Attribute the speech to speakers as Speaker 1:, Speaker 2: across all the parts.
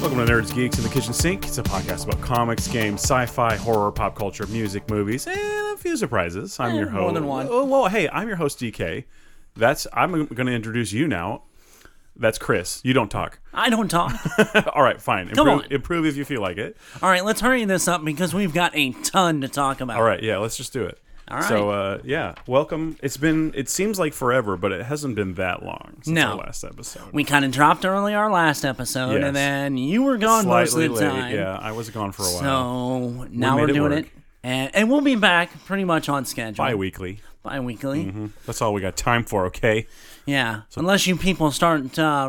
Speaker 1: Welcome to Nerds, Geeks, and the Kitchen Sink. It's a podcast about comics, games, sci-fi, horror, pop culture, music, movies, and a few surprises. I'm your host.
Speaker 2: Eh, more than one.
Speaker 1: Oh, well, hey, I'm your host DK. That's I'm going to introduce you now. That's Chris. You don't talk.
Speaker 2: I don't talk.
Speaker 1: All right, fine.
Speaker 2: Come
Speaker 1: improve,
Speaker 2: on.
Speaker 1: improve if you feel like it.
Speaker 2: All right, let's hurry this up because we've got a ton to talk about.
Speaker 1: All right, yeah, let's just do it.
Speaker 2: All
Speaker 1: So, uh, yeah, welcome. It's been it seems like forever, but it hasn't been that long since
Speaker 2: No.
Speaker 1: our last episode.
Speaker 2: We kind of dropped early our last episode,
Speaker 1: Yes.
Speaker 2: and then you were gone
Speaker 1: Slightly
Speaker 2: most
Speaker 1: late.
Speaker 2: of the time.
Speaker 1: Yeah, I was gone for a while.
Speaker 2: So now
Speaker 1: made
Speaker 2: we're
Speaker 1: it
Speaker 2: doing
Speaker 1: work.
Speaker 2: it, and, and we'll be back pretty much on schedule
Speaker 1: Bi-weekly.
Speaker 2: bi-weekly.
Speaker 1: That's all we got time for, okay?
Speaker 2: Yeah, unless you people start uh,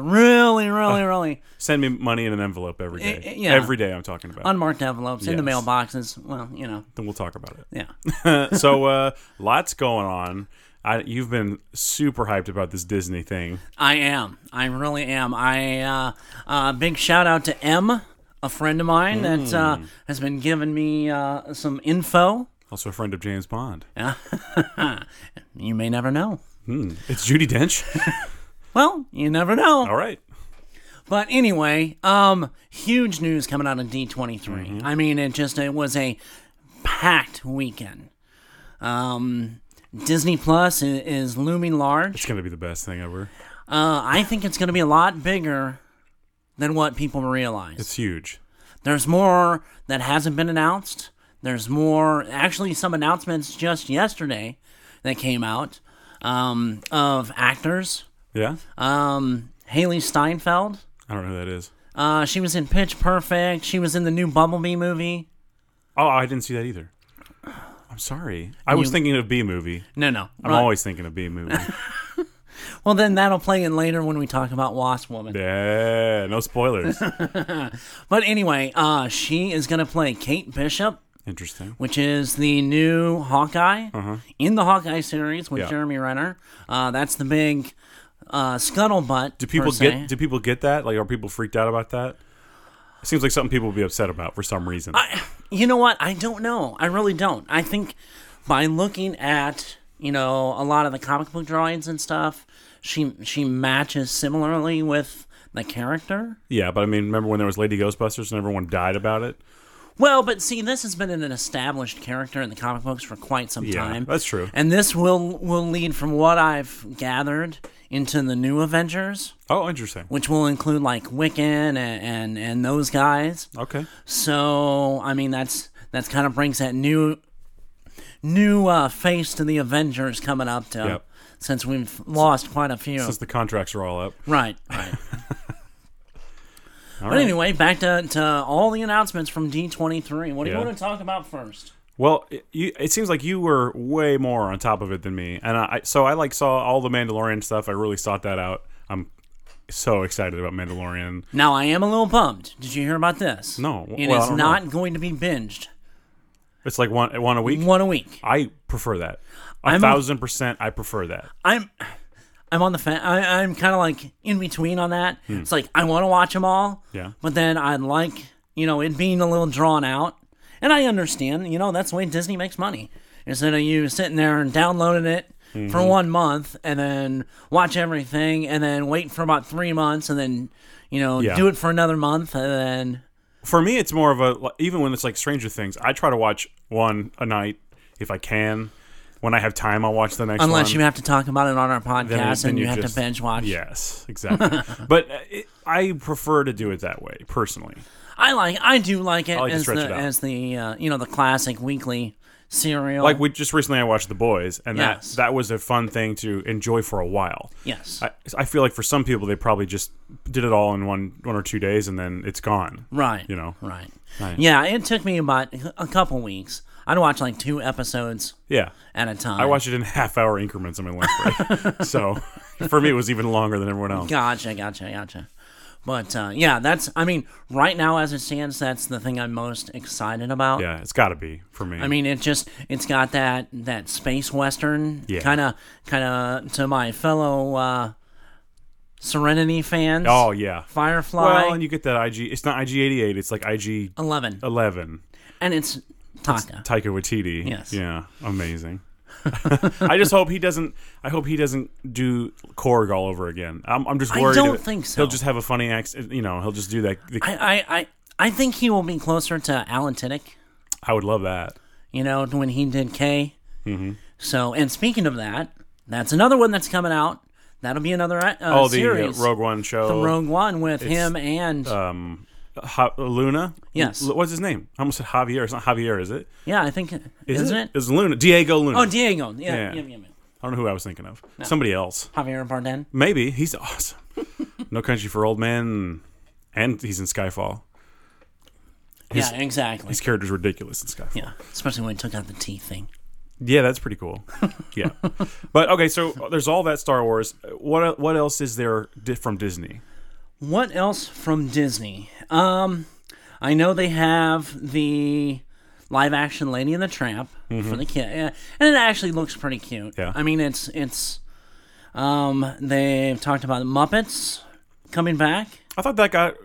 Speaker 2: really, really, really
Speaker 1: Send me money in an envelope every day.
Speaker 2: Eh, eh, yeah.
Speaker 1: Every day I'm talking about. it.
Speaker 2: unmarked envelopes in the
Speaker 1: Yes.
Speaker 2: mailboxes. Well, you know,
Speaker 1: then we'll talk about it.
Speaker 2: yeah.
Speaker 1: so uh, lots going on. I, you've been super hyped about this Disney thing.
Speaker 2: I am. I really am. I uh, uh, big shout out to M, a friend of mine that uh, has been giving me uh, some info.
Speaker 1: Also a friend of James Bond.
Speaker 2: You may never know.
Speaker 1: Hmm. It's Judy Dench.
Speaker 2: Well, you never know.
Speaker 1: All right.
Speaker 2: But anyway, um, huge news coming out of D23. I mean, it just it was a packed weekend. Um, Disney Plus is, is looming large.
Speaker 1: It's gonna be the best thing ever.
Speaker 2: Uh, I think it's going to be a lot bigger than what people realize.
Speaker 1: It's huge.
Speaker 2: There's more that hasn't been announced. There's more, actually, some announcements just yesterday that came out um, of actors.
Speaker 1: Yeah.
Speaker 2: Um, Haley Steinfeld,
Speaker 1: I don't know who that is.
Speaker 2: uh, she was in Pitch Perfect. She was in the new Bumblebee movie.
Speaker 1: Oh, I didn't see that either. I'm sorry. I was thinking of B movie.
Speaker 2: No, no.
Speaker 1: I'm
Speaker 2: Right.
Speaker 1: always thinking of B movie.
Speaker 2: well, then that'll play in later when we talk about Wasp Woman.
Speaker 1: yeah. No spoilers.
Speaker 2: But anyway, uh, she is going to play Kate Bishop,
Speaker 1: Interesting.
Speaker 2: which is the new Hawkeye in the Hawkeye series with
Speaker 1: Uh-huh. Yeah.
Speaker 2: Jeremy Renner. Uh, that's the big uh, scuttlebutt.
Speaker 1: Do people get do people get that? Like, are people freaked out about that? It seems like something people would be upset about for some reason.
Speaker 2: you know what? I don't know. I really don't. I think by looking at you know a lot of the comic book drawings and stuff, she she matches similarly with the character.
Speaker 1: yeah, but I mean, remember when there was Lady Ghostbusters and everyone died about it?
Speaker 2: Well, but see, this has been an established character in the comic books for quite some
Speaker 1: Yeah,
Speaker 2: time.
Speaker 1: that's true.
Speaker 2: And this will will lead from what I've gathered into the new Avengers,
Speaker 1: Oh, interesting.
Speaker 2: which will include like Wiccan and and, and those guys.
Speaker 1: Okay.
Speaker 2: So I mean, that's that's kind of brings that new new uh, face to the Avengers coming up to.
Speaker 1: Yep.
Speaker 2: Since we've lost quite a few,
Speaker 1: Since the contracts are all up.
Speaker 2: right, right.
Speaker 1: All
Speaker 2: but
Speaker 1: right.
Speaker 2: anyway, back to, to all the announcements from D twenty three. What do
Speaker 1: Yeah.
Speaker 2: you want to talk about first?
Speaker 1: Well, it, you, it seems like you were way more on top of it than me, and I so I like saw all the Mandalorian stuff. I really sought that out. I'm so excited about Mandalorian.
Speaker 2: Now I am a little bummed. Did you hear about this?
Speaker 1: No, w-
Speaker 2: It is
Speaker 1: well, I don't know.
Speaker 2: not going to be binged
Speaker 1: It's like one one a week.
Speaker 2: one a week.
Speaker 1: I prefer that. A
Speaker 2: I'm a-
Speaker 1: thousand percent, I prefer that.
Speaker 2: I'm, I'm on the fence. I, I'm kind of like in between on that. It's like I want to watch them all.
Speaker 1: Hmm. Yeah.
Speaker 2: But then I'd like you know it being a little drawn out, and I understand. You know that's the way Disney makes money. Instead of you sitting there and downloading it.
Speaker 1: Mm-hmm.
Speaker 2: For one month, and then watch everything, and then wait for about three months, and then you know
Speaker 1: Yeah.
Speaker 2: do it for another month, and then
Speaker 1: For me, it's more of a like, even when it's like Stranger Things. I try to watch one a night if I can. When I have time, I'll watch the next.
Speaker 2: Unless
Speaker 1: one.
Speaker 2: you have to talk about it on our podcast
Speaker 1: then it- then
Speaker 2: and you, have
Speaker 1: just-
Speaker 2: to binge watch.
Speaker 1: Yes, exactly. but uh, it, I prefer to do it that way personally.
Speaker 2: I like, I do like it
Speaker 1: like to
Speaker 2: as
Speaker 1: stretch
Speaker 2: the
Speaker 1: it out.
Speaker 2: as the uh, you know the classic weekly serial.
Speaker 1: Like we just recently, I watched The Boys, and
Speaker 2: Yes.
Speaker 1: that that was a fun thing to enjoy for a while.
Speaker 2: yes,
Speaker 1: I, I feel like for some people, they probably just did it all in one one or two days, and then it's gone.
Speaker 2: right,
Speaker 1: You know.
Speaker 2: right. Yeah, it took me about a couple weeks. I'd watch like two episodes
Speaker 1: Yeah.
Speaker 2: at a time.
Speaker 1: I watched it in half hour increments on my lunch break. so for me, it was even longer than everyone else.
Speaker 2: Gotcha, gotcha, gotcha. But uh, yeah, that's. I mean, right now as it stands, that's the thing I'm most excited about.
Speaker 1: Yeah, it's got to be for me.
Speaker 2: I mean, it just it's got that that space western
Speaker 1: Yeah.
Speaker 2: kind of kind of to my fellow uh, Serenity fans.
Speaker 1: oh yeah.
Speaker 2: Firefly
Speaker 1: Well, and you get that IG. It's not IG eighty eight. It's like IG
Speaker 2: eleven,
Speaker 1: eleven.
Speaker 2: and it's Taka.
Speaker 1: Taika Waititi.
Speaker 2: Yes.
Speaker 1: Yeah. Amazing. I just hope he doesn't. I hope he doesn't do Korg all over again. I'm, I'm just
Speaker 2: I
Speaker 1: worried.
Speaker 2: don't
Speaker 1: that
Speaker 2: think so.
Speaker 1: He'll just have a funny accent. You know, he'll just do that. The, I,
Speaker 2: I, I, I, I think he will be closer to Alan Tiddick,
Speaker 1: would love that.
Speaker 2: you know, when he did K. Mm-hmm. So, and speaking of that, that's another one that's coming out. That'll be another uh,
Speaker 1: Oh, the uh,
Speaker 2: series.
Speaker 1: Rogue One show.
Speaker 2: The Rogue One with him and
Speaker 1: um, ha- Luna.
Speaker 2: Yes.
Speaker 1: L- what's his name? I almost said Javier. It's not Javier, is it?
Speaker 2: yeah, I think
Speaker 1: Is
Speaker 2: isn't it?
Speaker 1: It's Luna. Diego Luna.
Speaker 2: Oh, Diego. Yeah,
Speaker 1: Yeah.
Speaker 2: yeah, yeah. yeah,
Speaker 1: I don't know who I was thinking of. Somebody else.
Speaker 2: Javier Bardem.
Speaker 1: Maybe he's awesome. no Country for Old Men, and he's in Skyfall.
Speaker 2: yeah, exactly.
Speaker 1: His character's ridiculous in Skyfall.
Speaker 2: Yeah, especially when he took out the T thing.
Speaker 1: Yeah, that's pretty cool. Yeah, but okay, so there's all that Star Wars. What what else is there di- from Disney?
Speaker 2: What else from Disney? Um, I know they have the live action Lady and the Tramp for the kid, yeah, and it actually looks pretty cute.
Speaker 1: Mm-hmm. Yeah.
Speaker 2: I mean it's it's. Um, they've talked about Muppets coming back.
Speaker 1: I thought that got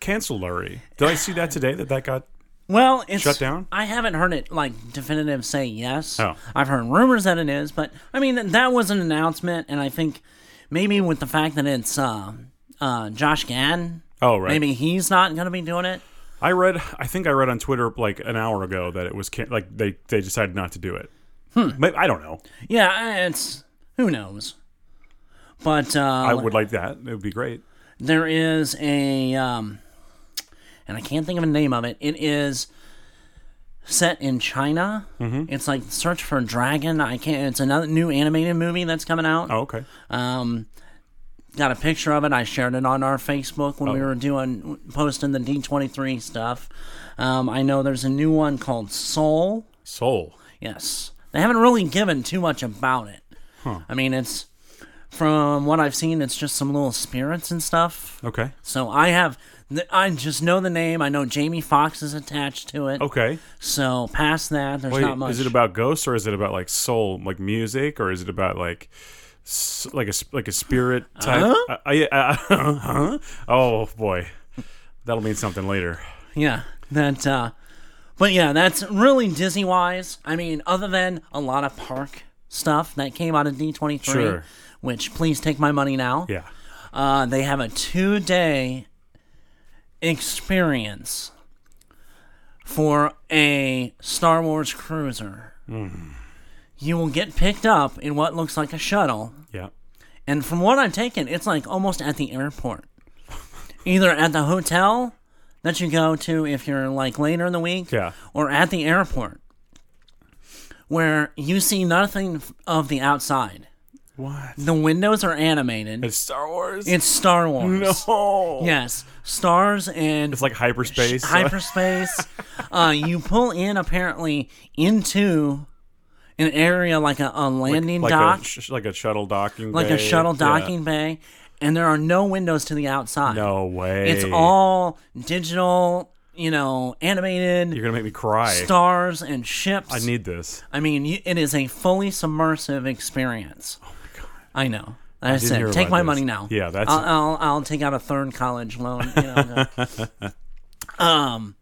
Speaker 1: canceled already. Did I see that today? That that got
Speaker 2: Well, it's
Speaker 1: Shut down?
Speaker 2: I haven't heard it like definitive say yes.
Speaker 1: Oh.
Speaker 2: I've heard rumors that it is, but I mean that was an announcement, and I think maybe with the fact that it's uh, uh, Josh Gann,
Speaker 1: oh right.
Speaker 2: maybe he's not going to be doing it.
Speaker 1: I read. I think I read on Twitter like an hour ago that it was can- like they they decided not to do it. Hmm. Maybe, I don't know.
Speaker 2: Yeah, I- it's who knows. But uh,
Speaker 1: I would like that. It would be great.
Speaker 2: there is a, um, and I can't think of a name of it. It is set in China. Mm-hmm. It's like Search for a Dragon. I can't. It's another new animated movie that's coming out.
Speaker 1: Oh okay.
Speaker 2: Um, got a picture of it. I shared it on our Facebook
Speaker 1: Oh.
Speaker 2: when we were doing posting the D twenty three stuff. Um, I know there's a new one called Soul.
Speaker 1: Soul.
Speaker 2: Yes. They haven't really given too much about it. I mean, it's from what I've seen, it's just some little spirits and stuff.
Speaker 1: Okay.
Speaker 2: So I have, th- I just know the name. I know Jamie Fox is attached to it.
Speaker 1: Okay.
Speaker 2: So past that, there's
Speaker 1: Oh. Wait,
Speaker 2: not much.
Speaker 1: is it about ghosts or is it about like soul, like music, or is it about like s- like a s- like a spirit type? Uh, uh, yeah, uh, huh? Oh boy, that'll mean something later.
Speaker 2: yeah, that. uh But yeah, that's really Disney wise. I mean, other than a lot of park stuff that came out of D twenty three,
Speaker 1: Sure.
Speaker 2: which please take my money now.
Speaker 1: Yeah.
Speaker 2: Uh, they have a two day experience for a Star Wars cruiser.
Speaker 1: Hmm.
Speaker 2: You will get picked up in what looks like a shuttle.
Speaker 1: Yeah.
Speaker 2: And from what I've taken, it's like almost at the airport. Either at the hotel that you go to if you're like later in the week,
Speaker 1: Yeah.
Speaker 2: or at the airport where you see nothing f- of the outside.
Speaker 1: What?
Speaker 2: The windows are animated.
Speaker 1: It's Star Wars.
Speaker 2: It's Star Wars.
Speaker 1: no.
Speaker 2: Yes, stars and
Speaker 1: It's like hyperspace.
Speaker 2: hyperspace. uh, you pull in apparently into an area like a, a landing
Speaker 1: like
Speaker 2: dock,
Speaker 1: a sh- like a shuttle docking.
Speaker 2: like
Speaker 1: bay.
Speaker 2: a shuttle
Speaker 1: Yeah.
Speaker 2: docking bay, and there are no windows to the outside.
Speaker 1: No way.
Speaker 2: it's all digital. You know, animated
Speaker 1: You're gonna make me cry.
Speaker 2: stars and ships.
Speaker 1: I need this.
Speaker 2: I mean, you, it is a fully submersive experience. Oh my god! I know. I, said,
Speaker 1: hear
Speaker 2: take
Speaker 1: about
Speaker 2: my
Speaker 1: this.
Speaker 2: money now.
Speaker 1: Yeah, that's-
Speaker 2: I'll, I'll I'll take out a third college loan. You know, to- um,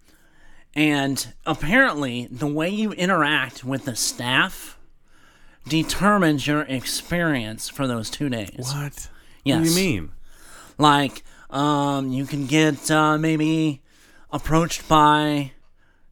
Speaker 2: and apparently the way you interact with the staff determines your experience for those two days.
Speaker 1: What? What do
Speaker 2: Yes.
Speaker 1: you mean?
Speaker 2: Like, um, you can get uh, maybe approached by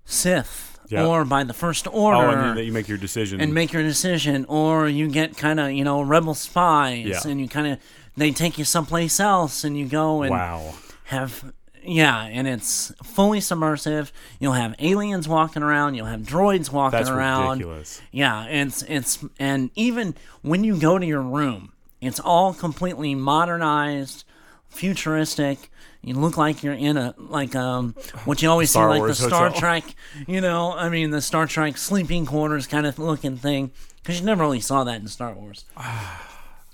Speaker 2: Sith
Speaker 1: Yeah.
Speaker 2: or by the First Order
Speaker 1: Oh, and then that you make your decision.
Speaker 2: and make your decision, or you get kind of you know rebel spies,
Speaker 1: Yeah.
Speaker 2: and you kind of they take you someplace else, and you go and
Speaker 1: wow.
Speaker 2: have yeah, and it's fully submersive. You'll have aliens walking around, you'll have droids walking
Speaker 1: That's
Speaker 2: around.
Speaker 1: ridiculous.
Speaker 2: Yeah, it's it's and even when you go to your room, it's all completely modernized, futuristic. You look like you're in a like um what you always
Speaker 1: Star
Speaker 2: see like
Speaker 1: Wars
Speaker 2: the Star
Speaker 1: hotel.
Speaker 2: Trek, you know, I mean the Star Trek sleeping quarters kind of looking thing because you never really saw that in Star Wars.
Speaker 1: I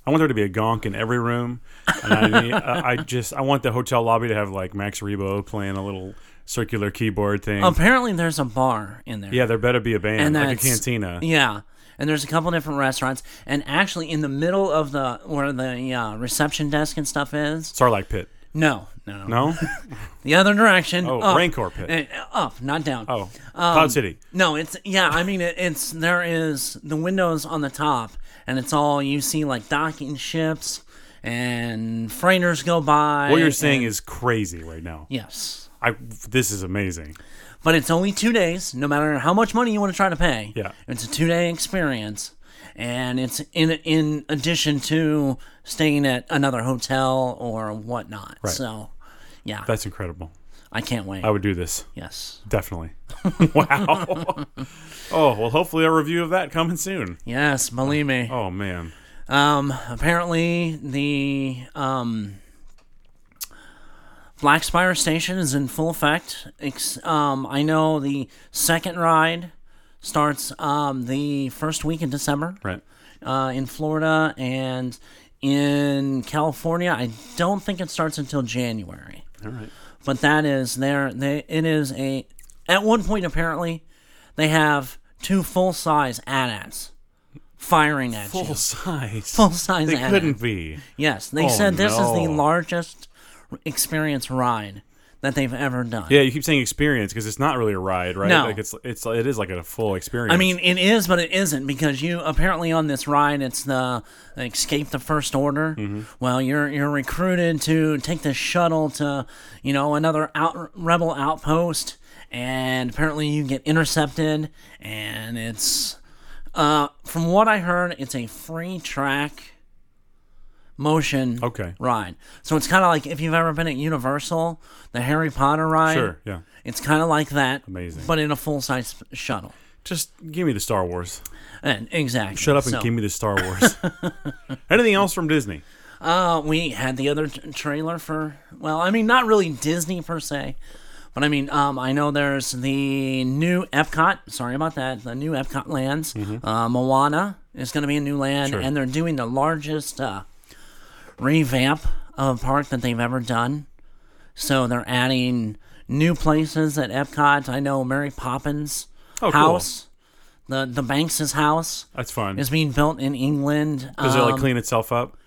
Speaker 1: want there to be a gonk in every room. And I, need- I I just I want the hotel lobby to have like Max Rebo playing a little circular keyboard thing.
Speaker 2: Apparently, there's a bar in there.
Speaker 1: yeah, there better be a band
Speaker 2: Um, and
Speaker 1: like a
Speaker 2: that's-
Speaker 1: cantina.
Speaker 2: Yeah, and there's a couple different restaurants, and actually in the middle of the where the uh, reception desk and stuff is,
Speaker 1: Sarlacc pit.
Speaker 2: No, no, no.
Speaker 1: No?
Speaker 2: The other direction.
Speaker 1: Oh,
Speaker 2: up,
Speaker 1: Rancor Pit.
Speaker 2: Eh, up, not down.
Speaker 1: Oh, Cloud City.
Speaker 2: No, it's yeah. I mean, it, it's there is the windows on the top, and it's all you see like docking ships and freighters go by.
Speaker 1: What you're saying is crazy right now.
Speaker 2: yes,
Speaker 1: I this is amazing.
Speaker 2: but it's only two days. No matter how much money you want to try to pay,
Speaker 1: Yeah.
Speaker 2: it's a two day experience, and it's in in addition to staying at another hotel or whatnot. So, yeah,
Speaker 1: That's incredible.
Speaker 2: I can't wait.
Speaker 1: I would do this
Speaker 2: yes,
Speaker 1: definitely. wow. oh well, hopefully a review of that coming soon.
Speaker 2: yes, believe me.
Speaker 1: Oh man.
Speaker 2: Um, apparently the um, Black Spire Station is in full effect. Ex- um, I know the second ride starts um, the first week in December
Speaker 1: Right.
Speaker 2: uh, in Florida and in California. I don't think it starts until January,
Speaker 1: All right.
Speaker 2: but that is there. They, it is a at one point apparently they have two full size AT-ATs firing at you.
Speaker 1: Full size.
Speaker 2: Full size
Speaker 1: They
Speaker 2: AT-AT.
Speaker 1: couldn't be.
Speaker 2: Yes, they
Speaker 1: Oh,
Speaker 2: said this is the
Speaker 1: no.
Speaker 2: largest experience ride that they've ever done.
Speaker 1: Yeah, you keep saying experience because it's not really a ride, right?
Speaker 2: No.
Speaker 1: Like it's it's it is like a full experience.
Speaker 2: I mean, it is, but it isn't because you apparently on this ride, it's the like, escape the first order.
Speaker 1: Mm-hmm.
Speaker 2: Well, you're you're recruited to take the shuttle to you know another out, rebel outpost, and apparently you get intercepted, and it's uh, from what I heard, it's a free track motion
Speaker 1: Okay.
Speaker 2: ride. So it's kind of like if you've ever been at Universal, the Harry Potter ride.
Speaker 1: Sure. Yeah.
Speaker 2: It's kind of like that.
Speaker 1: Amazing.
Speaker 2: But in a full size shuttle.
Speaker 1: Just give me the Star Wars.
Speaker 2: And exactly.
Speaker 1: Shut up and
Speaker 2: So,
Speaker 1: give me the Star Wars. Anything else from Disney?
Speaker 2: Uh, we had the other t- trailer for well, I mean, not really Disney per se, but I mean, um, I know there's the new Epcot. Sorry about that. The new Epcot lands. Uh, Moana is going to be a new land,
Speaker 1: Mm-hmm. Sure.
Speaker 2: and they're doing the largest uh, revamp of a park that they've ever done. So they're adding new places at Epcot. I know Mary Poppins
Speaker 1: Oh, cool.
Speaker 2: house, the the Banks's house.
Speaker 1: That's fun.
Speaker 2: is being built in England.
Speaker 1: Does it like
Speaker 2: Um,
Speaker 1: clean itself up?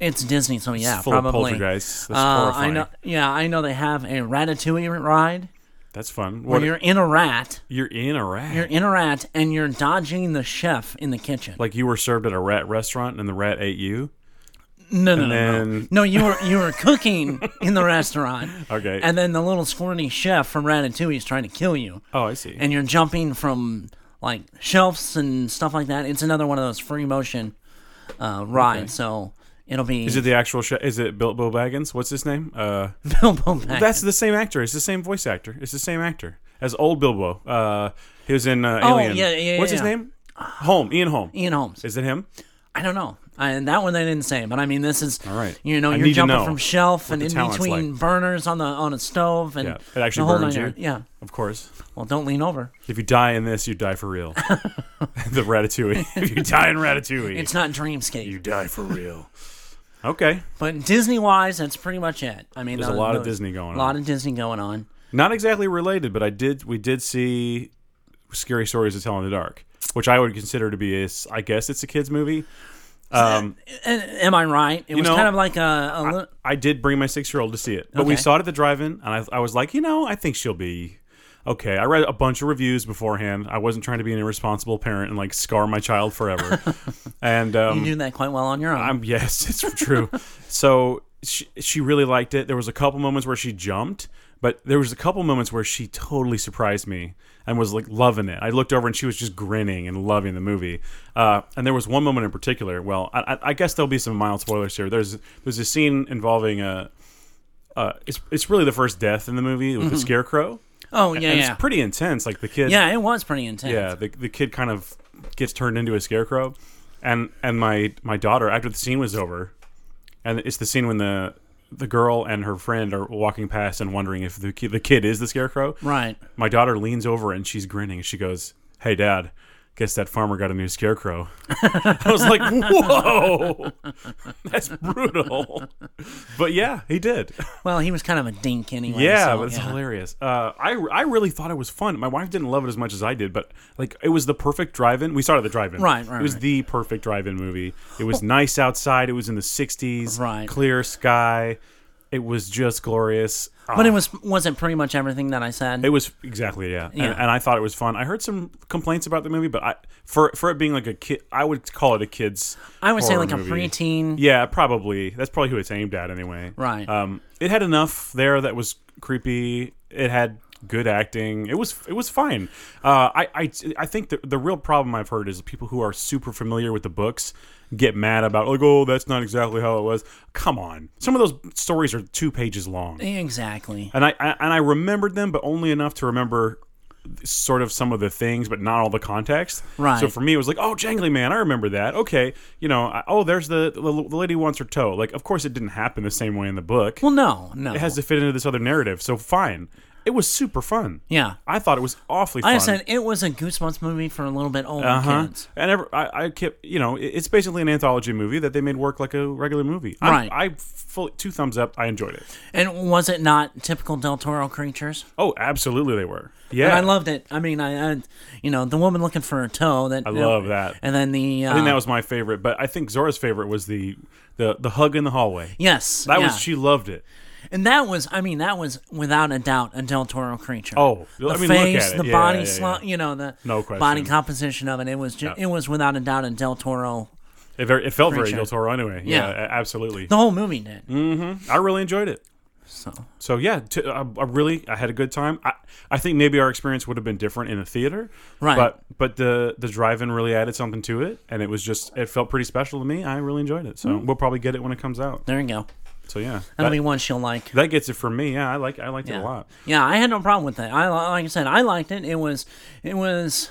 Speaker 2: It's Disney, so yeah,
Speaker 1: It's full of
Speaker 2: probably.
Speaker 1: poltergeists. That's
Speaker 2: Uh, I
Speaker 1: horrifying.
Speaker 2: know. Yeah, I know they have a Ratatouille ride
Speaker 1: That's fun.
Speaker 2: where
Speaker 1: What,
Speaker 2: you're
Speaker 1: you're,
Speaker 2: in a rat.
Speaker 1: in a rat.
Speaker 2: You're in a rat, and you're dodging the chef in the kitchen.
Speaker 1: like you were served at a rat restaurant and the rat ate you.
Speaker 2: no, no, no, no.
Speaker 1: then-
Speaker 2: No, you were you were cooking in the restaurant.
Speaker 1: Okay.
Speaker 2: And then the little squirty chef from Ratatouille is trying to kill you,
Speaker 1: Oh, I see.
Speaker 2: and you're jumping from like shelves and stuff like that. It's another one of those free motion uh, rides, so it'll be
Speaker 1: is it the actual? Sh- is it Bilbo Baggins? What's his name? Uh,
Speaker 2: Bilbo Baggins.
Speaker 1: that's the same actor. It's the same voice actor. It's the same actor as old Bilbo. Uh, he was in uh,
Speaker 2: Oh,
Speaker 1: Alien.
Speaker 2: yeah, yeah,
Speaker 1: What's his
Speaker 2: yeah.
Speaker 1: name? Holm. Ian Holm.
Speaker 2: Ian Holmes.
Speaker 1: Is it him?
Speaker 2: I don't know. I, and that one they didn't say, but I mean, this is
Speaker 1: right.
Speaker 2: You know,
Speaker 1: I
Speaker 2: you're
Speaker 1: need to
Speaker 2: jumping
Speaker 1: know
Speaker 2: from shelf and
Speaker 1: the
Speaker 2: in
Speaker 1: talent's
Speaker 2: between
Speaker 1: like.
Speaker 2: burners on the on a stove and
Speaker 1: Yeah. It actually
Speaker 2: the whole
Speaker 1: burns
Speaker 2: nine
Speaker 1: you.
Speaker 2: yards. Yeah.
Speaker 1: Of course.
Speaker 2: Well, don't lean over.
Speaker 1: If you die in this, you die for real. the Ratatouille. if you die in Ratatouille,
Speaker 2: It's not Dreamscape,
Speaker 1: you die for real. Okay.
Speaker 2: but Disney-wise, that's pretty much it. I mean,
Speaker 1: There's a
Speaker 2: the-
Speaker 1: lot of
Speaker 2: the-
Speaker 1: Disney going
Speaker 2: A lot
Speaker 1: on.
Speaker 2: of Disney going on.
Speaker 1: Not exactly related, but I did. We did see scary stories to tell in the dark, which I would consider to be a. s- I guess it's a kids movie. Um,
Speaker 2: And, am I right? It was
Speaker 1: know,
Speaker 2: kind of like a, a li-
Speaker 1: I did bring my six year old to see it, but we
Speaker 2: Okay.
Speaker 1: saw it at the drive-in, and I, I was like, you know, I think she'll be okay. I read a bunch of reviews beforehand. I wasn't trying to be an irresponsible parent and like scar my child forever. and um,
Speaker 2: you do that quite well on your own.
Speaker 1: I'm yes, it's true. so she she really liked it. There was a couple moments where she jumped, but there was a couple moments where she totally surprised me and was like loving it. I looked over and she was just grinning and loving the movie. Uh, and there was one moment in particular. Well, I, I- I guess there'll be some mild spoilers here. There's there's a scene involving a. Uh, it's it's really the first death in the movie with the scarecrow.
Speaker 2: oh yeah,
Speaker 1: And
Speaker 2: Mm-hmm. yeah,
Speaker 1: it's pretty intense. Like the kid,
Speaker 2: yeah. It was pretty intense.
Speaker 1: yeah, the, the kid kind of gets turned into a scarecrow, and and my my daughter after the scene was over, and it's the scene when the the girl and her friend are walking past and wondering if the ki- the kid is the scarecrow.
Speaker 2: Right.
Speaker 1: My daughter leans over and she's grinning. and She goes, "Hey, Dad." Guess that farmer got a new scarecrow. I was like, "Whoa, that's brutal," but yeah, he did.
Speaker 2: Well, he was kind of a dink anyway.
Speaker 1: Yeah,
Speaker 2: so,
Speaker 1: but it's
Speaker 2: yeah.
Speaker 1: hilarious. Uh, I I really thought it was fun. My wife didn't love it as much as I did, but like it was the perfect drive-in. We started the drive-in.
Speaker 2: Right, right,
Speaker 1: It was
Speaker 2: right.
Speaker 1: the perfect drive-in movie. It was nice outside. It was in the '60s.
Speaker 2: Right.
Speaker 1: Clear sky. It was just glorious. Uh,
Speaker 2: But it was wasn't pretty much everything that I said.
Speaker 1: It was exactly yeah,
Speaker 2: Yeah.
Speaker 1: And, and I thought it was fun. I heard some complaints about the movie, but I for for it being like a kid, I would call it a kids.
Speaker 2: I would say
Speaker 1: horror
Speaker 2: like
Speaker 1: movie.
Speaker 2: a preteen.
Speaker 1: Yeah, probably. That's probably who it's aimed at anyway.
Speaker 2: Mm. Right.
Speaker 1: Um, it had enough there that was creepy. It had good acting. It was it was fine. Uh, I, I I think the the real problem I've heard is people who are super familiar with the books get mad about like oh that's not exactly how it was. Come on, some of those stories are two pages long,
Speaker 2: Exactly.
Speaker 1: and I, I and I remembered them, but only enough to remember sort of some of the things but not all the context
Speaker 2: Right.
Speaker 1: so for me it was like oh jangly man i remember that okay you know I, oh there's the, the the lady wants her toe like of course it didn't happen the same way in the book
Speaker 2: Well, no, no.
Speaker 1: it has to fit into this other narrative. So fine. It was super fun.
Speaker 2: yeah.
Speaker 1: I thought it was awfully fun.
Speaker 2: I said it was a Goosebumps movie for a little bit older
Speaker 1: uh-huh.
Speaker 2: kids.
Speaker 1: And ever, I, I kept, you know, it- it's basically an anthology movie that they made work like a regular movie. I-
Speaker 2: Right.
Speaker 1: I, fully two thumbs up. I enjoyed it.
Speaker 2: And was it not typical Del Toro creatures?
Speaker 1: Oh, absolutely, they were.
Speaker 2: And
Speaker 1: Yeah,
Speaker 2: I loved it. I mean, I, I, you know, the woman looking for her toe. That I
Speaker 1: love that.
Speaker 2: And then the. Uh,
Speaker 1: I think that was my favorite. But I think Zora's favorite was the the the hug in the hallway.
Speaker 2: Yes.
Speaker 1: That
Speaker 2: yeah.
Speaker 1: was she loved it.
Speaker 2: And that was, I mean, that was without a doubt a Del Toro creature.
Speaker 1: Oh,
Speaker 2: the
Speaker 1: I mean, look at
Speaker 2: face,
Speaker 1: it.
Speaker 2: the
Speaker 1: Yeah,
Speaker 2: body
Speaker 1: yeah, yeah.
Speaker 2: slant, you know, the
Speaker 1: No question.
Speaker 2: body composition of it. It was, ju-
Speaker 1: Yeah.
Speaker 2: it was without a doubt a Del Toro.
Speaker 1: It, very, it felt very
Speaker 2: Creature.
Speaker 1: Del Toro anyway. Yeah,
Speaker 2: Yeah.
Speaker 1: a- absolutely.
Speaker 2: The whole movie did.
Speaker 1: Mm. I really enjoyed it.
Speaker 2: So
Speaker 1: So yeah, t- I, I really I had a good time. I, I think maybe our experience would have been different in the theater,
Speaker 2: Right.
Speaker 1: But but the the drive-in really added something to it, and it was just it felt pretty special to me. I really enjoyed it. So
Speaker 2: Mm.
Speaker 1: we'll probably get it when it comes out.
Speaker 2: there you go.
Speaker 1: So yeah, that,
Speaker 2: That'll be one she'll like.
Speaker 1: that gets it for me. Yeah, I like I liked it a lot.
Speaker 2: Yeah, I had no problem with that. I like I said, I liked it. It was, it was,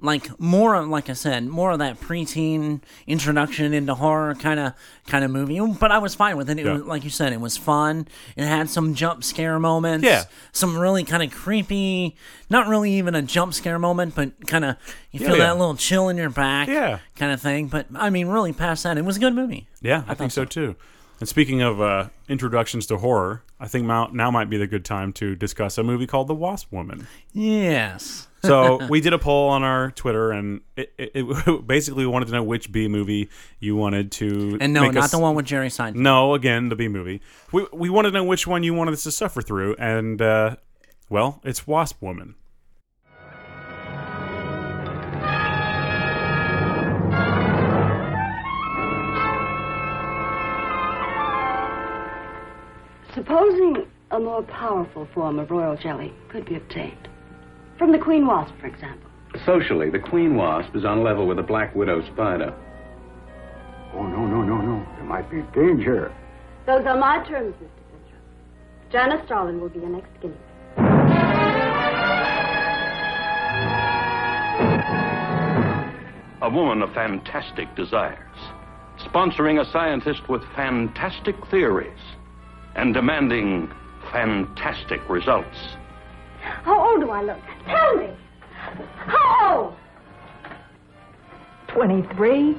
Speaker 2: like more of like I said, more of that preteen introduction into horror kind of kind of movie. But I was fine with it. It
Speaker 1: Yeah.
Speaker 2: was like you said, it was fun. It had some jump scare moments.
Speaker 1: Yeah.
Speaker 2: some really kind of creepy. Not really even a jump scare moment, but kind of you feel
Speaker 1: yeah.
Speaker 2: that little chill in your back.
Speaker 1: Yeah.
Speaker 2: kind of thing. But I mean, really past that, it was a good movie.
Speaker 1: Yeah, I, think so too. And speaking of uh, introductions to horror, I think now, now might be the good time to discuss a movie called The Wasp Woman.
Speaker 2: Yes.
Speaker 1: So we did a poll on our Twitter, and it, it, it basically we wanted to know which B movie you wanted to
Speaker 2: And no,
Speaker 1: make
Speaker 2: not
Speaker 1: us-
Speaker 2: the one with Jerry Seinfeld.
Speaker 1: No, again, the B movie. We we wanted to know which one you wanted us to suffer through, and uh, well, it's Wasp Woman.
Speaker 3: Supposing a more powerful form of royal jelly could be obtained. From the queen wasp, for example.
Speaker 4: Socially, the queen wasp is on level with a black widow spider.
Speaker 5: Oh, no, no, no, no. There might be danger.
Speaker 3: Those are my terms, Mr. Winthrop. Janice Starlin will be your next guinea pig.
Speaker 4: A woman of fantastic desires, sponsoring a scientist with fantastic theories and demanding fantastic results.
Speaker 3: How old do I look? Tell me! How old?
Speaker 6: 23.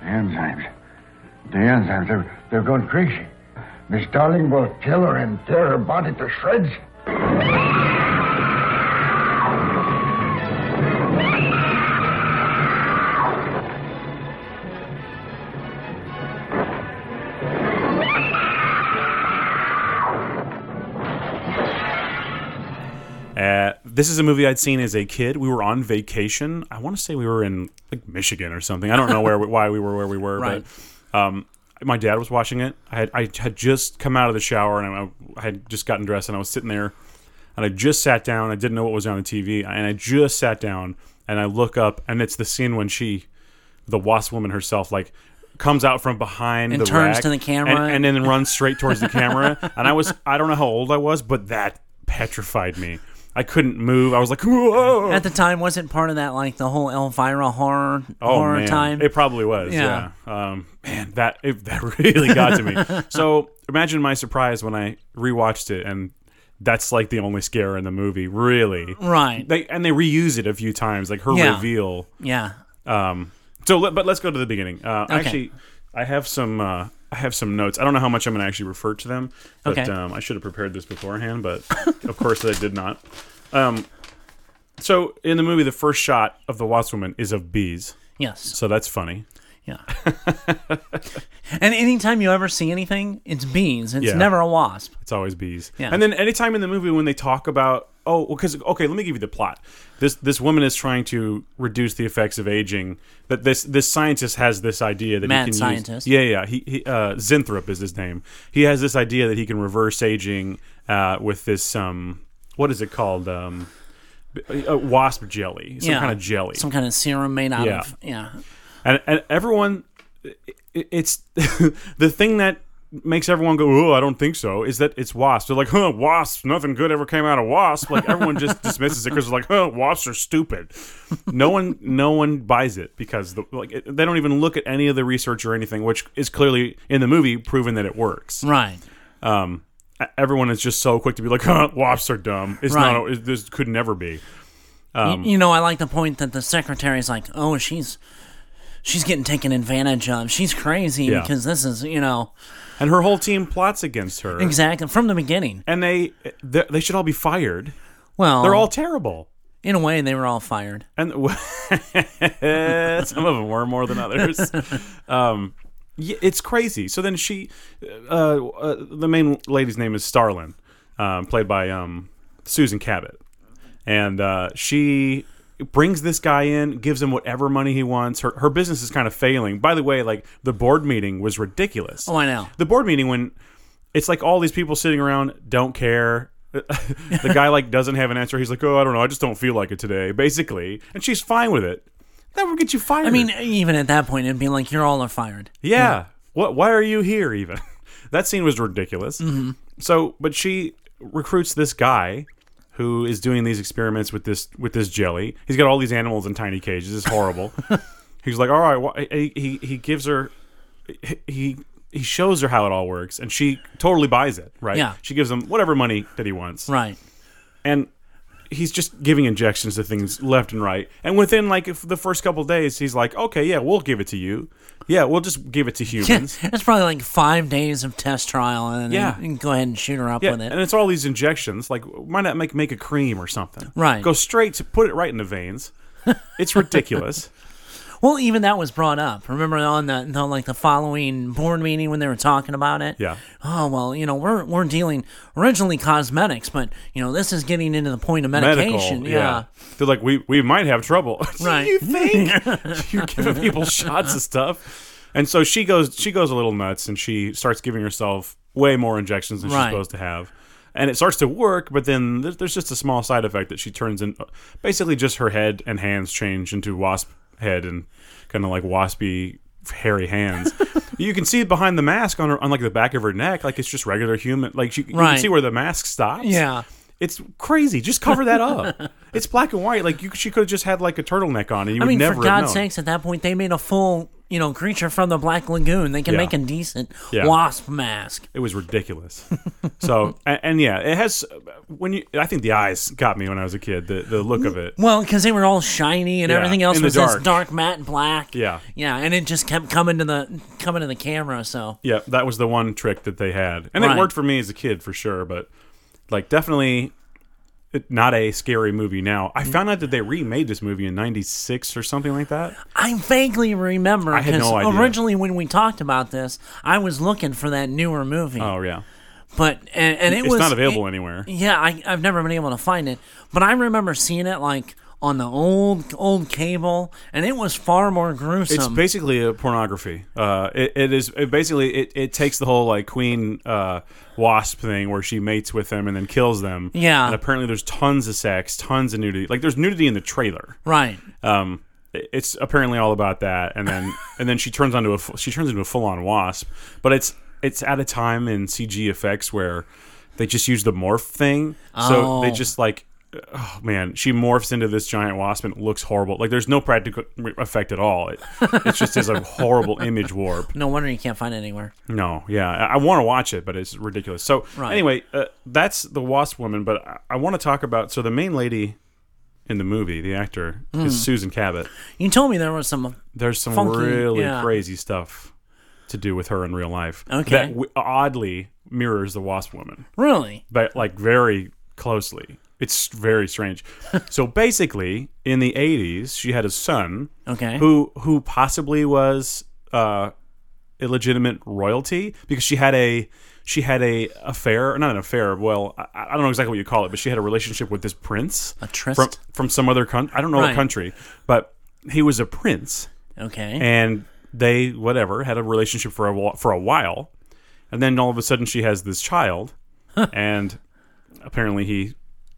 Speaker 5: The enzymes. The enzymes, they're, they're going crazy. Miss Darling will kill her and tear her body to shreds.
Speaker 1: Uh, this is a movie I'd seen as a kid. We were on vacation. I want to say we were in like Michigan or something. I don't know where we, why we were where we were,
Speaker 2: Right.
Speaker 1: but um, my dad was watching it. I had I had just come out of the shower and I, I had just gotten dressed and I was sitting there and I just sat down. I didn't know what was on the TV and I just sat down and I look up and it's the scene when she, the wasp woman herself, like comes out from behind
Speaker 2: And
Speaker 1: the
Speaker 2: turns
Speaker 1: rack
Speaker 2: to the camera.
Speaker 1: and, and then runs straight towards the camera. And I was I don't know how old I was, but that petrified me. I couldn't move. I was like, whoa.
Speaker 2: At the time, wasn't part of that like the whole Elvira horror
Speaker 1: Oh,
Speaker 2: horror
Speaker 1: man.
Speaker 2: time?
Speaker 1: It probably was. Yeah.
Speaker 2: Yeah.
Speaker 1: Um, man, that it, that really got to me. so imagine my surprise when I rewatched it, and that's like the only scare in the movie, really.
Speaker 2: right.
Speaker 1: They and they reuse it a few times, like her
Speaker 2: Yeah.
Speaker 1: reveal.
Speaker 2: yeah.
Speaker 1: Um, so, let, but let's go to the beginning. Uh, Actually, I have some uh, I have some notes. I don't know how much I'm going to actually refer to them, but
Speaker 2: Okay.
Speaker 1: um, I should have prepared this beforehand. But of course, I did not. Um, so in the movie, the first shot of the Wasp Woman is of bees,
Speaker 2: Yes.
Speaker 1: so that's funny.
Speaker 2: Yeah. and anytime you ever see anything, it's bees. It's
Speaker 1: Yeah.
Speaker 2: never a wasp.
Speaker 1: It's always bees.
Speaker 2: Yeah.
Speaker 1: And then anytime in the movie when they talk about oh, because okay, let me give you the plot. This this woman is trying to reduce the effects of aging. That this this scientist has this idea that
Speaker 2: Mad
Speaker 1: he can
Speaker 2: scientist.
Speaker 1: Use, yeah, yeah. He, he uh, Zinthrop is his name. He has this idea that he can reverse aging uh, with this um, what is it called? Um, b- uh, wasp jelly, some
Speaker 2: yeah.
Speaker 1: kind of jelly,
Speaker 2: Some kind of serum made out
Speaker 1: Yeah.
Speaker 2: of. Yeah.
Speaker 1: and and everyone i- i- it's the thing that makes everyone go oh i don't think so is that it's wasps they're like huh wasps nothing good ever came out of wasps like everyone just dismisses it because like huh wasps are stupid no one no one buys it because the, like it, they don't even look at any of the research or anything which is clearly in the movie proven that it works
Speaker 2: Right.
Speaker 1: um e- everyone is just so quick to be like huh wasps are dumb it's not
Speaker 2: Right.
Speaker 1: it, this could never be
Speaker 2: Y-
Speaker 1: Um,
Speaker 2: you know, I like the point that the secretary's like, "Oh, she's she's getting taken advantage of. She's crazy
Speaker 1: Yeah.
Speaker 2: because this is, you know,
Speaker 1: and her whole team plots against her
Speaker 2: exactly from the beginning."
Speaker 1: and they they they should all be fired
Speaker 2: Well,
Speaker 1: They're all terrible.
Speaker 2: in a way they were all fired.
Speaker 1: And some of them were more than others. Um, y- it's crazy. So then she, uh, uh, the main lady's name is Starlin, um, played by um, Susan Cabot. And uh, she brings this guy in, gives him whatever money he wants. Her, her business is kind of failing. By the way, like the board meeting was ridiculous.
Speaker 2: Oh, I know.
Speaker 1: The board meeting when it's like all these people sitting around don't care. the guy like doesn't have an answer. He's like, "Oh, I don't know. I just don't feel like it today." Basically, and she's fine with it. That would get you fired.
Speaker 2: I mean, even at that point, it'd be like, "You're all are fired."
Speaker 1: yeah. What? Why are you here? Even that scene was ridiculous. So, but she recruits this guy who is doing these experiments with this with this jelly. He's got all these animals in tiny cages. It's horrible. He's like, "All right." Wh-, he, he he gives her he he shows her how it all works, and she totally buys it. Right?
Speaker 2: Yeah.
Speaker 1: She gives him whatever money that he wants.
Speaker 2: Right.
Speaker 1: and he's just giving injections to things left and right. And within like if the first couple days, he's like, "Okay, yeah, we'll give it to you. Yeah, we'll just give it to
Speaker 2: Yeah,
Speaker 1: humans."
Speaker 2: it's probably like five days of test trial, and then
Speaker 1: Yeah.
Speaker 2: you can go ahead and shoot her up
Speaker 1: Yeah,
Speaker 2: with it.
Speaker 1: and it's all these injections. Like, why not make make a cream or something?
Speaker 2: Right.
Speaker 1: Go straight to put it right in the veins. It's ridiculous.
Speaker 2: Well, even that was brought up. Remember on the, the like the following board meeting when they were talking about it.
Speaker 1: Yeah.
Speaker 2: Oh well, you know we're we're dealing originally cosmetics, but you know this is getting into the point of
Speaker 1: Medical.
Speaker 2: medication. yeah.
Speaker 1: They're like, we we might have trouble.
Speaker 2: Right.
Speaker 1: you think you're giving people shots of stuff? And so she goes she goes a little nuts and she starts giving herself way more injections than she's
Speaker 2: Right.
Speaker 1: supposed to have. And it starts to work, but then there- there's just a small side effect that she turns in. Basically, just her head and hands change into wasp head and kind of like waspy, hairy hands. you can see behind the mask on her, on like the back of her neck, like it's just regular human. Like she, you can
Speaker 2: Right.
Speaker 1: see where the mask stops.
Speaker 2: Yeah.
Speaker 1: It's crazy. Just cover that up. it's black and white. Like you, she could have just had like a turtleneck on, and you
Speaker 2: I
Speaker 1: would
Speaker 2: mean,
Speaker 1: never
Speaker 2: for
Speaker 1: have
Speaker 2: God's
Speaker 1: known.
Speaker 2: sakes, at that point they made a full you know creature from the Black Lagoon. They can
Speaker 1: Yeah.
Speaker 2: make a decent
Speaker 1: Yeah.
Speaker 2: wasp mask.
Speaker 1: It was ridiculous. so and, and yeah, it has. When you, I think the eyes got me when I was a kid. The the look of it.
Speaker 2: Well, because they were all shiny and
Speaker 1: Yeah,
Speaker 2: everything else
Speaker 1: in the
Speaker 2: was
Speaker 1: dark.
Speaker 2: this dark matte black.
Speaker 1: Yeah.
Speaker 2: Yeah, and it just kept coming to the coming to the camera. So
Speaker 1: Yeah, that was the one trick that they had, and it
Speaker 2: Right.
Speaker 1: worked for me as a kid for sure. But like, definitely it- not a scary movie now. I
Speaker 2: Mm.
Speaker 1: found out that they remade this movie in '96 or something like that.
Speaker 2: I vaguely remember
Speaker 1: I had
Speaker 2: because
Speaker 1: no idea.
Speaker 2: originally when we talked about this, I was looking for that newer movie,
Speaker 1: Oh yeah,
Speaker 2: but and, and it
Speaker 1: it's
Speaker 2: was
Speaker 1: not available
Speaker 2: it-
Speaker 1: anywhere.
Speaker 2: Yeah, I, I've never been able to find it, but I remember seeing it like on the old old cable, and it was far more gruesome.
Speaker 1: It's basically a pornography. Uh, it, it is it basically it, it takes the whole like queen uh, wasp thing where she mates with them and then kills them.
Speaker 2: Yeah.
Speaker 1: And apparently there's tons of sex, tons of nudity. Like there's nudity in the trailer.
Speaker 2: right.
Speaker 1: Um, it- it's apparently all about that. And then and then she turns onto a fu- she turns into a full on wasp. But it's it's at a time in CG effects where they just use the morph thing. So they
Speaker 2: Oh.
Speaker 1: just like. Oh man, she morphs into this giant wasp and it looks horrible. Like there's no practical re- effect at all. It, it just is a horrible image warp.
Speaker 2: No wonder you can't find it anywhere.
Speaker 1: No, yeah, I, I want to watch it, but it's ridiculous. So
Speaker 2: Right.
Speaker 1: anyway, uh, that's the wasp woman. But I, I want to talk about so the main lady in the movie, the actor
Speaker 2: Hmm.
Speaker 1: is Susan Cabot
Speaker 2: You told me there was some.
Speaker 1: there's some
Speaker 2: Funky,
Speaker 1: really
Speaker 2: yeah.
Speaker 1: crazy stuff to do with her in real life.
Speaker 2: Okay.
Speaker 1: That w- oddly mirrors the Wasp Woman,
Speaker 2: Really?
Speaker 1: but like very closely. It's very strange. so basically, in the 80s, she had a son
Speaker 2: Okay.
Speaker 1: who who possibly was uh, illegitimate royalty because she had a she had a affair, not an affair. Well, I, I don't know exactly what you call it, but she had a relationship with this prince, a
Speaker 2: tryst?
Speaker 1: from from some other country. I don't know
Speaker 2: Right.
Speaker 1: what country, but he was a prince,
Speaker 2: Okay.
Speaker 1: and they whatever had a relationship for a wh- for a while, and then all of a sudden she has this child, and apparently he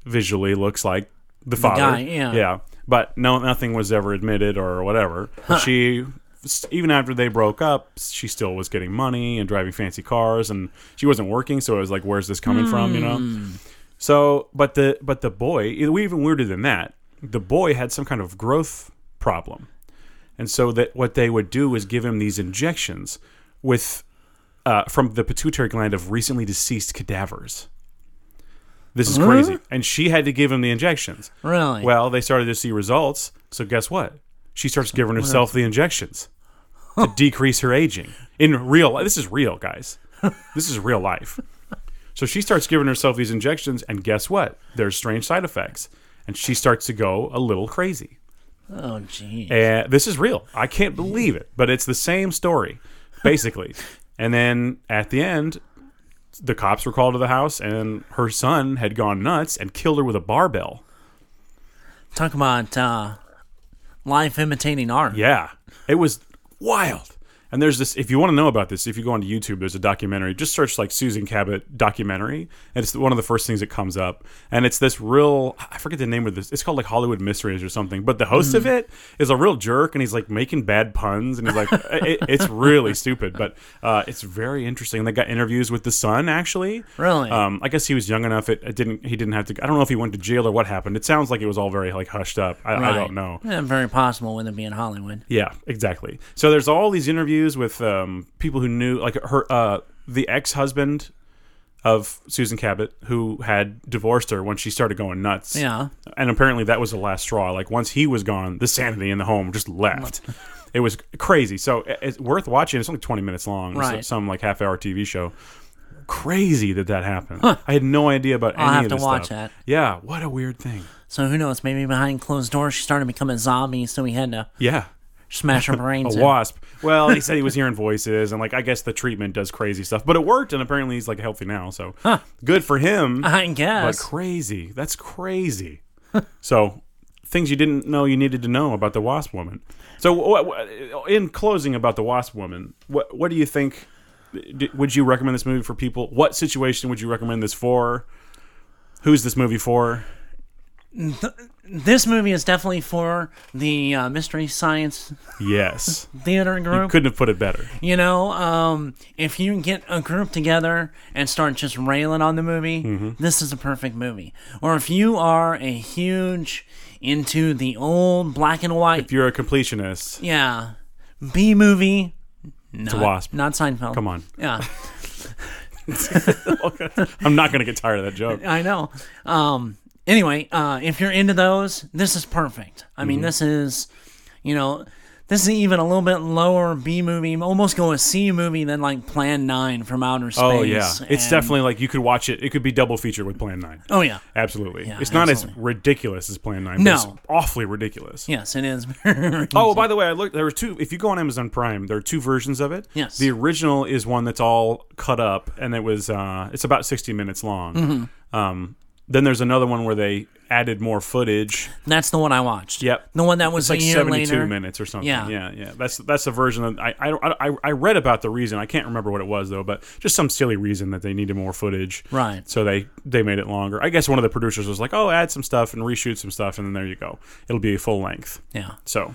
Speaker 1: visually looks like the father.
Speaker 2: guy, yeah.
Speaker 1: yeah. But no, nothing was ever admitted or whatever. But she, even after they broke up, she still was getting money and driving fancy cars, and she wasn't working. So it was like, where's this coming from? You
Speaker 2: Hmm.
Speaker 1: know. So, but the but the boy, even weirder than that, the boy had some kind of growth problem, and so that what they would do is give him these injections with uh, from the pituitary gland of recently deceased cadavers. This is crazy, and she had to give him the injections.
Speaker 2: Really?
Speaker 1: Well, they started to see results, so guess what? She starts giving herself the injections to decrease her aging in real. life. This is real, guys. This is real life. So she starts giving herself these injections, and guess what? There's strange side effects, and she starts to go a little crazy.
Speaker 2: oh, gee.
Speaker 1: And this is real. I can't believe it, but it's the same story, basically. and then at the end, the cops were called to the house, and her son had gone nuts and killed her with a barbell.
Speaker 2: Talk about uh, life imitating art.
Speaker 1: Yeah, it was wild. And there's this. If you want to know about this, if you go onto YouTube, there's a documentary. Just search like Susan Cabot documentary, and it's one of the first things that comes up. And it's this real. I forget the name of this. It's called like Hollywood Mysteries or something. But the host
Speaker 2: Mm-hmm.
Speaker 1: of it is a real jerk, and he's like making bad puns, and he's like, it, it's really stupid, but uh, it's very interesting. And they got interviews with the son actually.
Speaker 2: Really?
Speaker 1: Um, I guess he was young enough. It, it didn't. He didn't have to. I don't know if he went to jail or what happened. It sounds like it was all very like hushed up. I, I
Speaker 2: Right.
Speaker 1: don't know.
Speaker 2: Yeah, very possible with it being Hollywood.
Speaker 1: Yeah, exactly. So there's all these interviews with um, people who knew, like her, uh, the ex-husband of Susan Cabot, who had divorced her when she started going nuts.
Speaker 2: Yeah.
Speaker 1: and apparently that was the last straw. Like once he was gone, the sanity in the home just left. it was crazy. So it- it's worth watching. It's only 20 minutes long. It's
Speaker 2: Right.
Speaker 1: some like half-hour TV show. Crazy that that happened. I had no idea about
Speaker 2: I'll
Speaker 1: any
Speaker 2: have
Speaker 1: of
Speaker 2: to
Speaker 1: this
Speaker 2: watch
Speaker 1: stuff.
Speaker 2: that.
Speaker 1: Yeah, what a weird thing.
Speaker 2: So who knows? Maybe behind closed doors, she started becoming a zombie, so we had to
Speaker 1: Yeah.
Speaker 2: smash her brains
Speaker 1: a
Speaker 2: in.
Speaker 1: wasp. Well, he said he was hearing voices, and like I guess the treatment does crazy stuff, but it worked, and apparently he's like healthy now. So good for him.
Speaker 2: I
Speaker 1: But
Speaker 2: guess.
Speaker 1: crazy. That's crazy. so things you didn't know you needed to know about the wasp woman. So wh- wh- in closing about the wasp woman, what what do you think? d- Would you recommend this movie for people? What situation would you recommend this for? Who's this movie for?
Speaker 2: this movie is definitely for the uh, Mystery Science
Speaker 1: Yes,
Speaker 2: Theater group.
Speaker 1: couldn't have put it better.
Speaker 2: You know, um, if you get a group together and start just railing on the movie,
Speaker 1: Mm-hmm.
Speaker 2: this is a perfect movie. Or if you are a huge into the old black and white,
Speaker 1: If you're a completionist,
Speaker 2: yeah, B movie,
Speaker 1: it's a wasp.
Speaker 2: not Seinfeld.
Speaker 1: Come on.
Speaker 2: Yeah,
Speaker 1: I'm not going to get tired of that joke.
Speaker 2: I know. Um, anyway, uh, if you're into those, this is perfect. I
Speaker 1: Mm-hmm.
Speaker 2: mean, this is, you know, this is even a little bit lower B movie, almost go a C movie than like Plan 9 from Outer Space.
Speaker 1: Oh yeah, it's
Speaker 2: and-
Speaker 1: definitely like you could watch it. It could be double featured with Plan Nine.
Speaker 2: Oh, yeah.
Speaker 1: absolutely.
Speaker 2: Yeah,
Speaker 1: it's not
Speaker 2: absolutely.
Speaker 1: as ridiculous as Plan Nine.
Speaker 2: No.
Speaker 1: but it's awfully ridiculous.
Speaker 2: Yes, it is.
Speaker 1: Oh, by the way, I looked. There were two. If you go on Amazon Prime, there are two versions of it.
Speaker 2: Yes.
Speaker 1: The original is one that's all cut up, and it was uh, it's about sixty minutes long.
Speaker 2: Mm-hmm.
Speaker 1: Um, then there's another one where they added more footage.
Speaker 2: That's the one I watched.
Speaker 1: Yep.
Speaker 2: The one that was
Speaker 1: It's like
Speaker 2: a year
Speaker 1: seventy-two
Speaker 2: later.
Speaker 1: minutes or something.
Speaker 2: Yeah.
Speaker 1: yeah, yeah. That's that's a version that I, I I I read about the reason. I can't remember what it was though, but just some silly reason that they needed more footage.
Speaker 2: Right.
Speaker 1: So they they made it longer. I guess one of the producers was like, "Oh, add some stuff and reshoot some stuff, and then there you go. It'll be a full length."
Speaker 2: Yeah.
Speaker 1: So,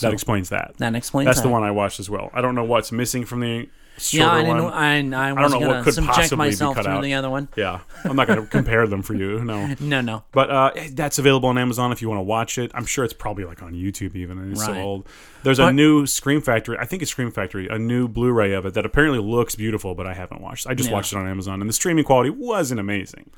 Speaker 1: that explains that.
Speaker 2: That explains
Speaker 1: That's the
Speaker 2: that.
Speaker 1: one I watched as well. I don't know what's missing from the shorter
Speaker 2: Yeah, I didn't.
Speaker 1: one.
Speaker 2: I, I
Speaker 1: I don't
Speaker 2: was
Speaker 1: know
Speaker 2: going
Speaker 1: what could
Speaker 2: to subject
Speaker 1: possibly
Speaker 2: myself
Speaker 1: be cut
Speaker 2: to
Speaker 1: out.
Speaker 2: the other one.
Speaker 1: Yeah, I'm not going to compare them for you. No.
Speaker 2: No, no.
Speaker 1: But uh, that's available on Amazon if you want to watch it. I'm sure it's probably like on YouTube even. and It's
Speaker 2: Right.
Speaker 1: so old. There's a
Speaker 2: But-
Speaker 1: new Scream Factory. I think it's Scream Factory. A new Blu-ray of it that apparently looks beautiful, but I haven't watched. I just
Speaker 2: Yeah.
Speaker 1: watched it on Amazon, and the streaming quality wasn't amazing.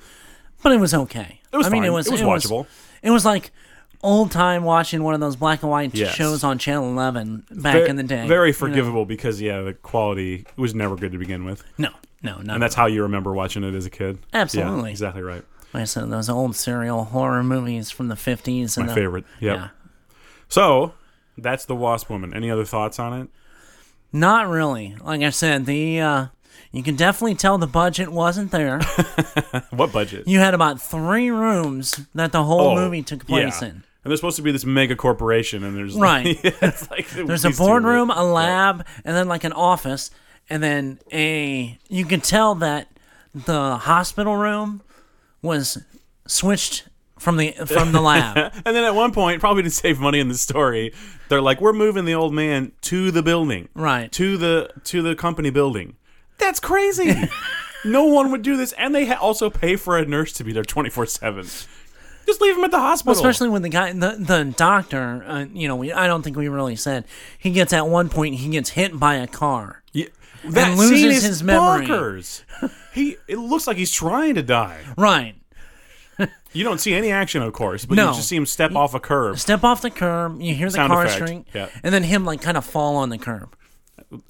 Speaker 2: But it was okay.
Speaker 1: It was
Speaker 2: I mean,
Speaker 1: fine.
Speaker 2: it was
Speaker 1: It was watchable.
Speaker 2: it was like old time watching one of those black and white
Speaker 1: Yes.
Speaker 2: shows on Channel 11 back
Speaker 1: Ve-
Speaker 2: in the day.
Speaker 1: Very
Speaker 2: you know?
Speaker 1: forgivable because yeah, the quality was never good to begin with,
Speaker 2: No, no, no.
Speaker 1: and that's how you remember watching it as a kid. Yeah,
Speaker 2: Absolutely.
Speaker 1: exactly right.
Speaker 2: like I said, those old serial horror movies from the 50s. And
Speaker 1: My
Speaker 2: the,
Speaker 1: favorite. Yep.
Speaker 2: Yeah.
Speaker 1: So that's the Wasp Woman. Any other thoughts on it?
Speaker 2: Not really. Like I said, the uh, you can definitely tell the budget wasn't there.
Speaker 1: What budget?
Speaker 2: you had about three rooms that the whole
Speaker 1: Oh,
Speaker 2: movie took place
Speaker 1: yeah.
Speaker 2: in.
Speaker 1: And there's supposed to be this mega corporation, and there's
Speaker 2: Right.
Speaker 1: it's like
Speaker 2: There's a
Speaker 1: these two
Speaker 2: boardroom,
Speaker 1: rooms.
Speaker 2: a lab, and then like an office, and then a. You can tell that the hospital room was switched from the from the lab.
Speaker 1: And then at one point, probably to save money in the story, they're like, "We're moving the old man to the building,
Speaker 2: Right.
Speaker 1: To the to the company building." That's crazy. no one would do this, and they ha- also pay for a nurse to be there twenty four seven. Just leave him at the hospital.
Speaker 2: Especially when the guy, the, the doctor, uh, you know, we, I don't think we really said he gets at one point he gets hit by a car.
Speaker 1: Yeah, that
Speaker 2: and loses
Speaker 1: scene is
Speaker 2: his memory.
Speaker 1: bonkers. he it looks like he's trying to die.
Speaker 2: Right.
Speaker 1: You don't see any action, of course, but
Speaker 2: No.
Speaker 1: you just see him step off a curb.
Speaker 2: Step off the curb. You hear the
Speaker 1: Sound
Speaker 2: car
Speaker 1: effect,
Speaker 2: shrink,
Speaker 1: yeah.
Speaker 2: and then him like kind of fall on the curb.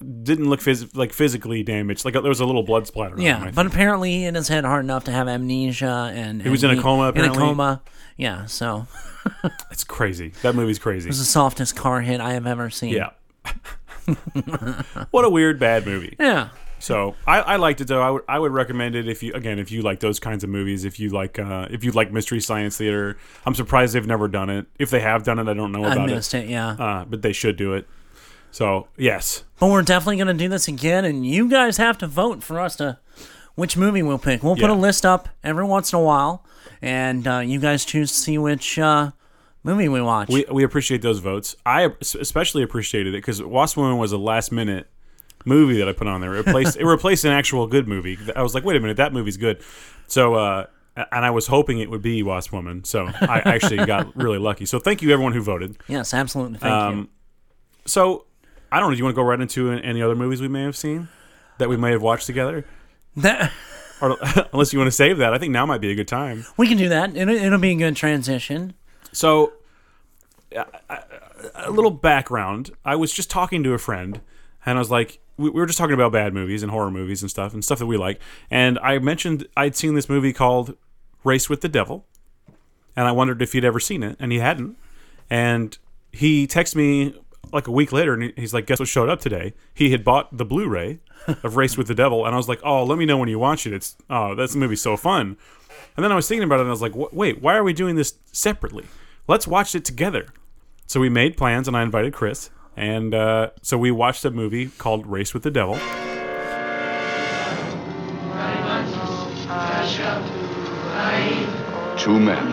Speaker 1: Didn't look phys- like physically damaged. Like there was a little blood splatter. on him, I
Speaker 2: Yeah,
Speaker 1: think.
Speaker 2: but apparently he hit his head hard enough to have amnesia, and he
Speaker 1: was in a coma, apparently.
Speaker 2: In a coma. Yeah, so
Speaker 1: it's crazy. That movie's crazy.
Speaker 2: it's the softest car hit I have ever seen.
Speaker 1: Yeah. what a weird bad movie.
Speaker 2: Yeah.
Speaker 1: So I, I liked it though. I would I would recommend it if you again if you like those kinds of movies. If you like uh, if you like mystery science theater, I'm surprised they've never done it. If they have done it, I don't know
Speaker 2: I
Speaker 1: about
Speaker 2: missed it. Yeah,
Speaker 1: Uh, but they should do it. So yes,
Speaker 2: but we're definitely gonna do this again, and you guys have to vote for us to which movie we'll pick. We'll put
Speaker 1: Yeah.
Speaker 2: a list up every once in a while, and uh, you guys choose to see which uh, movie we watch.
Speaker 1: we we appreciate those votes. I es- especially appreciated it because Wasp Woman was a last minute movie that I put on there. It replaced it replaced an actual good movie. I was like, wait a minute, that movie's good. So uh, and I was hoping it would be Wasp Woman. So I actually got really lucky. So thank you everyone who voted.
Speaker 2: yes, absolutely. Thank you.
Speaker 1: um, So I don't know. Do you want to go right into any other movies we may have seen that we may have watched together?
Speaker 2: That-
Speaker 1: Or, unless you want to save that, I think now might be a good time.
Speaker 2: we can do that. It'll, it'll be a good transition.
Speaker 1: So, uh, a, a little background. I was just talking to a friend, and I was like, we, we were just talking about bad movies and horror movies and stuff and stuff that we like. And I mentioned I'd seen this movie called Race with the Devil, and I wondered if he'd ever seen it, and he hadn't. And he texted me like a week later, and he- he's like, "Guess what showed up today? He had bought the Blu-ray of Race with the Devil." And I was like, "Oh, let me know when you watch it. It's oh, that's the movie's so fun." And then I was thinking about it, and I was like, "Wh- "Wait, why are we doing this separately? Let's watch it together." So we made plans, and I invited Chris, and uh, so we watched a movie called Race with the Devil.
Speaker 6: Two men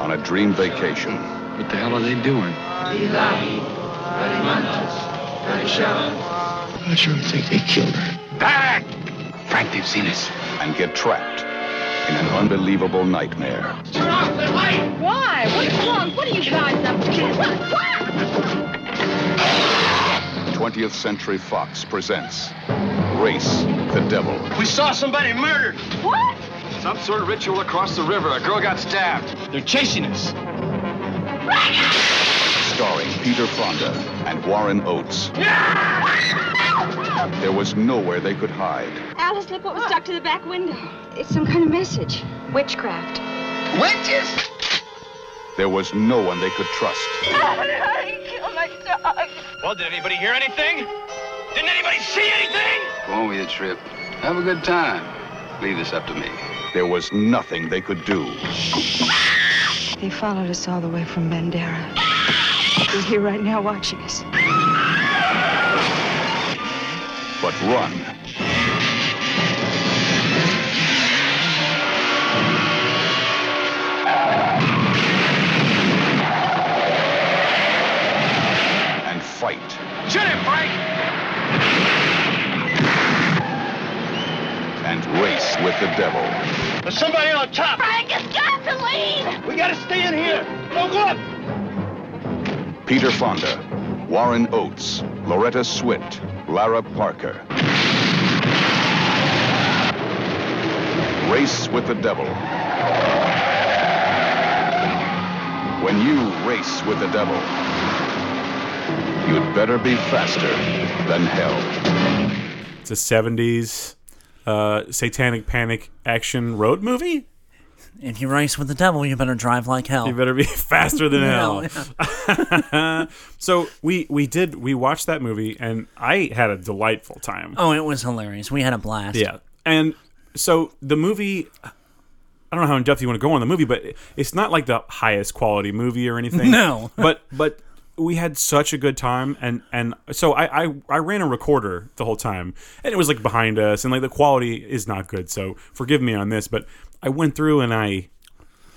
Speaker 6: on a dream vacation.
Speaker 7: What the hell are they doing? I sure think they killed her.
Speaker 6: Back! Frank, they've seen us. And get trapped in an unbelievable nightmare.
Speaker 8: Why? What's wrong? What are you guys up to?
Speaker 6: 20th Century Fox presents Race the Devil.
Speaker 7: We saw somebody murdered.
Speaker 8: What?
Speaker 6: Some sort of ritual across the river. A girl got stabbed.
Speaker 7: They're chasing us.
Speaker 6: Starring Peter Fonda and Warren Oates. There was nowhere they could hide.
Speaker 8: Alice, look what was stuck to the back window. It's some kind of message. Witchcraft.
Speaker 7: Witches!
Speaker 6: There was no one they could trust.
Speaker 8: I killed my dog.
Speaker 7: Well, did anybody hear anything? Didn't anybody see anything?
Speaker 6: Go me the trip. Have a good time. Leave this up to me. There was nothing they could do.
Speaker 9: They followed us all the way from Bandera. He's here right now watching us.
Speaker 6: but run. And fight.
Speaker 7: Shoot him, Frank!
Speaker 6: And race with the devil.
Speaker 7: There's somebody on top.
Speaker 8: Frank has got to leave!
Speaker 7: We gotta stay in here. Don't go up.
Speaker 6: Peter Fonda, Warren Oates, Loretta Swit, Lara Parker. Race with the Devil. When When you race with the devil, you'd better be faster than hell.
Speaker 1: It's a '70s uh, satanic panic action road movie.
Speaker 2: If you race with the devil, you better drive like hell.
Speaker 1: You better be faster than hell.
Speaker 2: Hell, yeah.
Speaker 1: So we we did we watched that movie and I had a delightful time.
Speaker 2: Oh, it was hilarious. We had a blast.
Speaker 1: Yeah. And so the movie I don't know how in depth you want to go on the movie, but it's not like the highest quality movie or anything.
Speaker 2: No.
Speaker 1: but but we had such a good time and and so I, I I ran a recorder the whole time and it was like behind us and like the quality is not good so forgive me on this but I went through and I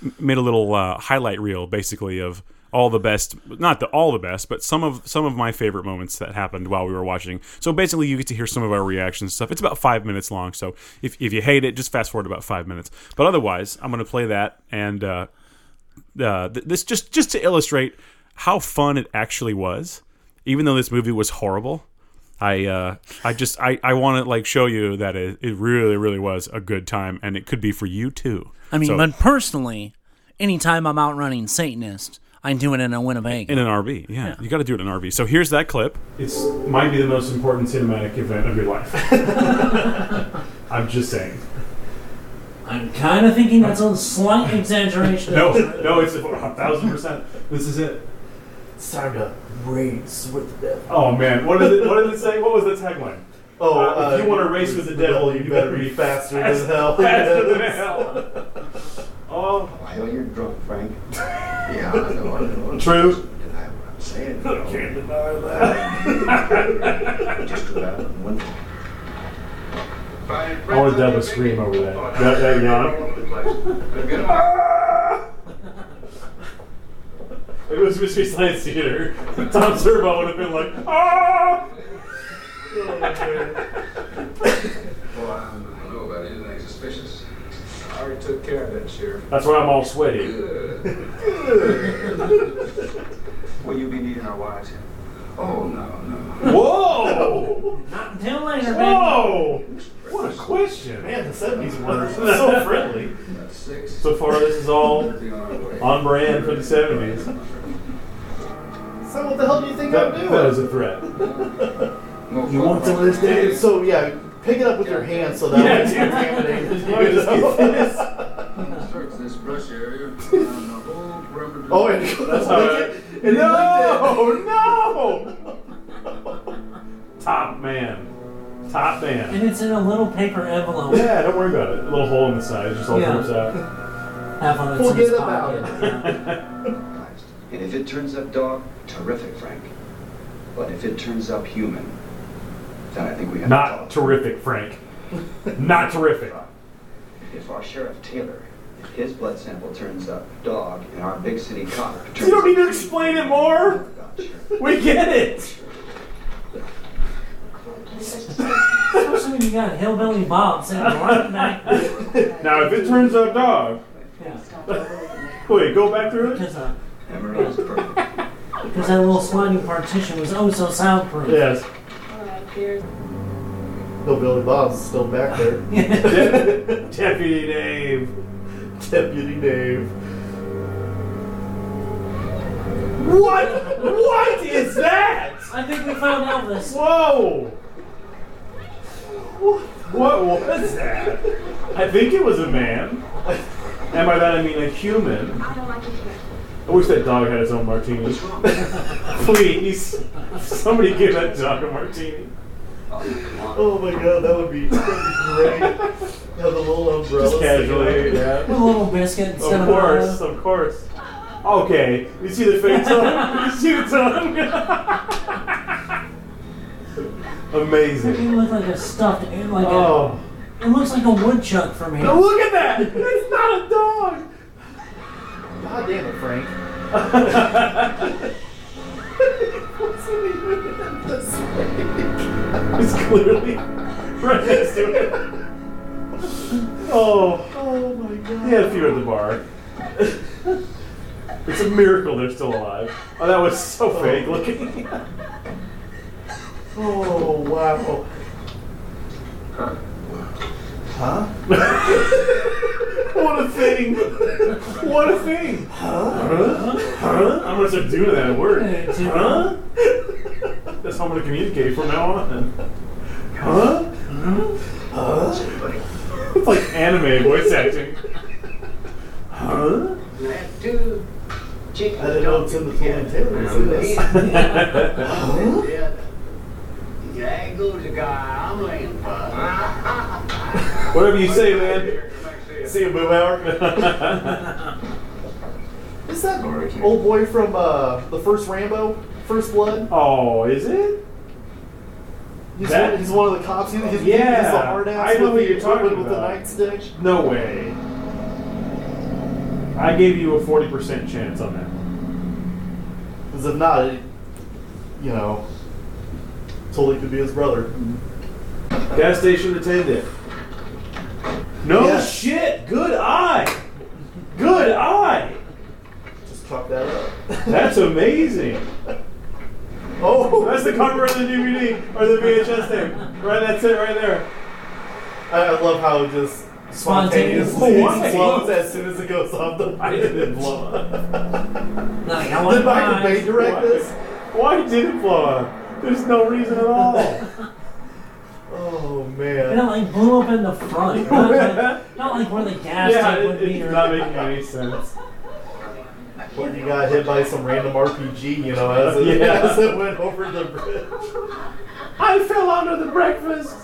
Speaker 1: m- made a little uh, highlight reel basically of all the best not the all the best but some of some of my favorite moments that happened while we were watching so basically you get to hear some of our reactions and stuff it's about five minutes long so if, if you hate it just fast forward about five minutes but otherwise i'm going to play that and uh, uh, th- this just just to illustrate how fun it actually was even though this movie was horrible i uh, i just i, I want to like show you that it, it really really was a good time and it could be for you too
Speaker 2: I mean,
Speaker 1: So-
Speaker 2: but personally, anytime I'm out running Satanist, I do it in a Winnebago.
Speaker 1: In an RV, yeah. You got to do it in an RV. So here's that clip. It's might be the most important cinematic event of your life. I'm just saying.
Speaker 2: I'm kind of thinking that's a slight exaggeration.
Speaker 1: No, no, it's a thousand percent. This is it.
Speaker 10: It's time to race with the devil.
Speaker 1: Oh man, what did it, what did it say? What was the tagline?
Speaker 10: Oh,
Speaker 1: Uh, if you wanna race with the devil, you better be
Speaker 10: faster than hell.
Speaker 1: Faster than hell. Oh,
Speaker 5: Hell, you're drunk, Frank. yeah, I know. I know.
Speaker 10: True.
Speaker 5: Deny what I'm saying.
Speaker 10: Can't deny that.
Speaker 5: Just go out and win.
Speaker 10: I want to dub a scream over that. That, that yawn.
Speaker 1: it was Mystery Science Theater. Tom Servo would have been like, ah.
Speaker 5: Well, I don't know about anything suspicious. I already took care of that, Sheriff.
Speaker 1: That's why I'm all sweaty.
Speaker 5: Will you be needing our wives here? Oh, no, no.
Speaker 1: Whoa!
Speaker 2: Until later,
Speaker 1: Whoa! What a question.
Speaker 10: Man, the 70s were so friendly.
Speaker 5: About six.
Speaker 1: So far, this is all
Speaker 5: Be on our
Speaker 10: Uh,
Speaker 5: way.
Speaker 1: on brand for the 70s.
Speaker 10: So what the hell do you think I'm doing?
Speaker 1: a threat.
Speaker 5: No
Speaker 10: you want to
Speaker 5: football.
Speaker 10: live day? So yeah, pick it up with your hand so that way it's intimidated. you know?
Speaker 5: Search this brush area. and the whole perimeter.
Speaker 10: Oh, and it goes like it. And it's like
Speaker 1: No, no! Top man. Top man.
Speaker 2: And it's in a little paper envelope.
Speaker 1: Yeah, don't worry about it. A little hole in the side, just all
Speaker 2: Yeah.
Speaker 1: drips out.
Speaker 2: Have on its
Speaker 10: Forget
Speaker 2: own
Speaker 10: about
Speaker 2: pocket.
Speaker 5: And if it turns up dog, terrific, Frank. But if it turns up human, then I think we have
Speaker 1: Not
Speaker 5: to talk.
Speaker 1: terrific, Frank. Not terrific.
Speaker 5: If our Sheriff Taylor, if his blood sample turns up dog, and our big city cop turns
Speaker 1: You don't need to explain it more!
Speaker 5: up dog, Sheriff.
Speaker 1: We get it!
Speaker 2: Especially when you got hillbilly Bob sitting right back.
Speaker 1: Now, if it turns up dog,
Speaker 2: Yeah.
Speaker 1: wait, go back through it?
Speaker 2: Because uh,
Speaker 5: Emerald is perfect.
Speaker 2: 'cause that little sliding partition was oh so soundproof.
Speaker 1: Yes.
Speaker 10: No, Billy Bob's still back there.
Speaker 1: Deputy Dave.
Speaker 10: Deputy Dave.
Speaker 1: What? What is that?
Speaker 2: I think we found Elvis.
Speaker 1: Whoa! What was that? I think it was a man. And by that I mean a human. I wish that dog had its own martini. Please. Somebody give that dog a martini.
Speaker 10: Oh my god, that would be, that would be great. Have the little umbrella.
Speaker 1: Just
Speaker 10: sticking
Speaker 1: casually,
Speaker 10: out.
Speaker 1: yeah.
Speaker 2: With a little biscuit instead
Speaker 1: Of
Speaker 2: of, uh,
Speaker 1: course, of course. Okay, you see the fake tongue? You see the tongue?
Speaker 2: It
Speaker 1: Amazing.
Speaker 2: looks like a stuffed, it like
Speaker 1: Oh.
Speaker 2: a, it looks like a woodchuck from here.
Speaker 1: Look at that! It's not a dog!
Speaker 10: God damn it, Frank.
Speaker 1: It's clearly right next to it. Oh,
Speaker 10: Oh my god.
Speaker 1: he had a few at the bar. It's a miracle they're still alive. Oh, that was so fake looking.
Speaker 10: Oh wow.
Speaker 1: What a thing! What a thing! Huh? how much I do to that word. Huh? That's how I'm going to communicate from now on. Huh? Huh? It's like anime voice acting. Huh?
Speaker 11: Two chicken
Speaker 10: I didn't know it's in the Florian Taylor. It's in this.
Speaker 11: There goes a guy I'm laying
Speaker 10: Whatever you say, man. See you, Boo Hour. is that old boy from uh, the first Rambo, First Blood?
Speaker 1: Oh, is it?
Speaker 10: He's,
Speaker 1: That-
Speaker 10: one, he's one of the cops. He, he's,
Speaker 1: Yeah,
Speaker 10: he's the hard ass
Speaker 1: I know
Speaker 10: with
Speaker 1: who
Speaker 10: the-
Speaker 1: you're talking
Speaker 10: with, with the
Speaker 1: about.
Speaker 10: nightstick.
Speaker 1: No way. I gave you a 40% chance on that.
Speaker 10: Because if not, it, you know, totally could be his brother.
Speaker 1: Gas station attendant. No
Speaker 10: Yeah.
Speaker 1: shit. Good eye. Good eye.
Speaker 10: Just chuck that up.
Speaker 1: That's amazing.
Speaker 10: oh,
Speaker 1: That's the cover of the DVD or the VHS tape. Right, that's it right there.
Speaker 10: I, I love how it just spontaneously
Speaker 1: Why?
Speaker 10: explodes as soon as it goes off the.
Speaker 1: I didn't blow up.
Speaker 2: Like, I
Speaker 10: Did
Speaker 2: want
Speaker 10: Michael Bay
Speaker 2: mine.
Speaker 10: direct this?
Speaker 1: Why did it blow up? There's no reason at all.
Speaker 10: Oh
Speaker 2: It
Speaker 10: man.
Speaker 2: like blew up in the front. Not like, not like where the gas
Speaker 1: yeah,
Speaker 2: tank would
Speaker 1: it,
Speaker 2: be.
Speaker 1: it's
Speaker 2: or-
Speaker 1: not making any sense.
Speaker 10: When you got hit by some random RPG, you know, as it,
Speaker 1: Yeah.
Speaker 10: as it went over the bridge.
Speaker 1: I fell under the breakfast.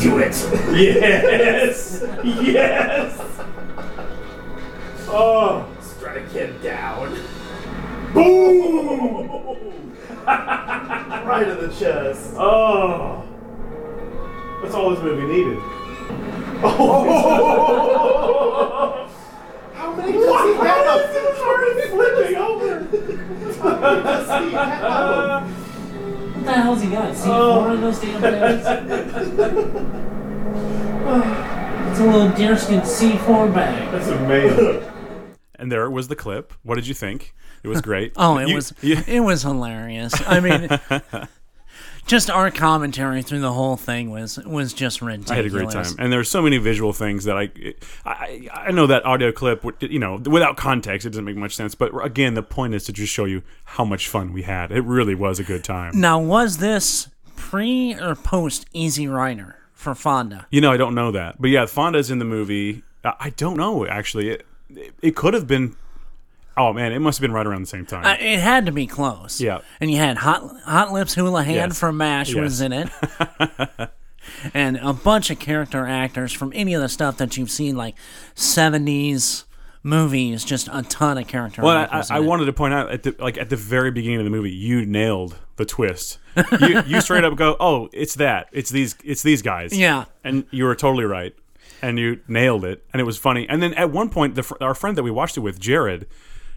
Speaker 10: Do it!
Speaker 1: Yes. yes. Oh.
Speaker 10: Strike him down.
Speaker 1: Boom.
Speaker 10: Right in the chest.
Speaker 1: Oh. That's all this movie needed.
Speaker 10: Oh. How many does he have?
Speaker 1: flipping over.
Speaker 10: Does he have?
Speaker 2: What the hell's he got? See
Speaker 1: Oh.
Speaker 2: four of those damn things? it's a little deerskin C4 bag.
Speaker 1: That's amazing. And there was the clip. What did you think? It was great.
Speaker 2: Oh, it
Speaker 1: You-
Speaker 2: was
Speaker 1: you-
Speaker 2: it was hilarious. I mean, just our commentary through the whole thing was was just ridiculous.
Speaker 1: I had a great time, and there were so many visual things that I, I, I know that audio clip, would- you know, without context, it doesn't make much sense. But again, the point is to just show you how much fun we had. It really was a good time.
Speaker 2: Now, was this pre or post Easy Rider for Fonda?
Speaker 1: You know, I don't know that, but yeah, Fonda's in the movie. I, I don't know actually. It, it, it could have been. Oh man, it must have been right around the same time.
Speaker 2: I, it had to be close.
Speaker 1: Yeah.
Speaker 2: And you had Hot Hot Lips Houlihan
Speaker 1: Yes.
Speaker 2: from MASH was
Speaker 1: Yes.
Speaker 2: in it. and a bunch of character actors from any of the stuff that you've seen, like 70s movies, just a ton of character
Speaker 1: Well, I, I,
Speaker 2: actors.
Speaker 1: I
Speaker 2: in it.
Speaker 1: wanted to point out at the like at the very beginning of the movie, you nailed the twist. you, you straight up go, "Oh, it's that. It's these. It's these guys."
Speaker 2: Yeah.
Speaker 1: and you were totally right, and you nailed it, and it was funny. And then at one point, the, fr- our friend that we watched it with, Jared,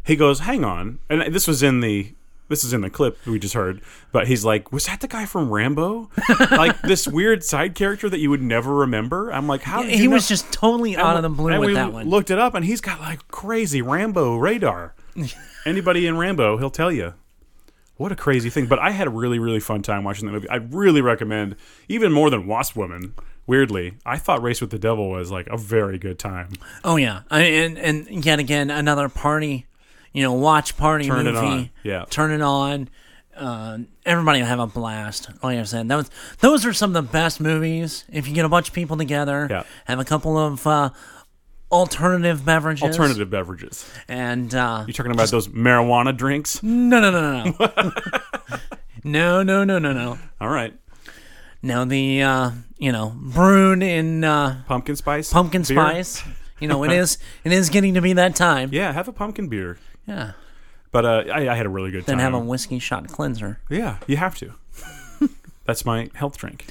Speaker 1: he goes, "Hang on," and this was in the. This is in the clip we just heard, but he's like, "Was that the guy from Rambo? like this weird side character that you would never remember?" I'm like, "How did
Speaker 2: He
Speaker 1: you
Speaker 2: was
Speaker 1: know-
Speaker 2: just totally
Speaker 1: and
Speaker 2: out
Speaker 1: we-
Speaker 2: of the blue
Speaker 1: and
Speaker 2: with
Speaker 1: we
Speaker 2: that one.
Speaker 1: Looked it up, and he's got like crazy Rambo radar. Anybody in Rambo, he'll tell you. What a crazy thing! But I had a really, really fun time watching that movie. I really recommend, even more than Wasp Woman. Weirdly, I thought Race with the Devil was like a very good time.
Speaker 2: oh, yeah. I, and, and yet again, another party, you know, watch party
Speaker 1: Turn it
Speaker 2: movie.
Speaker 1: on. Yeah.
Speaker 2: Turn it on. Uh, everybody will have a blast. Like I said, that was, those are some of the best movies. If you get a bunch of people together,
Speaker 1: Yeah.
Speaker 2: have a couple of uh, alternative beverages.
Speaker 1: Alternative beverages.
Speaker 2: And uh,
Speaker 1: You talking about those marijuana drinks?
Speaker 2: no, no, no, no, no. no, no, no, no, no.
Speaker 1: All right,
Speaker 2: No, the, uh, you know, brewed in uh,
Speaker 1: pumpkin spice.
Speaker 2: pumpkin
Speaker 1: Beer?
Speaker 2: spice. You know, it is it is getting to be that time.
Speaker 1: Yeah, have a pumpkin beer.
Speaker 2: Yeah.
Speaker 1: But uh, I, I had a really good
Speaker 2: Then
Speaker 1: time.
Speaker 2: have a whiskey shot cleanser.
Speaker 1: Yeah, you have to. That's my health drink.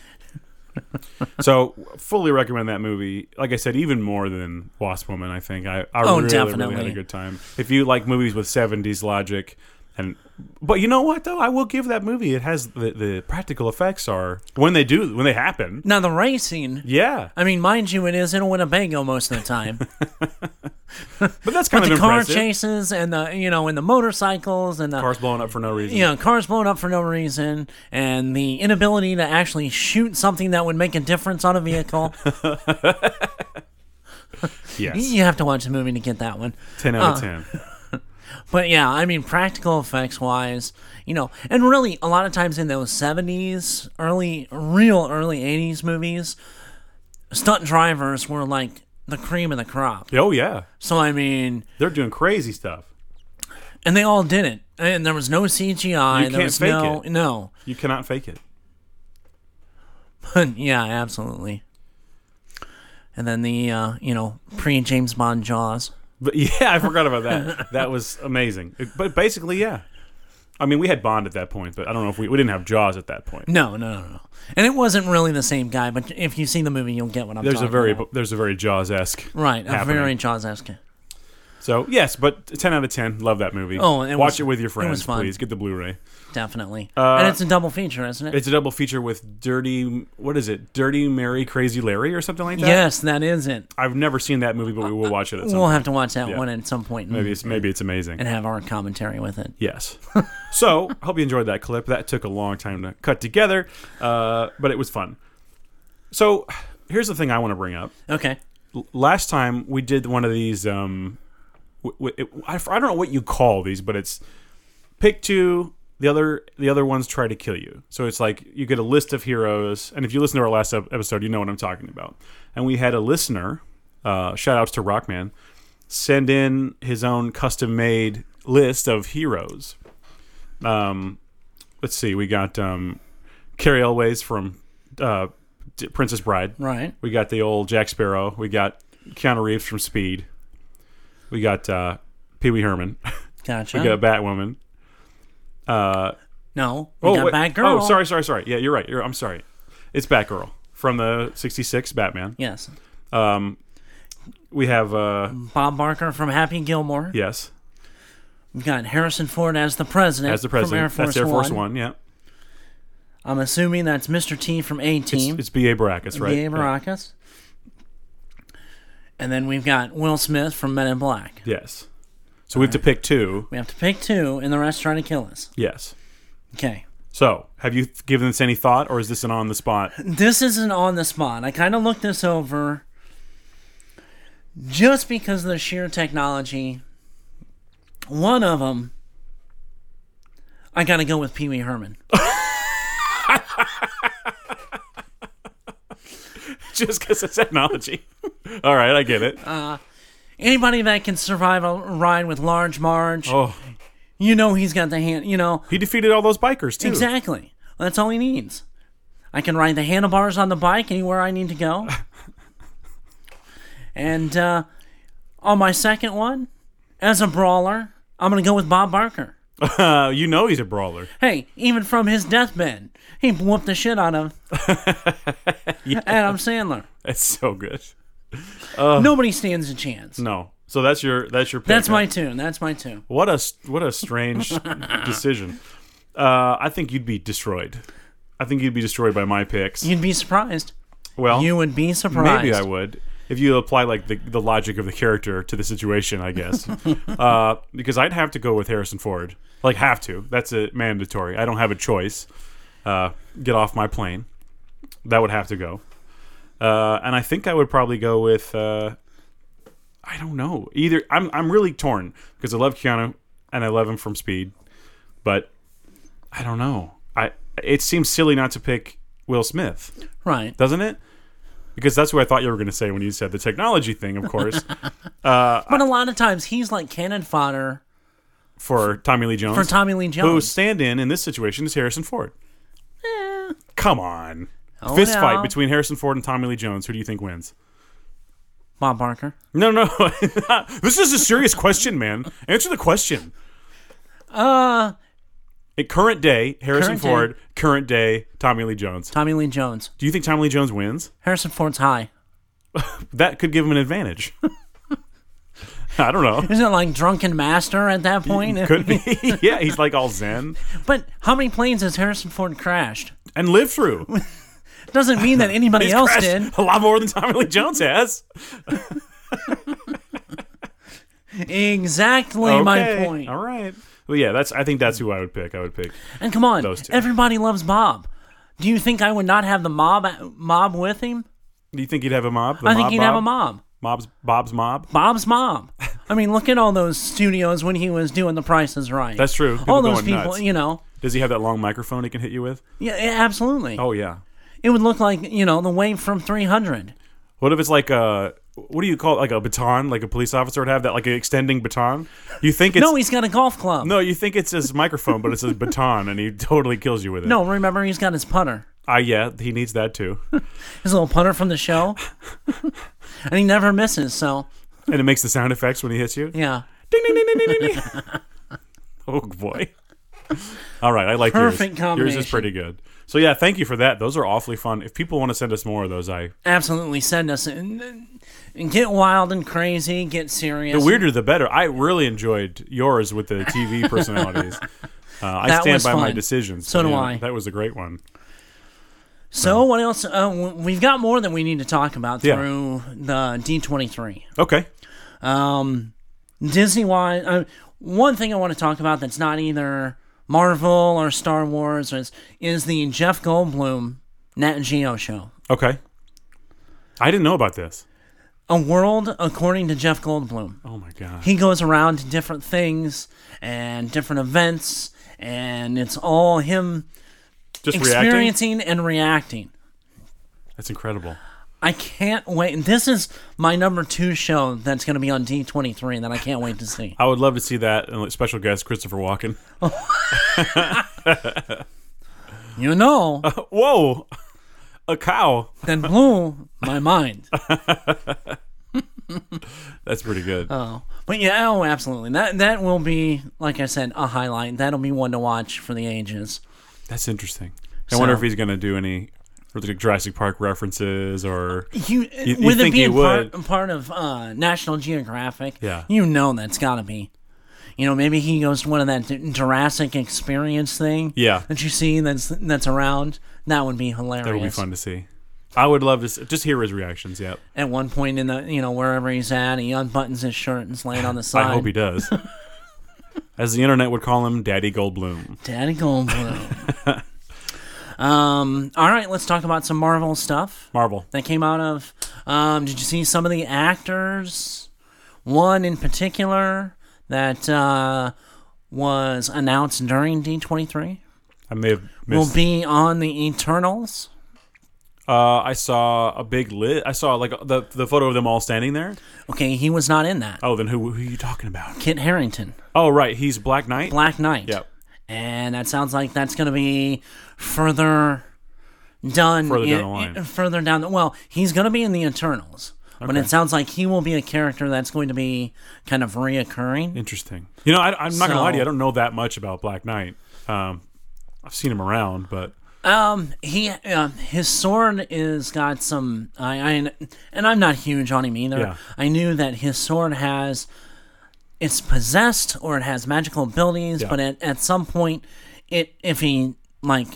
Speaker 1: so, fully recommend that movie. Like I said, even more than Wasp Woman. I think I, I
Speaker 2: Oh,
Speaker 1: really,
Speaker 2: definitely.
Speaker 1: really had a good time. If you like movies with seventies logic, and but you know what though, I will give that movie. It has the, the practical effects are when they do when they happen.
Speaker 2: Now the racing.
Speaker 1: Yeah,
Speaker 2: I mean, mind you, it is in Winnebago most of the time.
Speaker 1: but that's kind
Speaker 2: the
Speaker 1: of
Speaker 2: car
Speaker 1: impressive.
Speaker 2: chases and the you know and the motorcycles and the
Speaker 1: Cars blowing up for no reason.
Speaker 2: you know cars blown up for no reason and the inability to actually shoot something that would make a difference on a vehicle.
Speaker 1: Yes.
Speaker 2: You have to watch the movie to get that one.
Speaker 1: 10 out of
Speaker 2: Uh,
Speaker 1: 10.
Speaker 2: But yeah, I mean, practical effects wise, you know, and really a lot of times in those 70s, early, real early 80s movies, stunt drivers were like the cream of the crop.
Speaker 1: Oh, yeah.
Speaker 2: So, I mean,
Speaker 1: they're doing crazy stuff.
Speaker 2: And they all did it. And there was no CGI.
Speaker 1: You
Speaker 2: there
Speaker 1: can't
Speaker 2: was
Speaker 1: fake
Speaker 2: no,
Speaker 1: it.
Speaker 2: No.
Speaker 1: You cannot fake it.
Speaker 2: But yeah, absolutely. And then the, uh, you know, pre James Bond Jaws.
Speaker 1: But yeah, I forgot about that. that was amazing. But basically, yeah. I mean, we had Bond at that point, but I don't know if we we didn't have Jaws at that point.
Speaker 2: No, no, no, no. And it wasn't really the same guy, but if you've seen the movie, you'll get what I'm
Speaker 1: there's a
Speaker 2: talking
Speaker 1: very
Speaker 2: about.
Speaker 1: there's a very Jaws esque
Speaker 2: Right, a very Jaws esque.
Speaker 1: So yes, but ten out of ten, love that movie.
Speaker 2: Oh, it
Speaker 1: watch
Speaker 2: was-
Speaker 1: it with your
Speaker 2: it was
Speaker 1: friends,
Speaker 2: fun.
Speaker 1: please. Get the Blu-ray.
Speaker 2: Definitely.
Speaker 1: Uh,
Speaker 2: and it's a double feature, isn't it?
Speaker 1: It's a double feature with Dirty. What is it? Dirty Mary, Crazy Larry, or something like that.
Speaker 2: Yes, that is it.
Speaker 1: I've never seen that movie, but we will watch it. At some
Speaker 2: We'll
Speaker 1: point.
Speaker 2: have to watch that
Speaker 1: Yeah.
Speaker 2: one at some point. and-
Speaker 1: Maybe it's maybe it's amazing.
Speaker 2: And have our commentary with it.
Speaker 1: Yes. so hope you enjoyed that clip. That took a long time to cut together, uh, but it was fun. So here's the thing I want to bring up.
Speaker 2: Okay.
Speaker 1: L- last time we did one of these. Um, w- w- it- I, f- I don't know what you call these, but it's pick two. The other the other ones try to kill you. So it's like you get a list of heroes, and if you listen to our last ep- episode, you know what I'm talking about. And we had a listener. Uh, shout outs to Rockman. Send in his own custom made list of heroes. Um, let's see. We got um, Carrie Elways from uh, D- Princess Bride.
Speaker 2: Right.
Speaker 1: We got the old Jack Sparrow. We got Keanu Reeves from Speed. We got uh, Pee Wee Herman.
Speaker 2: Gotcha.
Speaker 1: we got Batwoman. Uh,
Speaker 2: No, we got Batgirl.
Speaker 1: Oh, sorry, sorry, sorry. Yeah, you're right. You're, I'm sorry. It's Batgirl from the '66 Batman.
Speaker 2: Yes.
Speaker 1: Um, we have uh,
Speaker 2: Bob Barker from Happy Gilmore.
Speaker 1: yes,
Speaker 2: We've got Harrison Ford as the president.
Speaker 1: as the
Speaker 2: From
Speaker 1: president.
Speaker 2: Air Force,
Speaker 1: That's Air Force
Speaker 2: One.
Speaker 1: One. yeah,
Speaker 2: I'm assuming that's Mr. T from A Team.
Speaker 1: it's B.A. Baracus, right?
Speaker 2: B.A. Mm-hmm. Baracus. And then we've got Will Smith from Men in Black.
Speaker 1: yes. So we have to pick two.
Speaker 2: We have to pick two, and the rest trying to kill us.
Speaker 1: Yes.
Speaker 2: Okay.
Speaker 1: So, have you th- given this any thought, or is this an on the spot?
Speaker 2: This isn't on the spot. I kind of looked this over just because of the sheer technology. One of them, I got to go with Pee Wee Herman.
Speaker 1: Just because of technology. All right, I get it.
Speaker 2: Uh, anybody that can survive a ride with Large Marge,
Speaker 1: Oh,
Speaker 2: you know he's got the hand. You know
Speaker 1: he defeated all those bikers too.
Speaker 2: Exactly. That's all he needs. I can ride the handlebars on the bike anywhere I need to go. and uh, on my second one, as a brawler, I'm gonna go with Bob Barker.
Speaker 1: Uh, you know he's a brawler.
Speaker 2: Hey, even from his deathbed, he whooped the shit out of Adam Sandler.
Speaker 1: That's so good. Uh,
Speaker 2: Nobody stands a chance.
Speaker 1: No. So that's your that's your. Pick,
Speaker 2: That's my
Speaker 1: huh?
Speaker 2: tune. That's my tune.
Speaker 1: What a what a strange decision. Uh, I think you'd be destroyed. I think you'd be destroyed by my picks.
Speaker 2: You'd be surprised.
Speaker 1: Well,
Speaker 2: you would be surprised.
Speaker 1: Maybe I would if you apply like the, the logic of the character to the situation. I guess uh, because I'd have to go with Harrison Ford. Like have to. That's a mandatory. I don't have a choice. Uh, get off my plane. That would have to go. Uh, and I think I would probably go with. Uh, I don't know either. I'm I'm really torn because I love Keanu and I love him from Speed, but I don't know. I it seems silly not to pick Will Smith,
Speaker 2: Right.
Speaker 1: Doesn't it? Because that's what I thought you were going to say when you said the technology thing. Of course, uh,
Speaker 2: But a lot of times he's like cannon fodder.
Speaker 1: for Tommy Lee Jones,
Speaker 2: For Tommy Lee
Speaker 1: who
Speaker 2: Jones.
Speaker 1: stand in in this situation is Harrison Ford. Come on,
Speaker 2: Oh,
Speaker 1: fist
Speaker 2: no.
Speaker 1: fight between Harrison Ford and Tommy Lee Jones. Who do you think wins?
Speaker 2: Bob Barker.
Speaker 1: No, no, this is a serious question, man. Answer the question.
Speaker 2: Uh,
Speaker 1: At current day, Harrison
Speaker 2: Current day.
Speaker 1: Ford. Current day, Tommy Lee Jones.
Speaker 2: Tommy Lee Jones.
Speaker 1: Do you think Tommy Lee Jones wins?
Speaker 2: Harrison Ford's high.
Speaker 1: That could give him an advantage. I don't know.
Speaker 2: Isn't it like Drunken Master at that point?
Speaker 1: Could be. yeah, he's like all zen
Speaker 2: but how many planes has Harrison Ford crashed?
Speaker 1: and lived through.
Speaker 2: Doesn't mean that anybody
Speaker 1: He's
Speaker 2: else
Speaker 1: crashed
Speaker 2: did.
Speaker 1: a lot more than Tommy Lee Jones has.
Speaker 2: Exactly my
Speaker 1: Okay,
Speaker 2: point.
Speaker 1: All right. Well, yeah, that's. I think that's who I would pick. I would pick.
Speaker 2: And come on,
Speaker 1: Those two.
Speaker 2: everybody loves Bob. Do you think I would not have the mob mob with him?
Speaker 1: Do you think he'd have a mob? The
Speaker 2: I think
Speaker 1: mob
Speaker 2: he'd have a mob.
Speaker 1: Mob's Bob's Mob.
Speaker 2: Bob's Mom. I mean, look at all those studios when he was doing The Price is Right.
Speaker 1: That's true.
Speaker 2: all those
Speaker 1: going
Speaker 2: people,
Speaker 1: nuts.
Speaker 2: you know.
Speaker 1: Does he have that long microphone he can hit you with?
Speaker 2: Yeah, yeah, absolutely.
Speaker 1: Oh yeah.
Speaker 2: It would look like, you know, the wave from 300.
Speaker 1: What if it's like a what do you call it? Like a baton? Like a police officer would have that, like an extending baton. You think it's
Speaker 2: No, he's got a golf club.
Speaker 1: no, you think it's his microphone, but it's his baton, and he totally kills you with it.
Speaker 2: No, remember, he's got his putter.
Speaker 1: Ah, yeah, he needs that too,
Speaker 2: His little punter from the show. and he never misses, so
Speaker 1: and it makes the sound effects when he hits you.
Speaker 2: yeah.
Speaker 1: Ding ding ding ding ding ding. ding. oh boy. All right, I like
Speaker 2: Perfect
Speaker 1: yours. Yours is
Speaker 2: combination.
Speaker 1: pretty good. So yeah, thank you for that. Those are awfully fun. If people want to send us more of those, I
Speaker 2: Absolutely send us and, and get wild and crazy, get serious.
Speaker 1: the weirder the better. I really enjoyed yours with the TV personalities. Uh, I
Speaker 2: That
Speaker 1: stand
Speaker 2: was
Speaker 1: by my
Speaker 2: fun.
Speaker 1: decisions.
Speaker 2: So do
Speaker 1: Yeah,
Speaker 2: I.
Speaker 1: That was a great one.
Speaker 2: So what else? Uh, w- we've got more that we need to talk about
Speaker 1: Yeah.
Speaker 2: through the D twenty three.
Speaker 1: Okay.
Speaker 2: Um, Disney wise, uh, one thing I want to talk about that's not either Marvel or Star Wars is is the Jeff Goldblum Nat Geo show.
Speaker 1: Okay. I didn't know about this.
Speaker 2: A world according to Jeff Goldblum.
Speaker 1: Oh my god.
Speaker 2: He goes around to different things and different events, and it's all him
Speaker 1: Just reacting.
Speaker 2: experiencing and reacting.
Speaker 1: That's incredible.
Speaker 2: I can't wait. This is my number two show that's going to be on D23 that I can't wait to see.
Speaker 1: I would love to see that. And like, special guest Christopher Walken.
Speaker 2: You know,
Speaker 1: Whoa, a cow.
Speaker 2: then blew my mind.
Speaker 1: That's pretty good.
Speaker 2: Oh, but yeah, oh, absolutely. That that will be, like I said, a highlight. That'll be one to watch for the ages.
Speaker 1: That's interesting. I wonder
Speaker 2: So-
Speaker 1: if he's going to do any like Jurassic Park references or
Speaker 2: You,
Speaker 1: You- you
Speaker 2: with
Speaker 1: think
Speaker 2: it
Speaker 1: he
Speaker 2: being part,
Speaker 1: would.
Speaker 2: part of uh, National Geographic,
Speaker 1: Yeah.
Speaker 2: you know that's got to be. You know, maybe he goes to one of that Ju- Jurassic experience thing.
Speaker 1: Yeah.
Speaker 2: that you see that's that's around. That would be hilarious.
Speaker 1: that would be fun to see. I would love to s just hear his reactions. Yep.
Speaker 2: At one point in the you know wherever he's at, he unbuttons his shirt and's laying on the side.
Speaker 1: I hope he does. As the internet would call him, Daddy Goldblum.
Speaker 2: Daddy Goldblum. um. All right, let's talk about some Marvel stuff.
Speaker 1: Marvel.
Speaker 2: that came out of. Um, did you see some of the actors? One in particular that uh, was announced during D23
Speaker 1: I may have
Speaker 2: will
Speaker 1: missed.
Speaker 2: be on the Eternals.
Speaker 1: uh, I saw a big lit. I saw like the the photo of them all standing there.
Speaker 2: Okay, he was not in that.
Speaker 1: Oh, then who who are you talking about?
Speaker 2: Kit Harrington,
Speaker 1: Oh, right, he's Black Knight.
Speaker 2: Black Knight.
Speaker 1: Yep.
Speaker 2: And that sounds like that's going to be further done.
Speaker 1: Further down
Speaker 2: i-
Speaker 1: the line.
Speaker 2: i- further down the- well, he's going to be in the Eternals. But it sounds like he will be a character that's going to be kind of reoccurring.
Speaker 1: Interesting. You know, I, I'm not gonna lie to you.
Speaker 2: So-
Speaker 1: I don't know that much about Black Knight. Um, I've seen him around, but
Speaker 2: Um, he um, his sword is got some. I, I and I'm not huge on him either.
Speaker 1: Yeah.
Speaker 2: I knew that his sword has it's possessed or it has magical abilities,
Speaker 1: Yeah.
Speaker 2: but at, at some point, it if he like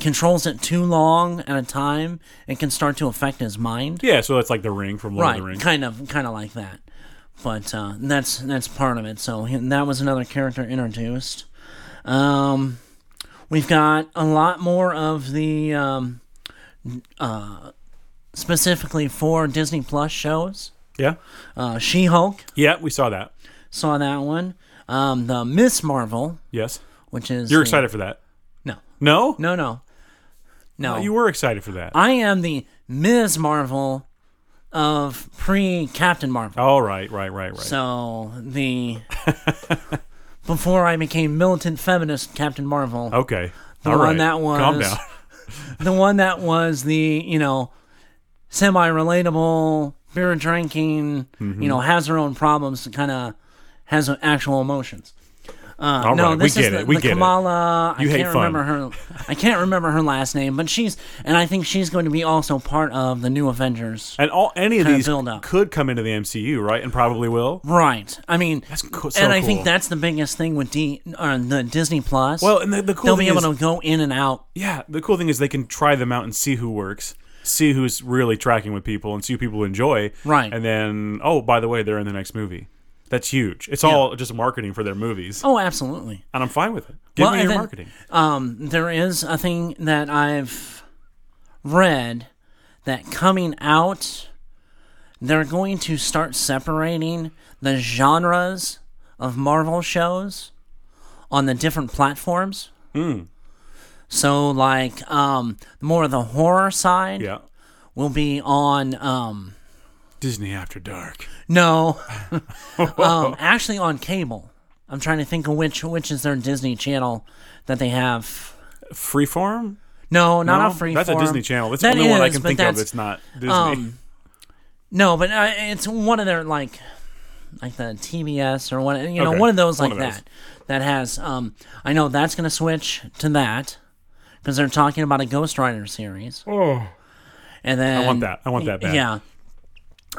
Speaker 2: controls it too long at a time, it can start to affect his mind.
Speaker 1: yeah. So that's like the ring from Lord of the
Speaker 2: right,
Speaker 1: Rings.
Speaker 2: kind of, kind of like that. But uh, that's that's part of it. So he- that was another character introduced. Um, we've got a lot more of the um, uh, specifically for Disney Plus shows.
Speaker 1: Yeah.
Speaker 2: Uh, she Hulk
Speaker 1: Yeah, we saw that.
Speaker 2: saw that one. Um, the Miss Marvel,
Speaker 1: Yes.
Speaker 2: which is
Speaker 1: You're
Speaker 2: the-
Speaker 1: excited for that?
Speaker 2: No,
Speaker 1: No?
Speaker 2: no, no, no.
Speaker 1: You were excited for that.
Speaker 2: I am the Ms. Marvel of pre Captain Marvel.
Speaker 1: All right, right, right, right.
Speaker 2: So the before I became militant feminist, Captain Marvel,
Speaker 1: okay.
Speaker 2: The
Speaker 1: All right.
Speaker 2: one that
Speaker 1: Calm
Speaker 2: was-
Speaker 1: down.
Speaker 2: the one that was the you know semi-relatable beer drinking,
Speaker 1: Mm-hmm.
Speaker 2: you know, has her own problems, kind of has actual emotions. Uh,
Speaker 1: All
Speaker 2: no,
Speaker 1: right, we
Speaker 2: this
Speaker 1: get
Speaker 2: is the,
Speaker 1: it, we
Speaker 2: the
Speaker 1: get it.
Speaker 2: Kamala.
Speaker 1: You
Speaker 2: I
Speaker 1: hate
Speaker 2: can't
Speaker 1: fun.
Speaker 2: remember her. I can't remember her last name, but she's and I think she's going to be also part of the new Avengers.
Speaker 1: And all any of
Speaker 2: Kinda
Speaker 1: these
Speaker 2: build up.
Speaker 1: could come into the MCU, right? And probably will.
Speaker 2: Right. I mean,
Speaker 1: That's cool. So
Speaker 2: and I
Speaker 1: cool.
Speaker 2: think that's the biggest thing with D or the Disney Plus.
Speaker 1: Well, and the- the cool
Speaker 2: they'll
Speaker 1: thing
Speaker 2: be
Speaker 1: is-
Speaker 2: able to go in and out.
Speaker 1: Yeah, the cool thing is they can try them out and see who works, see who's really tracking with people, and see who people enjoy.
Speaker 2: Right.
Speaker 1: And then, oh, by the way, they're in the next movie. That's huge. It's all just marketing for their movies,
Speaker 2: Oh, absolutely.
Speaker 1: and I'm fine with it. Give
Speaker 2: Well,
Speaker 1: me
Speaker 2: and
Speaker 1: your
Speaker 2: then,
Speaker 1: marketing.
Speaker 2: Um, there is a thing that I've read that coming out they're going to start separating the genres of Marvel shows on the different platforms.
Speaker 1: Hmm.
Speaker 2: So, like, um, more of the horror side
Speaker 1: Yeah.
Speaker 2: will be on. Um,
Speaker 1: Disney After Dark.
Speaker 2: no, um, actually on cable. I'm trying to think of which which is their Disney channel that they have.
Speaker 1: Freeform.
Speaker 2: No, not on Freeform.
Speaker 1: That's a Disney Channel. That's the only one I can think of that's not Disney.
Speaker 2: um, no, but uh, it's one of their like, like the TBS or one, you know,
Speaker 1: Okay,
Speaker 2: one of those
Speaker 1: one
Speaker 2: like
Speaker 1: of those.
Speaker 2: that that has. Um, I know that's going to switch to that because they're talking about a Ghost Rider series.
Speaker 1: Oh,
Speaker 2: and then
Speaker 1: I want that. I want that bad.
Speaker 2: Yeah,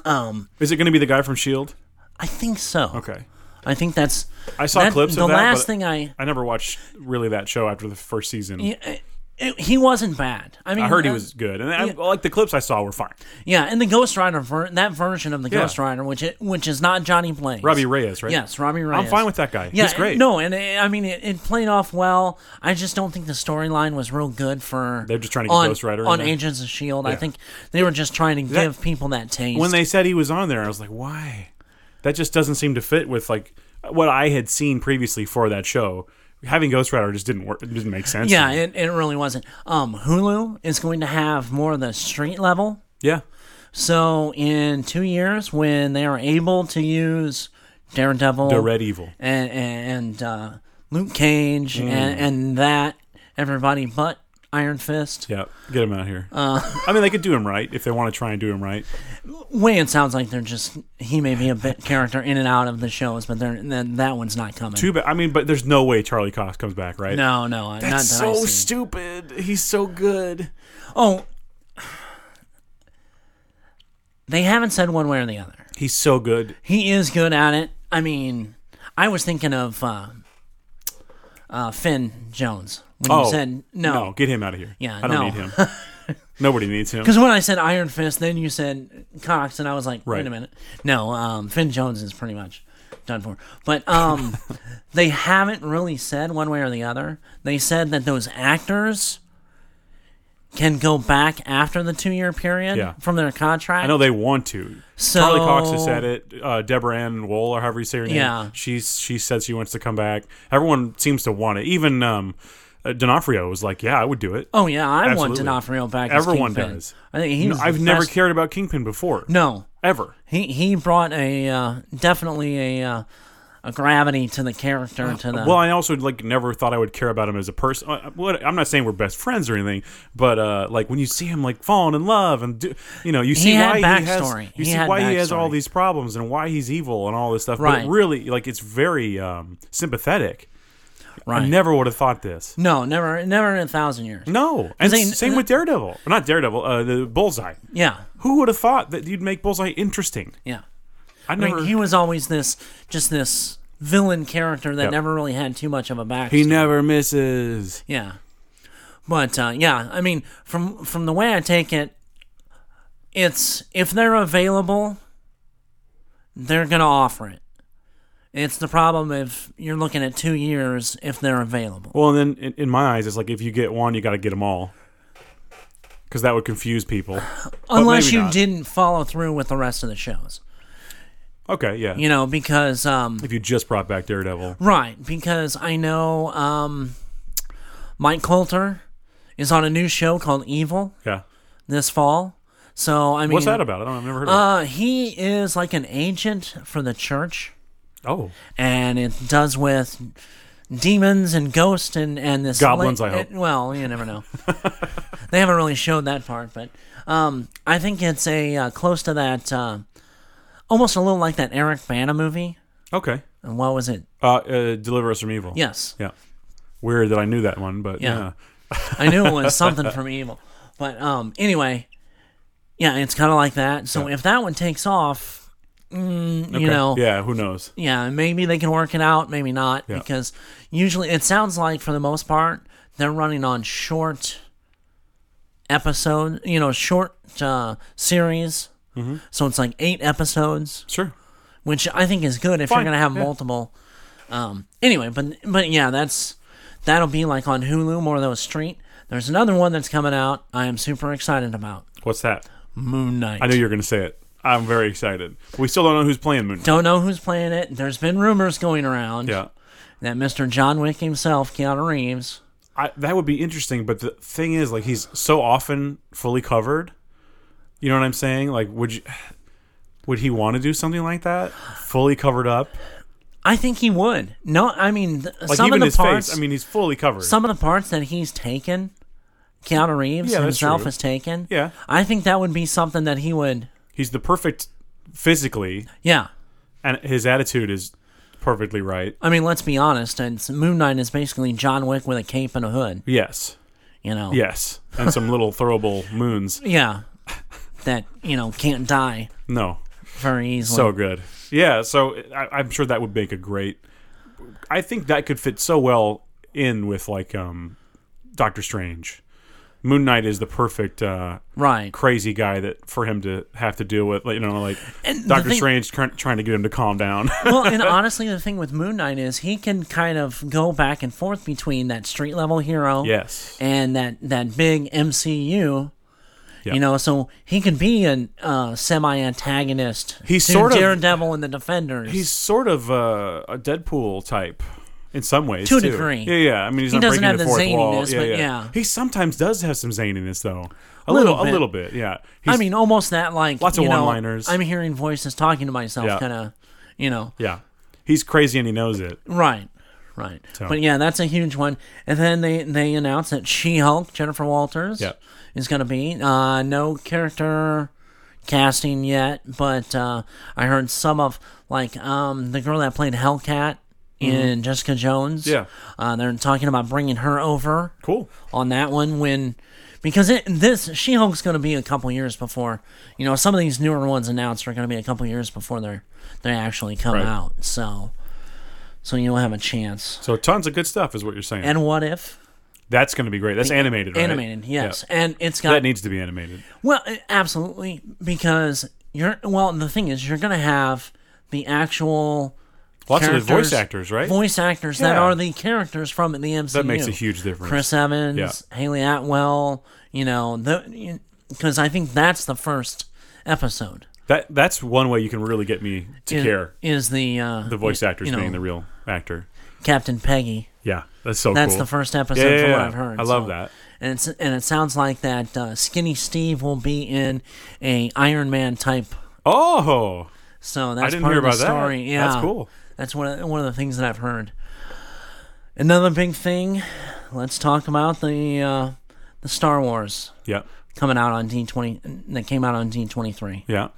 Speaker 2: um,
Speaker 1: Is it going to be the guy from Shield?
Speaker 2: I think so.
Speaker 1: Okay.
Speaker 2: I think that's.
Speaker 1: I saw
Speaker 2: that-
Speaker 1: clips
Speaker 2: The
Speaker 1: of that.
Speaker 2: last
Speaker 1: but
Speaker 2: thing I
Speaker 1: I never watched really that show after the first season.
Speaker 2: Yeah, it- it- he wasn't bad. I
Speaker 1: I,
Speaker 2: mean,
Speaker 1: heard he
Speaker 2: uh,
Speaker 1: was good, and I, like the clips I saw were fine.
Speaker 2: Yeah, and the Ghost Rider ver- that version of the
Speaker 1: Yeah.
Speaker 2: Ghost Rider, which it, which is not Johnny Blaze,
Speaker 1: Robbie Reyes, right?
Speaker 2: Yes, Robbie
Speaker 1: I'm
Speaker 2: Reyes.
Speaker 1: fine with that guy.
Speaker 2: Yeah,
Speaker 1: He's great.
Speaker 2: and- no, and it, I mean it, it played off well. I just don't think the storyline was real good for.
Speaker 1: They're just trying to get
Speaker 2: on,
Speaker 1: Ghost Rider in
Speaker 2: on
Speaker 1: there.
Speaker 2: Agents of Shield. I
Speaker 1: Yeah.
Speaker 2: think they were just trying to
Speaker 1: That-
Speaker 2: give people that taste.
Speaker 1: When they said he was on there, I was like, why? That just doesn't seem to fit with like what I had seen previously for that show. Having Ghost Rider just didn't work. It didn't make sense. to
Speaker 2: yeah,
Speaker 1: me.
Speaker 2: it, it really wasn't. Um, Hulu is going to have more of the street level.
Speaker 1: yeah.
Speaker 2: So in two years, when they are able to use Daredevil,
Speaker 1: The Red Evil.
Speaker 2: and and uh, Luke Cage,
Speaker 1: Mm.
Speaker 2: and, and that everybody but Iron Fist.
Speaker 1: Yeah, get him out here.
Speaker 2: Uh,
Speaker 1: I mean, they could do him right if they want to try and do him right.
Speaker 2: Way it sounds like they're just he may be a bit character in and out of the shows, but they're, then that one's not coming.
Speaker 1: Too bad. I mean, but there's no way Charlie Cox comes back, right?
Speaker 2: No, no, not
Speaker 1: That's
Speaker 2: that I
Speaker 1: so
Speaker 2: see.
Speaker 1: stupid. He's so good.
Speaker 2: Oh, they haven't said one way or the other.
Speaker 1: He's so good.
Speaker 2: He is good at it. I mean, I was thinking of uh, uh, Finn Jones when
Speaker 1: Oh.
Speaker 2: you said no.
Speaker 1: get him out of here.
Speaker 2: Yeah,
Speaker 1: I don't
Speaker 2: no.
Speaker 1: need him. Nobody needs him.
Speaker 2: Because when I said Iron Fist, then you said Cox, and I was like, wait
Speaker 1: Right.
Speaker 2: a minute. No, um, Finn Jones is pretty much done for. But um, they haven't really said one way or the other. They said that those actors can go back after the two year period
Speaker 1: Yeah.
Speaker 2: from their contract.
Speaker 1: I know they want to.
Speaker 2: So-
Speaker 1: Charlie Cox has said it. Uh, Deborah Ann Wool, or however you say her name,
Speaker 2: Yeah.
Speaker 1: she's she said she wants to come back. Everyone seems to want it. Even um, uh, D'Onofrio was like, "Yeah, I would do it."
Speaker 2: Oh, yeah, I want
Speaker 1: Absolutely.
Speaker 2: D'Onofrio back as
Speaker 1: Everyone
Speaker 2: Kingpin.
Speaker 1: does.
Speaker 2: I think he
Speaker 1: No,
Speaker 2: was the
Speaker 1: I've never
Speaker 2: best-
Speaker 1: cared about Kingpin before.
Speaker 2: No,
Speaker 1: ever.
Speaker 2: He he brought a uh, definitely a uh, a gravity to the character to the
Speaker 1: Well, I also like never thought I would care about him as a person. Uh, What I'm not saying we're best friends or anything, but uh, like when you see him like falling in love and do, you know you
Speaker 2: He
Speaker 1: see
Speaker 2: had
Speaker 1: why
Speaker 2: backstory.
Speaker 1: he has you
Speaker 2: He
Speaker 1: see
Speaker 2: had
Speaker 1: why he has
Speaker 2: backstory.
Speaker 1: all these problems and why he's evil and all this stuff.
Speaker 2: Right.
Speaker 1: But really, like it's very um, sympathetic. I
Speaker 2: Right.
Speaker 1: never would have thought this.
Speaker 2: no never never in a thousand years
Speaker 1: No, and
Speaker 2: They-
Speaker 1: s- same with Daredevil. Well, Not Daredevil. Uh, the Bullseye.
Speaker 2: yeah
Speaker 1: Who would have thought that you'd make Bullseye interesting?
Speaker 2: yeah
Speaker 1: I
Speaker 2: mean,
Speaker 1: never-
Speaker 2: he was always this just this villain character that
Speaker 1: Yep.
Speaker 2: never really had too much of a back
Speaker 1: He never misses.
Speaker 2: yeah but uh, yeah I mean from from the way I take it it's if they're available they're gonna offer it it's the problem if you're looking at two years if they're available.
Speaker 1: Well, and then in, in my eyes, it's like if you get one, you got to get them all, because that would confuse people. But
Speaker 2: unless
Speaker 1: maybe
Speaker 2: you
Speaker 1: not.
Speaker 2: didn't follow through with the rest of the shows
Speaker 1: Okay, yeah.
Speaker 2: you know because um
Speaker 1: if you just brought back Daredevil,
Speaker 2: right because i know um mike coulter is on a new show called evil
Speaker 1: yeah.
Speaker 2: this fall so i mean
Speaker 1: What's that about? I don't. I've never heard of.
Speaker 2: uh he is like an agent for the church
Speaker 1: it. Oh,
Speaker 2: and it does with demons and ghosts and and this
Speaker 1: Goblins, I hope.
Speaker 2: it- well, you never know. they haven't really showed that part, but um, I think it's a uh, close to that, uh, almost a little like that Eric Bana movie.
Speaker 1: okay.
Speaker 2: And what was it?
Speaker 1: Uh, uh, Deliver us from evil.
Speaker 2: Yes.
Speaker 1: Yeah. Weird that I knew that one, but yeah.
Speaker 2: Yeah. I knew it was something from Evil, but um, anyway, yeah, it's kind of like that. So if that one takes off, mm,
Speaker 1: Okay.
Speaker 2: you know,
Speaker 1: Yeah. Who knows?
Speaker 2: Yeah, maybe they can work it out, maybe not,
Speaker 1: Yeah.
Speaker 2: because usually it sounds like for the most part they're running on short episode, you know, short uh, series.
Speaker 1: Mhm.
Speaker 2: So it's like eight episodes.
Speaker 1: Sure.
Speaker 2: Which I think is good if
Speaker 1: Fine,
Speaker 2: you're gonna have
Speaker 1: yeah.
Speaker 2: multiple. Um, anyway, but but yeah, that's that'll be like on Hulu more of those street. There's another one that's coming out. I am super excited about
Speaker 1: What's that?
Speaker 2: Moon Knight.
Speaker 1: I knew you were going to say it. I'm very excited. We still don't know who's playing Moon.
Speaker 2: Don't know who's playing it. There's been rumors going around.
Speaker 1: Yeah.
Speaker 2: That Mr. John Wick himself, Keanu Reeves.
Speaker 1: I, that would be interesting, but the thing is, like, he's so often fully covered. You know what I'm saying? Like, would you, would he want to do something like that, fully covered up?
Speaker 2: I think he would. No, I mean th-
Speaker 1: Like
Speaker 2: some
Speaker 1: even
Speaker 2: of the
Speaker 1: his
Speaker 2: parts.
Speaker 1: face. I mean, he's fully covered.
Speaker 2: some of the parts that he's taken, Keanu Reeves
Speaker 1: Yeah, that's
Speaker 2: himself
Speaker 1: true.
Speaker 2: has taken.
Speaker 1: Yeah.
Speaker 2: I think that would be something that he would.
Speaker 1: he's the perfect physically,
Speaker 2: Yeah,
Speaker 1: and his attitude is perfectly right.
Speaker 2: I mean, let's be honest. It's, Moon Knight is basically John Wick with a cape and a hood.
Speaker 1: Yes.
Speaker 2: You know.
Speaker 1: Yes, and some little throwable moons.
Speaker 2: Yeah, that you know can't die
Speaker 1: No,
Speaker 2: very easily.
Speaker 1: so good. Yeah, so I, I'm sure that would make a great. I think that could fit so well in with like um, Doctor Strange. Moon Knight is the perfect uh,
Speaker 2: Right.
Speaker 1: crazy guy that for him to have to deal with. Like, you know, like
Speaker 2: And the
Speaker 1: Doctor
Speaker 2: thing-
Speaker 1: Strange trying, trying to get him to calm down.
Speaker 2: well, and honestly, the thing with Moon Knight is he can kind of go back and forth between that street level hero,
Speaker 1: Yes.
Speaker 2: and that that big MCU.
Speaker 1: Yeah.
Speaker 2: You know, so he can be an uh, semi antagonist.
Speaker 1: He's
Speaker 2: to
Speaker 1: sort of-
Speaker 2: Daredevil and the Defenders.
Speaker 1: he's sort of uh, a Deadpool type in some ways,
Speaker 2: To a
Speaker 1: too.
Speaker 2: degree.
Speaker 1: Yeah, yeah. I mean, he's
Speaker 2: He
Speaker 1: not
Speaker 2: doesn't
Speaker 1: breaking
Speaker 2: have
Speaker 1: the
Speaker 2: the
Speaker 1: fourth wall.
Speaker 2: zaniness, but yeah.
Speaker 1: He sometimes does have some zaniness, though. A
Speaker 2: Little
Speaker 1: little,
Speaker 2: bit.
Speaker 1: a little bit. Yeah.
Speaker 2: I
Speaker 1: He's-
Speaker 2: mean, almost that like
Speaker 1: Lots of
Speaker 2: you know,
Speaker 1: one-liners.
Speaker 2: I'm hearing voices talking to myself,
Speaker 1: Yeah.
Speaker 2: kind of, you know,
Speaker 1: yeah, he's crazy and he knows it.
Speaker 2: right, right.
Speaker 1: So-
Speaker 2: But yeah, that's a huge one. And then they they announced that She-Hulk, Jennifer Walters,
Speaker 1: Yeah.
Speaker 2: is going to be uh, no character casting yet, but uh, I heard some of like um, the girl that played Hellcat. In Jessica Jones,
Speaker 1: Mm-hmm. Yeah.
Speaker 2: uh, they're talking about bringing her over
Speaker 1: Cool.
Speaker 2: on that one when because it, this She Hulk's going to be a couple years before you know some of these newer ones announced are going to be a couple years before they're they actually come
Speaker 1: Right.
Speaker 2: out. So so you'll have a chance.
Speaker 1: So tons of good stuff is what you're saying.
Speaker 2: And what if
Speaker 1: That's going to be great. That's animated, right?
Speaker 2: animated? Yes,
Speaker 1: Yeah.
Speaker 2: and it's got
Speaker 1: that needs to be animated.
Speaker 2: well eh, absolutely because you're well the thing is you're going to have the actual.
Speaker 1: Lots of the voice
Speaker 2: characters-
Speaker 1: actors, right?
Speaker 2: Voice actors that
Speaker 1: Yeah.
Speaker 2: are the characters from the MCU.
Speaker 1: That makes a huge difference.
Speaker 2: Chris Evans, Haley Atwell, you know, because I think that's the first episode.
Speaker 1: That that's one way you can really get me to
Speaker 2: is,
Speaker 1: care.
Speaker 2: is the uh,
Speaker 1: The voice
Speaker 2: you-
Speaker 1: actors
Speaker 2: you know,
Speaker 1: being the real actor.
Speaker 2: Captain Peggy.
Speaker 1: Yeah, that's so.
Speaker 2: That's
Speaker 1: cool.
Speaker 2: the first episode
Speaker 1: Yeah, yeah,
Speaker 2: from what
Speaker 1: yeah.
Speaker 2: I've heard.
Speaker 1: I love
Speaker 2: so-
Speaker 1: that.
Speaker 2: and it's and it sounds like that uh, Skinny Steve will be in a Iron Man type.
Speaker 1: Oh,
Speaker 2: So that's
Speaker 1: didn't
Speaker 2: part
Speaker 1: hear
Speaker 2: of the
Speaker 1: about that.
Speaker 2: story. Yeah,
Speaker 1: That's cool.
Speaker 2: That's one of, one of the things that I've heard. Another big thing. Let's talk about the uh, the Star Wars
Speaker 1: yeah,
Speaker 2: coming out on D twenty that came out on D twenty three.
Speaker 1: yeah,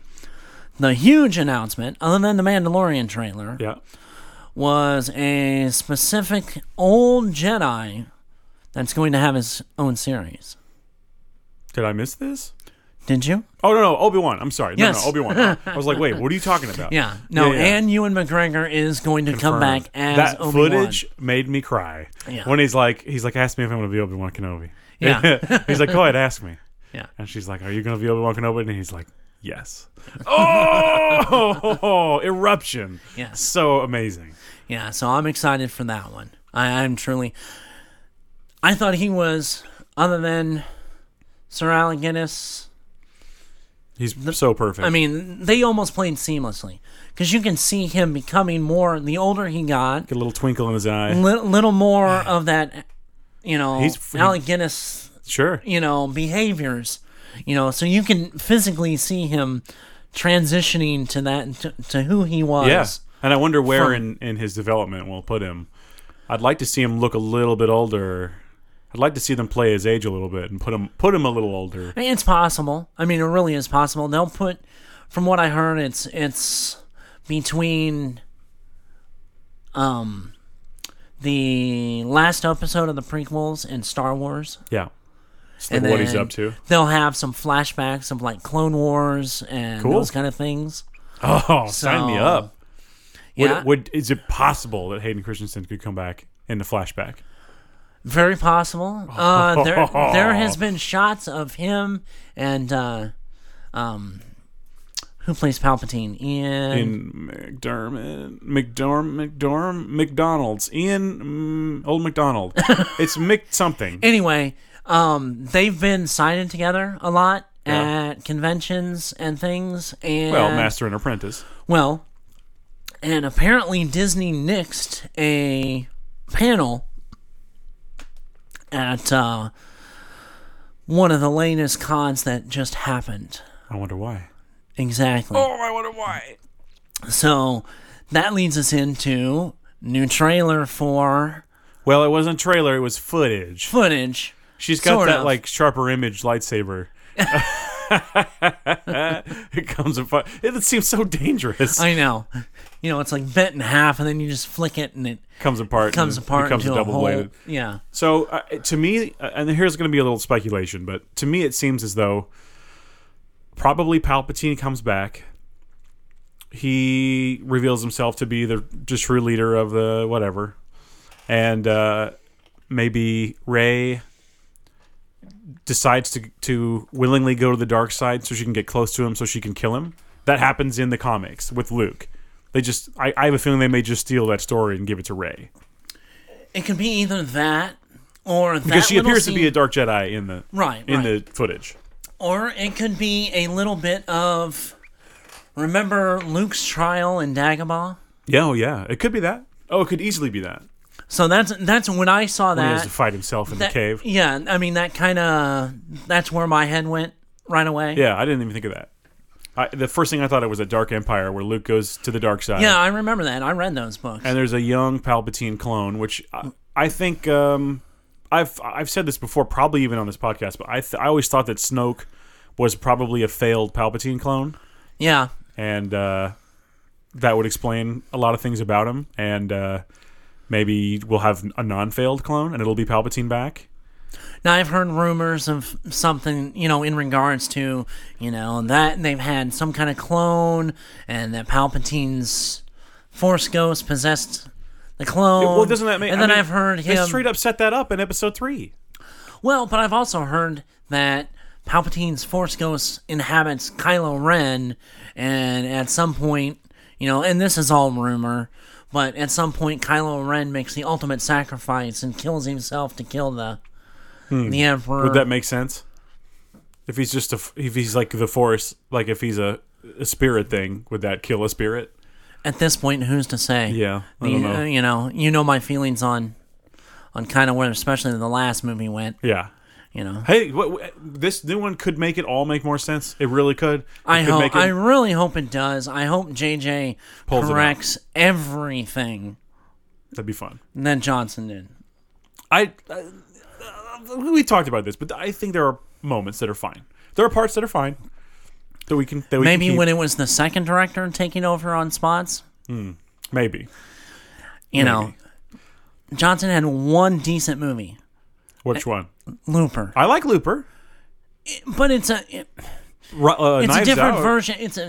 Speaker 2: The huge announcement, other than the Mandalorian trailer,
Speaker 1: yeah.
Speaker 2: was a specific old Jedi that's going to have his own series.
Speaker 1: Did I miss this?
Speaker 2: Did you?
Speaker 1: Oh no, no, Obi Wan. I'm sorry. No,
Speaker 2: Yes.
Speaker 1: no, Obi Wan. I was like, wait, what are you talking about?
Speaker 2: Yeah. No,
Speaker 1: Yeah, yeah.
Speaker 2: and Ewan McGregor is going to come back as
Speaker 1: that
Speaker 2: Obi-Wan.
Speaker 1: footage made me cry.
Speaker 2: Yeah.
Speaker 1: When he's like, he's like, ask me if I'm going to be Obi Wan Kenobi.
Speaker 2: Yeah.
Speaker 1: he's like, go ahead, ask me.
Speaker 2: Yeah.
Speaker 1: And she's like, are you going to be Obi Wan Kenobi? And he's like, yes. oh, eruption.
Speaker 2: Yeah.
Speaker 1: So amazing.
Speaker 2: Yeah, so I'm excited for that one. I, I'm truly. I thought he was, other than Sir Alec Guinness.
Speaker 1: He's so perfect.
Speaker 2: I mean, they almost played seamlessly because you can see him becoming more. The older he got,
Speaker 1: Get a little twinkle in his eye.
Speaker 2: little, little more of that, you know,
Speaker 1: He's-
Speaker 2: Alec Guinness,
Speaker 1: sure.
Speaker 2: you know, behaviors, you know, so you can physically see him transitioning to that to, to who he was.
Speaker 1: Yeah. And I wonder where in,
Speaker 2: Fun.
Speaker 1: in his development we'll put him. I'd like to see him look a little bit older. I'd like to see them play his age a little bit and put him put him a little older.
Speaker 2: I mean, it's possible. I mean, it really is possible. They'll put, from what I heard, it's it's between, um, the last episode of the prequels and Star Wars.
Speaker 1: Yeah. So what he's
Speaker 2: then
Speaker 1: up to.
Speaker 2: They'll have some flashbacks of like Clone Wars and
Speaker 1: Cool.
Speaker 2: those kind of things.
Speaker 1: Oh, sign me
Speaker 2: So,
Speaker 1: up. Would,
Speaker 2: yeah.
Speaker 1: would is it possible that Hayden Christensen could come back in the flashback?
Speaker 2: Very possible. Uh, there, there has been shots of him and uh, um, who plays Palpatine? Ian.
Speaker 1: In McDermott, McDorm, McDorm, McDonald's, Ian, mm, old McDonald. it's Mick something.
Speaker 2: Anyway, um, they've been sided together a lot, at conventions and things. And
Speaker 1: well, Master and Apprentice.
Speaker 2: Well, and apparently Disney nixed a panel at uh, one of the latest cons that just happened.
Speaker 1: I wonder why.
Speaker 2: Exactly.
Speaker 1: Oh, I wonder why.
Speaker 2: So that leads us into new trailer for
Speaker 1: Well, it wasn't trailer; it was footage.
Speaker 2: footage.
Speaker 1: She's got
Speaker 2: Sort
Speaker 1: that
Speaker 2: of.
Speaker 1: like sharper image lightsaber. it comes and fire. It seems so dangerous.
Speaker 2: I know. You know, it's like bent in half, and then you just flick it, and it
Speaker 1: comes apart.
Speaker 2: comes
Speaker 1: and
Speaker 2: apart
Speaker 1: Becomes
Speaker 2: into a
Speaker 1: double-bladed.
Speaker 2: whole- yeah.
Speaker 1: So uh, to me, uh, and here's going to be a little speculation, but to me, it seems as though probably Palpatine comes back. He reveals himself to be the, the true leader of the whatever, and uh, maybe Ray decides to to willingly go to the dark side so she can get close to him so she can kill him. That happens in the comics with Luke. They just I, I have a feeling they may just steal that story and give it to Ray.
Speaker 2: It could be either that or that
Speaker 1: because she
Speaker 2: little
Speaker 1: appears
Speaker 2: scene,
Speaker 1: to be a dark Jedi in the
Speaker 2: Right,
Speaker 1: in the footage.
Speaker 2: or it could be a little bit of remember Luke's trial in Dagobah.
Speaker 1: Yeah, oh yeah, it could be that. Oh, it could easily be that.
Speaker 2: So that's that's when I saw
Speaker 1: when he has
Speaker 2: that.
Speaker 1: to fight himself in
Speaker 2: that-
Speaker 1: the cave.
Speaker 2: Yeah, I mean that kind of that's where my head went right away.
Speaker 1: Yeah, I didn't even think of that. I, the first thing I thought it was a Dark Empire where Luke goes to the dark side.
Speaker 2: yeah, I remember that. I read those books.
Speaker 1: and there's a young Palpatine clone, which I, I think um, I've I've said this before, probably even on this podcast, but I th- I always thought that Snoke was probably a failed Palpatine clone.
Speaker 2: Yeah.
Speaker 1: and uh, that would explain a lot of things about him. And uh, maybe we'll have a non-failed clone, and it'll be Palpatine back.
Speaker 2: Now I've heard rumors of something, you know, in regards to, you know, that they've had some kind of clone and that Palpatine's Force Ghost possessed the clone.
Speaker 1: well, doesn't that make?
Speaker 2: And
Speaker 1: I
Speaker 2: then
Speaker 1: mean,
Speaker 2: I've heard
Speaker 1: they
Speaker 2: him.
Speaker 1: straight up set that up in Episode Three.
Speaker 2: well, but I've also heard that Palpatine's Force Ghost inhabits Kylo Ren, and at some point, you know, and this is all rumor. But at some point, Kylo Ren makes the ultimate sacrifice and kills himself to kill the
Speaker 1: Hmm.
Speaker 2: the Emperor.
Speaker 1: Would that make sense? If he's just a, f- if he's like the Force, like if he's a, a spirit thing, would that kill a spirit?
Speaker 2: at this point, who's to say?
Speaker 1: Yeah, I
Speaker 2: you,
Speaker 1: don't know.
Speaker 2: you know, you know my feelings on, on kind of where, especially the last movie went.
Speaker 1: Yeah.
Speaker 2: You know,
Speaker 1: Hey, what, what- this new one could make it all make more sense. It really could. It
Speaker 2: I
Speaker 1: could
Speaker 2: hope.
Speaker 1: make it-
Speaker 2: I really hope it does. I hope JJ
Speaker 1: Pulls it out.
Speaker 2: corrects everything
Speaker 1: that'd be fun.
Speaker 2: that Johnson did.
Speaker 1: I, I we talked about this, but I think there are moments that are fine. There are parts that are fine that we can. That we
Speaker 2: Maybe
Speaker 1: can keep.
Speaker 2: when it was the second director taking over on spots,
Speaker 1: Hmm. maybe
Speaker 2: you know, Johnson had one decent movie,
Speaker 1: which one?
Speaker 2: Looper.
Speaker 1: I like Looper.
Speaker 2: but it's a
Speaker 1: Ru- uh,
Speaker 2: it's a
Speaker 1: Knives
Speaker 2: different
Speaker 1: Out-
Speaker 2: version. It's a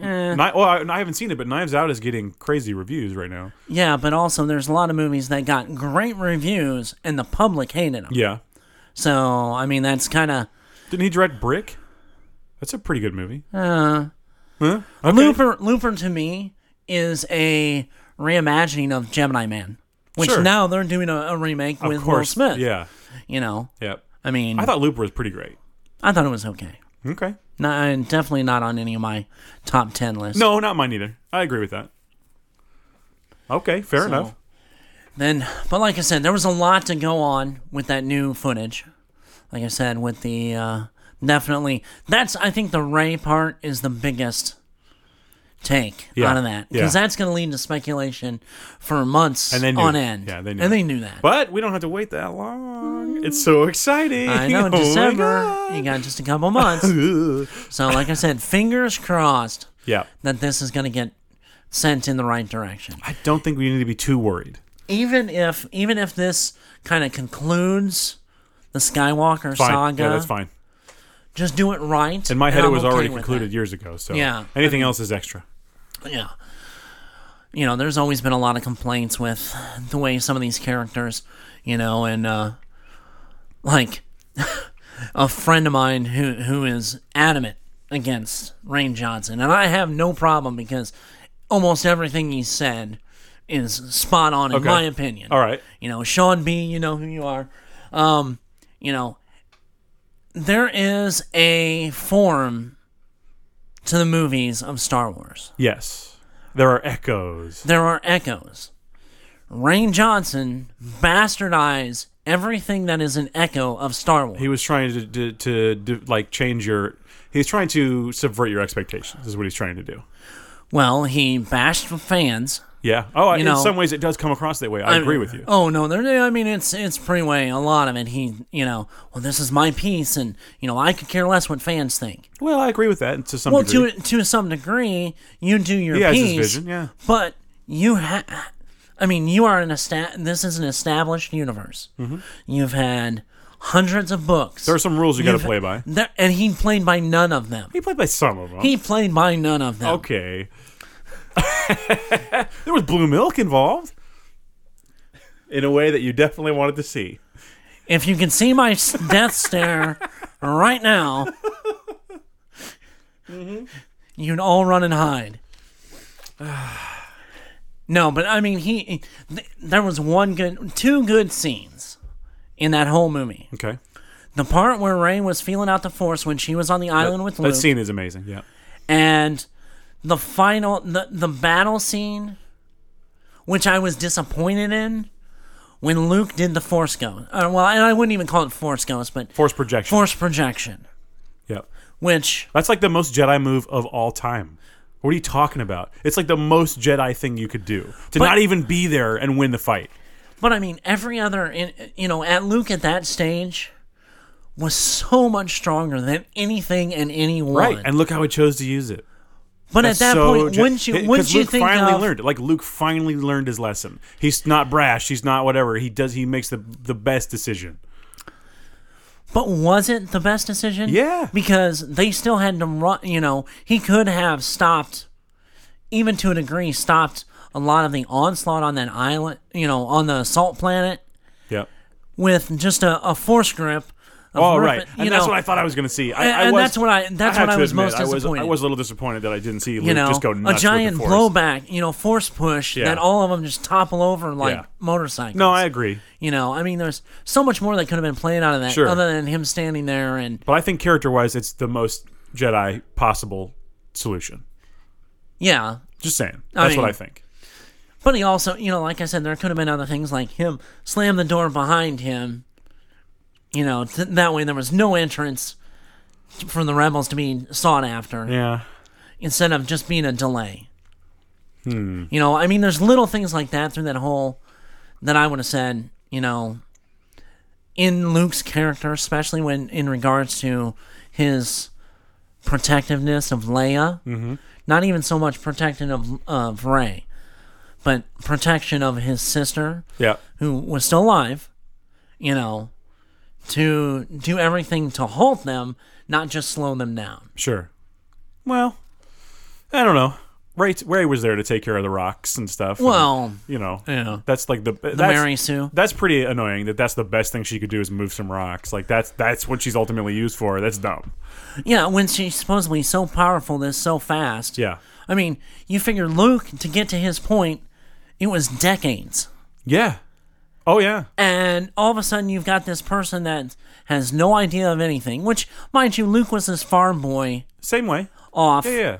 Speaker 2: eh.
Speaker 1: Kni- well, I, I haven't seen it, but Knives Out is getting crazy reviews right now.
Speaker 2: yeah, but also there's a lot of movies that got great reviews and the public hated them.
Speaker 1: Yeah,
Speaker 2: So I mean that's kind of
Speaker 1: didn't he direct Brick? That's a pretty good movie.
Speaker 2: uh,
Speaker 1: Huh?
Speaker 2: Looper. Looper to me is a reimagining of Gemini Man, which
Speaker 1: Sure.
Speaker 2: now they're doing a, a remake
Speaker 1: Of
Speaker 2: with
Speaker 1: course,
Speaker 2: Will Smith.
Speaker 1: Yeah,
Speaker 2: you know,
Speaker 1: yep.
Speaker 2: I mean,
Speaker 1: I thought Looper was pretty great.
Speaker 2: I thought it was okay.
Speaker 1: Okay.
Speaker 2: Not, and definitely not on any of my top ten lists.
Speaker 1: No, not mine either. I agree with that. Okay, fair
Speaker 2: So-
Speaker 1: enough.
Speaker 2: Then, but like I said, there was a lot to go on with that new footage. Like I said, with the uh, definitely that's I think the Ray part is the biggest take
Speaker 1: Yeah,
Speaker 2: out of that
Speaker 1: yeah.
Speaker 2: because that's going to lead to speculation for months
Speaker 1: And they knew
Speaker 2: on
Speaker 1: it.
Speaker 2: end.
Speaker 1: Yeah, they knew
Speaker 2: and
Speaker 1: it.
Speaker 2: they knew that.
Speaker 1: But we don't have to wait that long. It's so exciting.
Speaker 2: I know in
Speaker 1: Oh my
Speaker 2: December you got just a couple months. so, like I said, fingers crossed
Speaker 1: Yeah.
Speaker 2: that this is going to get sent in the right direction.
Speaker 1: I don't think we need to be too worried.
Speaker 2: even if even if this kind of concludes the Skywalker
Speaker 1: Fine.
Speaker 2: saga,
Speaker 1: Yeah, that's fine.
Speaker 2: Just do it right.
Speaker 1: In my
Speaker 2: and
Speaker 1: head, it
Speaker 2: I'm
Speaker 1: was
Speaker 2: okay
Speaker 1: already
Speaker 2: with
Speaker 1: concluded years ago. So
Speaker 2: Yeah,
Speaker 1: anything else is extra.
Speaker 2: that. Yeah. You know, there's always been a lot of complaints with the way some of these characters, you know, and uh, like a friend of mine who who is adamant against Rain Johnson, and I have no problem because almost everything he said is spot on in
Speaker 1: Okay.
Speaker 2: my opinion.
Speaker 1: All right.
Speaker 2: You know, Sean B, you know who you are. Um, you know, there is a form to the movies of Star Wars.
Speaker 1: Yes. There are echoes.
Speaker 2: There are echoes. Rain Johnson bastardized everything that is an echo of Star Wars.
Speaker 1: He was trying to, to, to, do- like change your. He's trying to subvert your expectations. Is what he's trying to do.
Speaker 2: Well, he bashed the fans.
Speaker 1: Yeah. Oh, I
Speaker 2: You
Speaker 1: in
Speaker 2: know-
Speaker 1: some ways it does come across that way. I, agree with you.
Speaker 2: Oh no, there. I mean, it's it's pretty way a lot of it. He, you know, well, this is my piece, and you know, I could care less what fans think.
Speaker 1: Well, I agree with that to some
Speaker 2: well,
Speaker 1: degree.
Speaker 2: to to some degree, you do your
Speaker 1: He has his
Speaker 2: piece.
Speaker 1: vision, yeah.
Speaker 2: But you ha I mean, you are an esta- This is an established universe.
Speaker 1: Mhm.
Speaker 2: You've had hundreds of books.
Speaker 1: There are some rules you gotta
Speaker 2: You've-
Speaker 1: play by.
Speaker 2: There, and he played by none of them.
Speaker 1: He played by some of them.
Speaker 2: He played by none of them.
Speaker 1: Okay. there was blue milk involved. In a way that you definitely wanted to see.
Speaker 2: If you can see my s- death stare right now,
Speaker 1: Mm-hmm.
Speaker 2: you can all run and hide. No, but I mean, he. Th- there was one good, two good scenes in that whole movie.
Speaker 1: Okay.
Speaker 2: The part where Ray was feeling out the Force when she was on the island with
Speaker 1: that,
Speaker 2: Luke,
Speaker 1: That scene is amazing. Yeah.
Speaker 2: and the final, the the battle scene, which I was disappointed in. When Luke did the Force Ghost, uh, well, and I wouldn't even call it Force Ghost, but
Speaker 1: Force projection.
Speaker 2: Force projection.
Speaker 1: Yeah.
Speaker 2: Which
Speaker 1: that's like the most Jedi move of all time. What are you talking about? It's like the most Jedi thing you could do to
Speaker 2: But-
Speaker 1: not even be there and win the fight.
Speaker 2: But I mean, every other, in- you know, at Luke at that stage was so much stronger than anything and anyone.
Speaker 1: Right. And look how he chose to use it.
Speaker 2: But
Speaker 1: That's
Speaker 2: at that
Speaker 1: so
Speaker 2: point,
Speaker 1: Jedi-
Speaker 2: wouldn't you?
Speaker 1: 'Cause
Speaker 2: Wouldn't you
Speaker 1: Luke
Speaker 2: think
Speaker 1: finally
Speaker 2: of,
Speaker 1: learned? Like Luke finally learned his lesson. He's not brash. He's not whatever. He does. He makes the the best decision.
Speaker 2: But was it the best decision? Yeah. Because they still had to run, you know, he could have stopped, even to a degree, stopped a lot of the onslaught on that island, you know, on the salt planet
Speaker 1: Yep.
Speaker 2: with just a, a force grip. of
Speaker 1: Oh
Speaker 2: ripping-
Speaker 1: right,
Speaker 2: you
Speaker 1: and that's
Speaker 2: know.
Speaker 1: what I thought I was going to see. I,
Speaker 2: And-
Speaker 1: I
Speaker 2: and
Speaker 1: was,
Speaker 2: that's what I- that's
Speaker 1: have
Speaker 2: what I
Speaker 1: to
Speaker 2: was
Speaker 1: admit,
Speaker 2: most
Speaker 1: I was, I
Speaker 2: disappointed.
Speaker 1: was a little disappointed that I didn't see Luke
Speaker 2: you know,
Speaker 1: just go nuts
Speaker 2: a giant
Speaker 1: with the force.
Speaker 2: blowback, you know, force push
Speaker 1: Yeah.
Speaker 2: that all of them just topple over like
Speaker 1: Yeah.
Speaker 2: motorcycles.
Speaker 1: No, I agree,
Speaker 2: You know, I mean, there's so much more that could have been played out of that,
Speaker 1: Sure.
Speaker 2: other than him standing there and
Speaker 1: but I think character wise, it's the most Jedi possible solution.
Speaker 2: yeah.
Speaker 1: Just saying,
Speaker 2: I
Speaker 1: that's what
Speaker 2: mean-
Speaker 1: I think.
Speaker 2: But he also, you know, like I said, there could have been other things like him slam the door behind him. You know, th- that way there was no entrance from the rebels to be sought after.
Speaker 1: Yeah.
Speaker 2: Instead of just being a delay.
Speaker 1: Hmm.
Speaker 2: You know, I mean, there's little things like that through that whole that I would have said, you know, in Luke's character, especially when in regards to his protectiveness of Leia,
Speaker 1: Mhm.
Speaker 2: not even so much protection of of Ray, but protection of his sister,
Speaker 1: Yeah.
Speaker 2: who was still alive, you know, to do everything to halt them, not just slow them down.
Speaker 1: Sure. Well, I don't know. Ray, Ray was there to take care of the rocks and stuff. and,
Speaker 2: Well,
Speaker 1: you know,
Speaker 2: yeah.
Speaker 1: that's like the
Speaker 2: The
Speaker 1: that's,
Speaker 2: Mary Sue.
Speaker 1: That's pretty annoying. That that's the best thing she could do is move some rocks. Like that's that's what she's ultimately used for. That's dumb.
Speaker 2: Yeah, when she's supposedly so powerful, this so fast.
Speaker 1: Yeah.
Speaker 2: I mean, you figure Luke to get to his point, it was decades,
Speaker 1: Yeah. Oh yeah.
Speaker 2: and all of a sudden you've got this person that has no idea of anything. Which, mind you, Luke was this farm boy.
Speaker 1: Same way.
Speaker 2: Off.
Speaker 1: Yeah, yeah.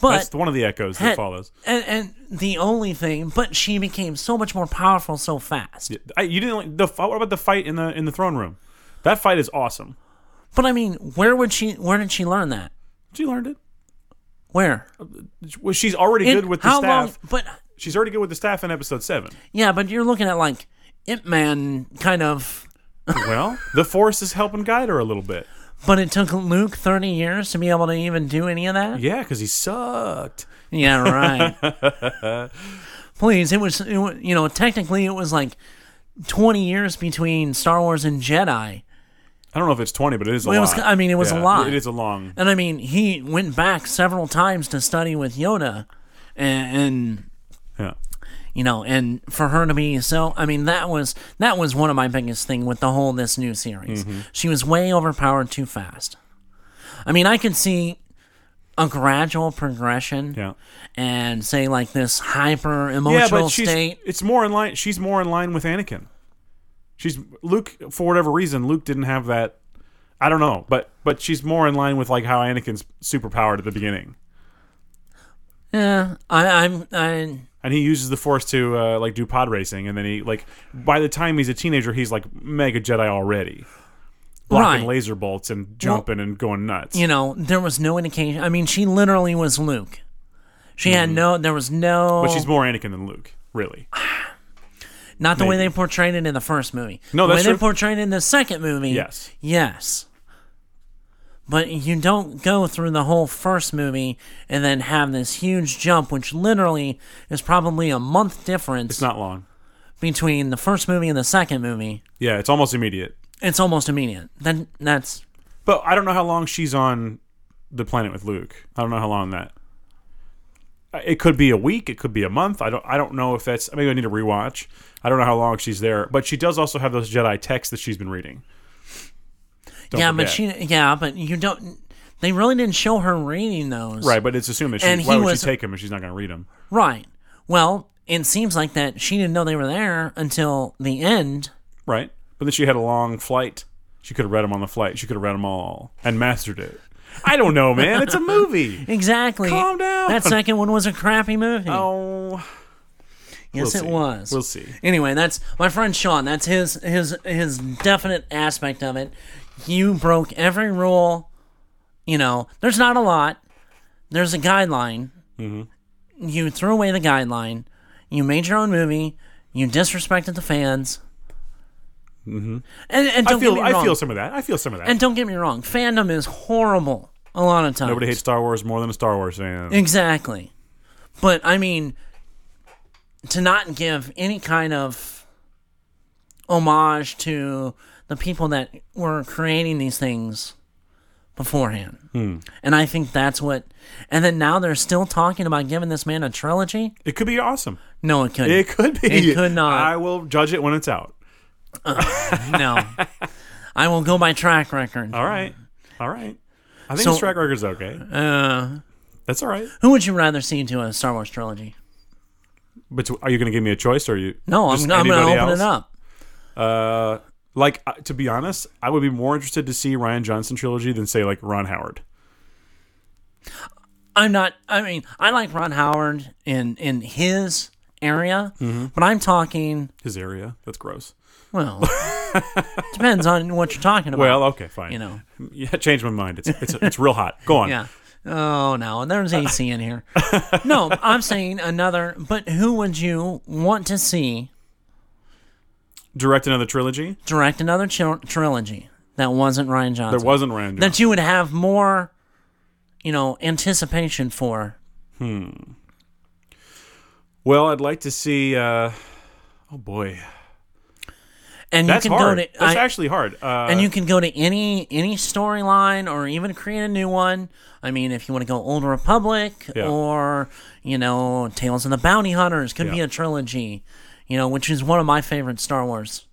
Speaker 2: But
Speaker 1: that's one of the echoes that
Speaker 2: had-
Speaker 1: follows.
Speaker 2: And, and the only thing, but she became so much more powerful so fast.
Speaker 1: I, you didn't like the fi- what about the fight in the in the throne room? That fight is awesome.
Speaker 2: But I mean, where would she? Where did she learn that?
Speaker 1: She learned it.
Speaker 2: Where?
Speaker 1: Well, she's already
Speaker 2: In
Speaker 1: good with the
Speaker 2: how long-
Speaker 1: staff.
Speaker 2: but
Speaker 1: she's already good with the staff in episode seven.
Speaker 2: Yeah, but you're looking at like Ip Man kind of.
Speaker 1: well, the force is helping guide her a little bit.
Speaker 2: But it took Luke 30 years to be able to even do any of that?
Speaker 1: Yeah, because he sucked.
Speaker 2: Yeah, right.
Speaker 1: right.
Speaker 2: Please, it was, it was, you know, technically it was like 20 years between Star Wars and Jedi.
Speaker 1: I don't know if it's twenty, but it is a
Speaker 2: Well, it was-
Speaker 1: lot.
Speaker 2: I mean, it was a
Speaker 1: Yeah,
Speaker 2: lot.
Speaker 1: It is a long.
Speaker 2: And I mean, he went back several times to study with Yoda, and, and
Speaker 1: Yeah.
Speaker 2: you know, and for her to be so, I mean, that was that was one of my biggest thing with the whole this new series.
Speaker 12: Mhm.
Speaker 2: She was way overpowered too fast. I mean, I can see a gradual progression,
Speaker 1: yeah,
Speaker 2: and say like this hyper emotional
Speaker 1: yeah, but she's,
Speaker 2: state.
Speaker 1: It's more in line. She's more in line with Anakin. She's Luke for whatever reason. Luke didn't have that I don't know, but but she's more in line with like how Anakin's superpowered at the beginning,
Speaker 2: Yeah, I, I'm. I
Speaker 1: and he uses the Force to uh, like do pod racing, and then he like by the time he's a teenager, he's like mega Jedi already, blocking
Speaker 2: Right.
Speaker 1: laser bolts and jumping and going nuts.
Speaker 2: you know there was no indication. I mean, she literally was Luke. She had no. There was no.
Speaker 1: Mm-hmm. but she's more Anakin than Luke, really.
Speaker 2: Not the way
Speaker 1: Maybe.
Speaker 2: they portrayed it in the first movie.
Speaker 1: No,
Speaker 2: the way
Speaker 1: that's
Speaker 2: they
Speaker 1: true.
Speaker 2: portrayed it in the second movie.
Speaker 1: Yes.
Speaker 2: Yes. But you don't go through the whole first movie and then have this huge jump, which literally is probably a month difference. It's
Speaker 1: not long.
Speaker 2: Between the first movie and the second movie.
Speaker 1: Yeah, it's almost immediate.
Speaker 2: It's almost immediate. Then that's
Speaker 1: But I don't know how long she's on the planet with Luke. I don't know how long that. uh, It could be a week. It could be a month. I don't. I don't know if that's. Maybe I need to rewatch. I don't know how long she's there, but she does also have those Jedi texts that she's been reading. Don't
Speaker 2: yeah, but
Speaker 1: forget.
Speaker 2: she yeah, but you don't. They really didn't show her reading those.
Speaker 1: Right, but it's assumed that she.
Speaker 2: And
Speaker 1: why
Speaker 2: he
Speaker 1: would
Speaker 2: was-
Speaker 1: she take him if she's not going to read him?
Speaker 2: Right. Well, it seems like that she didn't know they were there until the end.
Speaker 1: Right. But then she had a long flight. She could have read them on the flight. She could have read them all and mastered it. I don't know, man. It's a movie.
Speaker 2: Exactly.
Speaker 1: Calm down.
Speaker 2: That second one was a crappy movie.
Speaker 1: Oh. We'll
Speaker 2: Yes, it
Speaker 1: see.
Speaker 2: was.
Speaker 1: We'll see.
Speaker 2: Anyway, that's my friend Sean. That's his his his definite aspect of it. You broke every rule. You know, there's not a lot. There's a guideline.
Speaker 1: Mhm.
Speaker 2: You threw away the guideline. You made your own movie. You disrespected the fans.
Speaker 1: Mm-hmm.
Speaker 2: And, and
Speaker 1: I
Speaker 2: don't
Speaker 1: feel.
Speaker 2: get me wrong.
Speaker 1: I feel some of that. I feel some of that.
Speaker 2: And don't get me wrong, fandom is horrible a lot of times.
Speaker 1: Nobody hates Star Wars more than a Star Wars fan.
Speaker 2: Exactly. But I mean, to not give any kind of homage to the people that were creating these things beforehand.
Speaker 1: Hmm.
Speaker 2: And I think that's what. And then now they're still talking about giving this man a trilogy.
Speaker 1: It could be awesome.
Speaker 2: No, it couldn't.
Speaker 1: It could be.
Speaker 2: It could not.
Speaker 1: I will judge it when it's out.
Speaker 2: no. I will go by track record.
Speaker 1: All right. All right. I think
Speaker 2: So-
Speaker 1: his track record's okay.
Speaker 2: Uh,
Speaker 1: That's all right.
Speaker 2: who would you rather see do a Star Wars trilogy?
Speaker 1: But are you going to give me a choice, or are you?
Speaker 2: No, I'm-
Speaker 1: just
Speaker 2: I'm gonna
Speaker 1: anybody
Speaker 2: open it
Speaker 1: else? Uh, like uh, to be honest, I would be more interested to see Ryan Johnson trilogy than say like Ron Howard.
Speaker 2: I'm not. I mean, I like Ron Howard in in his area,
Speaker 1: Mm-hmm.
Speaker 2: but I'm talking.
Speaker 1: His area. That's gross.
Speaker 2: Well, depends on what you're talking about.
Speaker 1: Well, okay, fine.
Speaker 2: You know.
Speaker 1: yeah, change my mind. It's it's it's real hot. Go on.
Speaker 2: Yeah. Oh no, and there's AC in here. No, I'm saying another. But who would you want to see
Speaker 1: Direct another trilogy.
Speaker 2: direct another chil- trilogy that wasn't Ryan Johnson?
Speaker 1: There wasn't Ryan
Speaker 2: That you would have more, you know, anticipation for.
Speaker 1: Hmm. Well, I'd like to see. Uh, oh boy,
Speaker 2: And
Speaker 1: that's
Speaker 2: you can
Speaker 1: hard.
Speaker 2: go to
Speaker 1: that's
Speaker 2: I-
Speaker 1: actually hard. Uh,
Speaker 2: and you can go to any any storyline or even create a new one. I mean, if you want to go Old Republic
Speaker 1: Yeah.
Speaker 2: or you know Tales of the Bounty Hunters could be
Speaker 1: Yeah.
Speaker 2: a trilogy, you know, which is one of my favorite Star Wars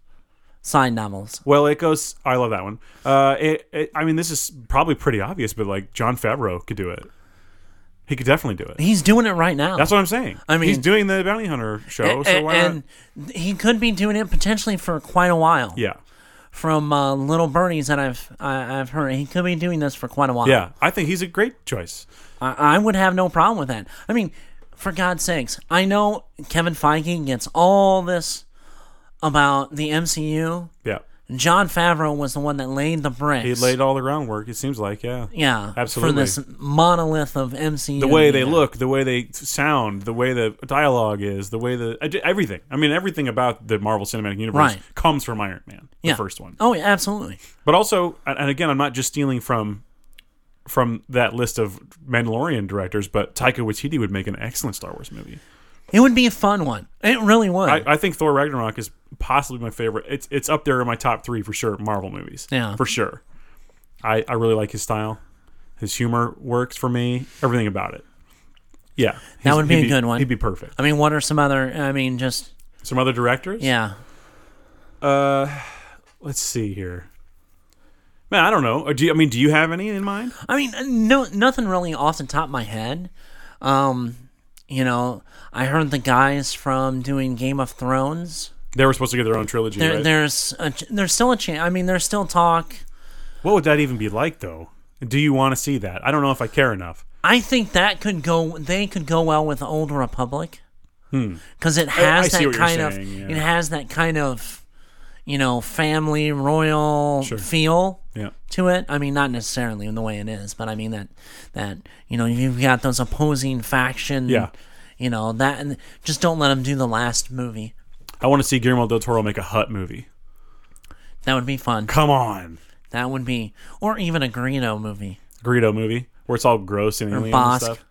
Speaker 2: side novels.
Speaker 1: Well, it goes. I love that one. Uh, it, it. I mean, this is probably pretty obvious, but like John Favreau could do it. He could definitely do it.
Speaker 2: He's doing it right now.
Speaker 1: That's what I'm saying.
Speaker 2: I mean-
Speaker 1: he's doing the Bounty Hunter show,
Speaker 2: A-
Speaker 1: so
Speaker 2: a-
Speaker 1: why
Speaker 2: and
Speaker 1: not?
Speaker 2: he could be doing it potentially for quite a while.
Speaker 1: Yeah,
Speaker 2: From uh, little birdies that I've I, I've heard, he could be doing this for quite a while.
Speaker 1: yeah. I think he's a great choice.
Speaker 2: I, I would have no problem with that. I mean, for God's sakes, I know Kevin Feige gets all this about the MCU.
Speaker 1: Yeah,
Speaker 2: John Favreau was the one that laid the bricks.
Speaker 1: he laid all the groundwork. It seems like, yeah,
Speaker 2: yeah,
Speaker 1: absolutely.
Speaker 2: for this monolith of MCU.
Speaker 1: the way they
Speaker 2: media.
Speaker 1: look, the way they sound, the way the dialogue is, the way the I ju- everything. I mean, everything about the Marvel Cinematic Universe
Speaker 2: Right.
Speaker 1: comes from Iron Man, the
Speaker 2: Yeah.
Speaker 1: first one.
Speaker 2: Oh yeah, absolutely.
Speaker 1: But also, and and again, I'm not just stealing from from that list of Mandalorian directors, but Taika Waititi would make an excellent Star Wars movie.
Speaker 2: It would be a fun one. It really would.
Speaker 1: I, I think Thor Ragnarok is possibly my favorite. It's it's up there in my top three for sure. Marvel movies,
Speaker 2: Yeah.
Speaker 1: for sure. I I really like his style, his humor works for me. Everything about it. Yeah,
Speaker 2: that
Speaker 1: he's-
Speaker 2: would be
Speaker 1: he'd
Speaker 2: a good one.
Speaker 1: He'd be perfect.
Speaker 2: I mean, what are some other? I mean, just
Speaker 1: Some other directors?
Speaker 2: yeah.
Speaker 1: Uh, let's see here. Man, I don't know. Uh, Do you, I mean, do you have any in mind?
Speaker 2: I mean, no, nothing really off the top of my head. Um, you know, I heard the guys from doing Game of Thrones.
Speaker 1: They were supposed to get their own trilogy,
Speaker 2: There,
Speaker 1: right?
Speaker 2: There's a, ch- there's still a chance. I mean, there's still talk
Speaker 1: What would that even be like, though? Do you want to see that? I don't know if I care enough.
Speaker 2: I think that could go. They could go well with the Old Republic
Speaker 1: Hmm.
Speaker 2: because it
Speaker 1: I-
Speaker 2: has
Speaker 1: I see
Speaker 2: that
Speaker 1: what you're
Speaker 2: kind of
Speaker 1: saying, yeah.
Speaker 2: it has that kind of you know family royal feel
Speaker 1: Yeah.
Speaker 2: to it. I mean, not necessarily in the way it is, but I mean that that you know you've got those opposing faction.
Speaker 1: Yeah.
Speaker 2: You know that, and just don't let them do the last movie.
Speaker 1: I want to see Guillermo del Toro make a Hut movie.
Speaker 2: That would be fun.
Speaker 1: Come on,
Speaker 2: that would be, or even a Greedo movie.
Speaker 1: Greedo movie where it's all gross and
Speaker 2: Or
Speaker 1: alien
Speaker 2: Bosk.
Speaker 1: and stuff.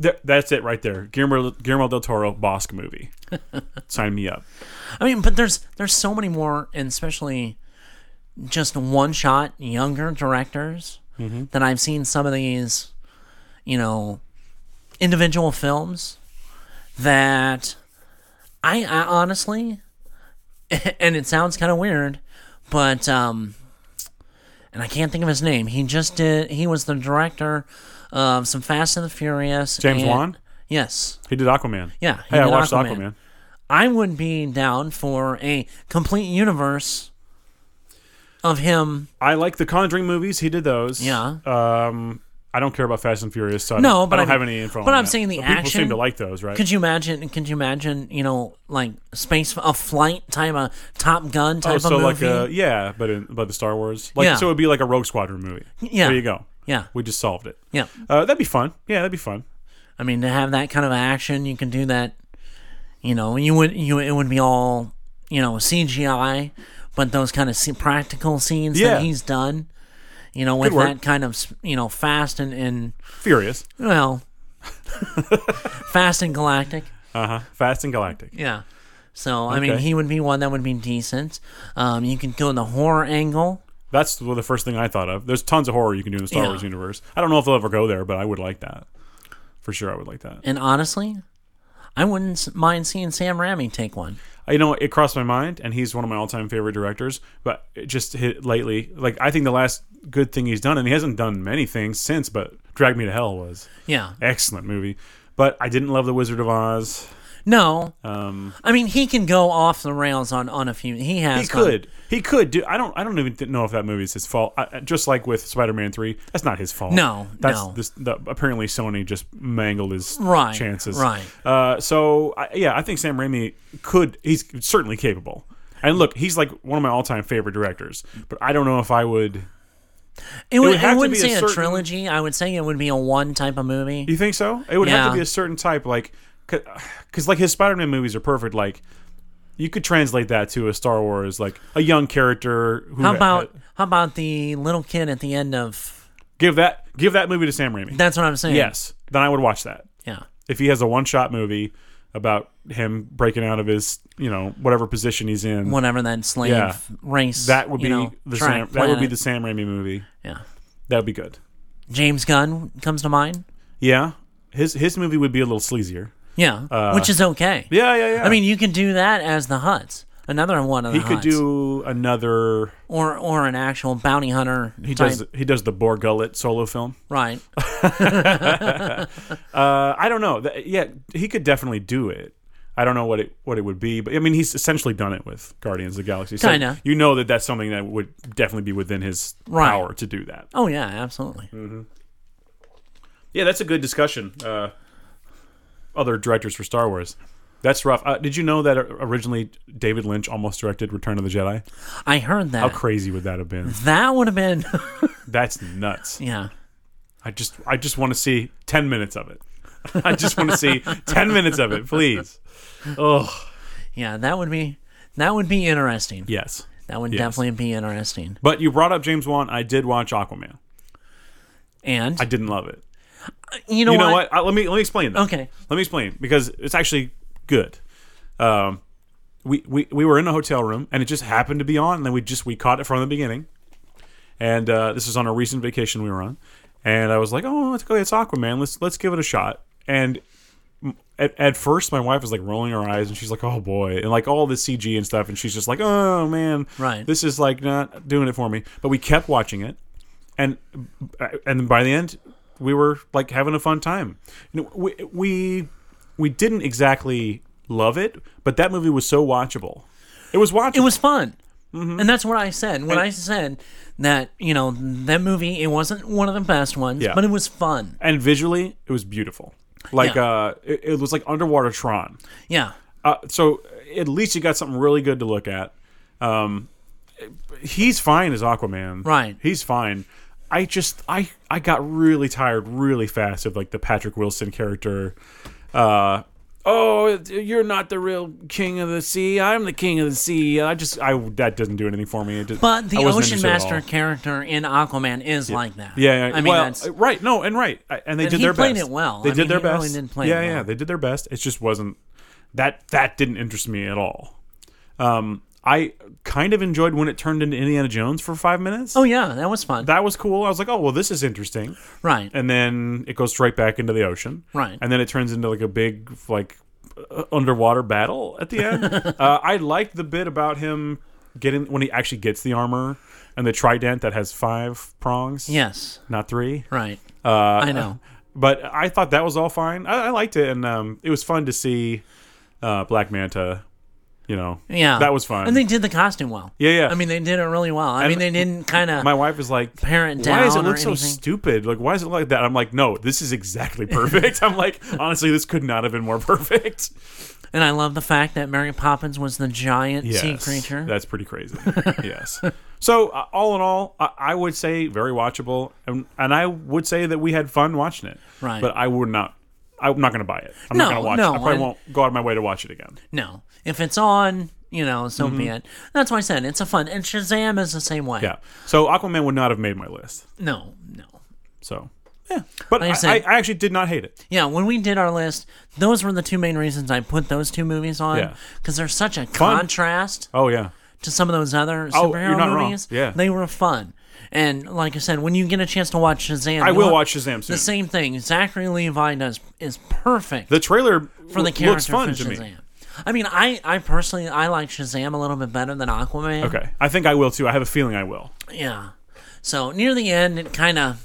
Speaker 1: Th- That's it right there. Guillermo, Guillermo del Toro Bosk movie. Sign me up.
Speaker 2: I mean, but there's there's so many more, and especially just one shot younger directors
Speaker 1: Mhm.
Speaker 2: that I've seen some of these, you know, individual films that I, I honestly, and it sounds kind of weird, but um, and I can't think of his name. He just did. He was the director of some Fast and the Furious.
Speaker 1: James
Speaker 2: and-
Speaker 1: Wan?
Speaker 2: Yes.
Speaker 1: He did Aquaman.
Speaker 2: Yeah. he
Speaker 1: Hey, I
Speaker 2: did
Speaker 1: watched Aquaman.
Speaker 2: I would be down for a complete universe of him.
Speaker 1: I like the Conjuring movies. He did those.
Speaker 2: Yeah.
Speaker 1: Um, I don't care about Fast and Furious, so I
Speaker 2: no,
Speaker 1: don't,
Speaker 2: but
Speaker 1: I don't
Speaker 2: I'm-
Speaker 1: have any info.
Speaker 2: But
Speaker 1: on
Speaker 2: I'm
Speaker 1: that.
Speaker 2: saying the
Speaker 1: But
Speaker 2: action.
Speaker 1: People seem to like those, right?
Speaker 2: Could you imagine? Could you imagine? You know, like space, a flight type, a Top Gun type
Speaker 1: oh, so
Speaker 2: of
Speaker 1: like
Speaker 2: movie.
Speaker 1: a yeah, but in, but the Star Wars, like
Speaker 2: Yeah.
Speaker 1: so it would be like a Rogue Squadron movie.
Speaker 2: Yeah.
Speaker 1: there you go.
Speaker 2: Yeah.
Speaker 1: we just solved it.
Speaker 2: Yeah.
Speaker 1: uh, that'd be fun. Yeah, that'd be fun.
Speaker 2: I mean, to have that kind of action, you can do that. You know, you would you it would be all you know CGI, but those kind of se- practical scenes
Speaker 1: Yeah.
Speaker 2: that he's done. You know,
Speaker 1: Could
Speaker 2: with
Speaker 1: work.
Speaker 2: that kind of s- you know fast and, and
Speaker 1: Furious.
Speaker 2: well, fast and galactic.
Speaker 1: Uh huh. Fast and Galactic.
Speaker 2: Yeah. So I mean,
Speaker 1: Okay.
Speaker 2: he would be one that would be decent. Um, you could go in the horror angle.
Speaker 1: That's the the first thing I thought of. There's tons of horror you can do in the Star
Speaker 2: Yeah.
Speaker 1: Wars universe. I don't know if they'll ever go there, but I would like that. For sure, I would like that.
Speaker 2: And honestly, I wouldn't s- mind seeing Sam Raimi take one.
Speaker 1: Uh, You know, it crossed my mind, and he's one of my all-time favorite directors. But it just hit lately. Like I think the last good thing he's done, and he hasn't done many things since. But Drag Me to Hell was
Speaker 2: Yeah.
Speaker 1: excellent movie. But I didn't love The Wizard of Oz.
Speaker 2: No,
Speaker 1: Um,
Speaker 2: I mean he can go off the rails on on a few. He has
Speaker 1: he
Speaker 2: gone-
Speaker 1: could, he could do. I don't, I don't even know if that movie is his fault. I, I- just like with Spider-Man Three, that's not his fault.
Speaker 2: No,
Speaker 1: that's
Speaker 2: no.
Speaker 1: This, the, apparently Sony just mangled his
Speaker 2: Right,
Speaker 1: chances.
Speaker 2: right.
Speaker 1: Uh, so I, yeah, I think Sam Raimi could. He's certainly capable. And look, he's like one of my all-time favorite directors. But I don't know if I would.
Speaker 2: It, would,
Speaker 1: have
Speaker 2: I
Speaker 1: to
Speaker 2: wouldn't
Speaker 1: be
Speaker 2: say a,
Speaker 1: certain-
Speaker 2: trilogy. I would say it would be a one type of movie.
Speaker 1: You think so? It would have to
Speaker 2: Yeah.
Speaker 1: be a certain type, like, because like his Spider-Man movies are perfect. Like, you could translate that to a Star Wars, like a young character. Who
Speaker 2: how about how about the little kid at the end of?
Speaker 1: give that give that movie to Sam Raimi?
Speaker 2: That's what I'm saying.
Speaker 1: Yes, then I would watch that.
Speaker 2: Yeah.
Speaker 1: If he has a one-shot movie about him breaking out of his, you know, whatever position he's in,
Speaker 2: Whatever that slave race,
Speaker 1: that would
Speaker 2: you
Speaker 1: be
Speaker 2: know,
Speaker 1: the
Speaker 2: track
Speaker 1: Sam, that would be
Speaker 2: planet.
Speaker 1: the Sam Raimi movie.
Speaker 2: Yeah,
Speaker 1: that would be good.
Speaker 2: James Gunn comes to mind.
Speaker 1: Yeah, his his movie would be a little sleazier.
Speaker 2: Yeah,
Speaker 1: Uh,
Speaker 2: which is okay.
Speaker 1: Yeah, yeah, yeah.
Speaker 2: I mean, you can do that as the Huts. Another one of the
Speaker 1: he could
Speaker 2: Hutts.
Speaker 1: do another.
Speaker 2: or or an actual bounty hunter.
Speaker 1: He
Speaker 2: type.
Speaker 1: does he does the Boar Gullet solo film.
Speaker 2: right.
Speaker 1: uh, I don't know. Th- Yeah, he could definitely do it. I don't know what it what it would be, but I mean, he's essentially done it with Guardians of the Galaxy. So
Speaker 2: Kinda.
Speaker 1: You know that that's something that would definitely be within his
Speaker 2: Right.
Speaker 1: power to do that.
Speaker 2: Oh yeah, absolutely.
Speaker 1: Mm. Yeah, that's a good discussion. Uh, other directors for Star Wars. That's rough. Uh, did you know that originally David Lynch almost directed Return of the Jedi?
Speaker 2: I heard
Speaker 1: How
Speaker 2: that.
Speaker 1: crazy would that have been?
Speaker 2: that would have been
Speaker 1: That's nuts.
Speaker 2: yeah.
Speaker 1: I just I just want to see 10 minutes of it. I just want to see 10 minutes of it, please. Oh,
Speaker 2: Yeah, that would be that would be interesting.
Speaker 1: yes.
Speaker 2: That would
Speaker 1: Yes.
Speaker 2: definitely be interesting.
Speaker 1: But you brought up James Wan. I did watch Aquaman.
Speaker 2: And
Speaker 1: I didn't love it.
Speaker 2: you know, what?
Speaker 1: I, let me let me explain. That.
Speaker 2: Okay.
Speaker 1: Let me explain because it's actually good. Um, we, we we were in a hotel room and it just happened to be on, and then we just we caught it from the beginning. And uh, this was on a recent vacation we were on, and I was like, "Oh, let's go. It's Aquaman. Let's let's give it a shot." And m- at, at first, my wife was like rolling her eyes, and she's like, "Oh boy," and like all this CG and stuff, and she's just like, "Oh man,
Speaker 2: Right.
Speaker 1: This is like not doing it for me." But we kept watching it, and uh, and by the end we were like having a fun time You know, we we, we didn't exactly love it but that movie was so watchable it was watchable
Speaker 2: It was fun.
Speaker 1: Mm-hmm.
Speaker 2: And that's what I said when I said that you know that movie it wasn't one of the best ones,
Speaker 1: Yeah.
Speaker 2: but it was fun.
Speaker 1: And visually, it was beautiful. Like
Speaker 2: Yeah.
Speaker 1: uh, it, it was like underwater Tron.
Speaker 2: Yeah,
Speaker 1: Uh, so at least you got something really good to look at. Um, he's fine as Aquaman.
Speaker 2: Right.
Speaker 1: He's fine. I just I I got really tired really fast of like the Patrick Wilson character. Uh, oh, you're not the real king of the sea. I'm the king of the sea. I just I that doesn't do anything for me. It just-
Speaker 2: but the
Speaker 1: I wasn't
Speaker 2: Ocean
Speaker 1: interested at
Speaker 2: Master
Speaker 1: all.
Speaker 2: character in Aquaman is like that.
Speaker 1: Yeah, yeah.
Speaker 2: I mean
Speaker 1: well, uh,
Speaker 2: that's
Speaker 1: right. No, and right, I- and they
Speaker 2: And
Speaker 1: did
Speaker 2: he
Speaker 1: their
Speaker 2: played
Speaker 1: best.
Speaker 2: it well.
Speaker 1: They
Speaker 2: I
Speaker 1: did
Speaker 2: mean,
Speaker 1: their
Speaker 2: he
Speaker 1: best.
Speaker 2: really did play it
Speaker 1: yeah,
Speaker 2: well.
Speaker 1: yeah, they did their best. It just wasn't that that didn't interest me at all. Um, I kind of enjoyed when it turned into Indiana Jones for five minutes.
Speaker 2: oh yeah, that was fun.
Speaker 1: That was cool. I was like, oh well, this is interesting.
Speaker 2: Right.
Speaker 1: And then it goes straight back into the ocean.
Speaker 2: Right.
Speaker 1: And then it turns into like a big like uh, underwater battle at the end. uh, I liked the bit about him getting when he actually gets the armor and the trident that has five prongs.
Speaker 2: Yes.
Speaker 1: Not three.
Speaker 2: Right.
Speaker 1: Uh,
Speaker 2: I know.
Speaker 1: But I thought that was all fine. I, I liked it, and um, it was fun to see uh, Black Manta. You know,
Speaker 2: Yeah,
Speaker 1: that was fun.
Speaker 2: And they did the costume well.
Speaker 1: Yeah, yeah.
Speaker 2: I mean, they did it really well. I
Speaker 1: And
Speaker 2: mean, they didn't kind of
Speaker 1: My wife is like,
Speaker 2: parent
Speaker 1: Why does it
Speaker 2: down or
Speaker 1: look so
Speaker 2: anything.
Speaker 1: stupid? Like, why is it like that? I'm like, no, this is exactly perfect. I'm like, honestly, this could not have been more perfect.
Speaker 2: And I love the fact that Mary Poppins was the giant
Speaker 1: Yes,
Speaker 2: sea creature.
Speaker 1: That's pretty crazy. yes. So, uh, all in all, I, I would say very watchable, and and I would say that we had fun watching it.
Speaker 2: Right.
Speaker 1: But I would not. I'm not going to buy it. I'm not
Speaker 2: No,
Speaker 1: going to watch
Speaker 2: no,
Speaker 1: it. I probably
Speaker 2: and-
Speaker 1: won't go out of my way to watch it again.
Speaker 2: No, if it's on, you know, so be
Speaker 1: Mhm.
Speaker 2: it. That's why I said it's a fun. And Shazam is the same way.
Speaker 1: Yeah. So Aquaman would not have made my list.
Speaker 2: No, no.
Speaker 1: So, yeah. But
Speaker 2: Like I
Speaker 1: I,
Speaker 2: said-
Speaker 1: I, I actually did not hate it.
Speaker 2: Yeah, when we did our list, those were the two main reasons I put those two movies on
Speaker 1: Yeah.
Speaker 2: because there's such a
Speaker 1: Fun.
Speaker 2: contrast
Speaker 1: Oh yeah.
Speaker 2: to some of those other
Speaker 1: Oh,
Speaker 2: superhero
Speaker 1: you're not wrong.
Speaker 2: movies.
Speaker 1: Yeah.
Speaker 2: they were fun. And like I said, when you get a chance to watch Shazam,
Speaker 1: I
Speaker 2: you
Speaker 1: will
Speaker 2: want-
Speaker 1: watch Shazam soon.
Speaker 2: The same thing Zachary Levi does is perfect
Speaker 1: The trailer
Speaker 2: for the
Speaker 1: w-
Speaker 2: character
Speaker 1: looks fun
Speaker 2: for
Speaker 1: to
Speaker 2: Shazam.
Speaker 1: me.
Speaker 2: I mean, I, I personally I like Shazam a little bit better than Aquaman.
Speaker 1: Okay. I think I will too. I have a feeling I will.
Speaker 2: Yeah. So near the end, it kind of,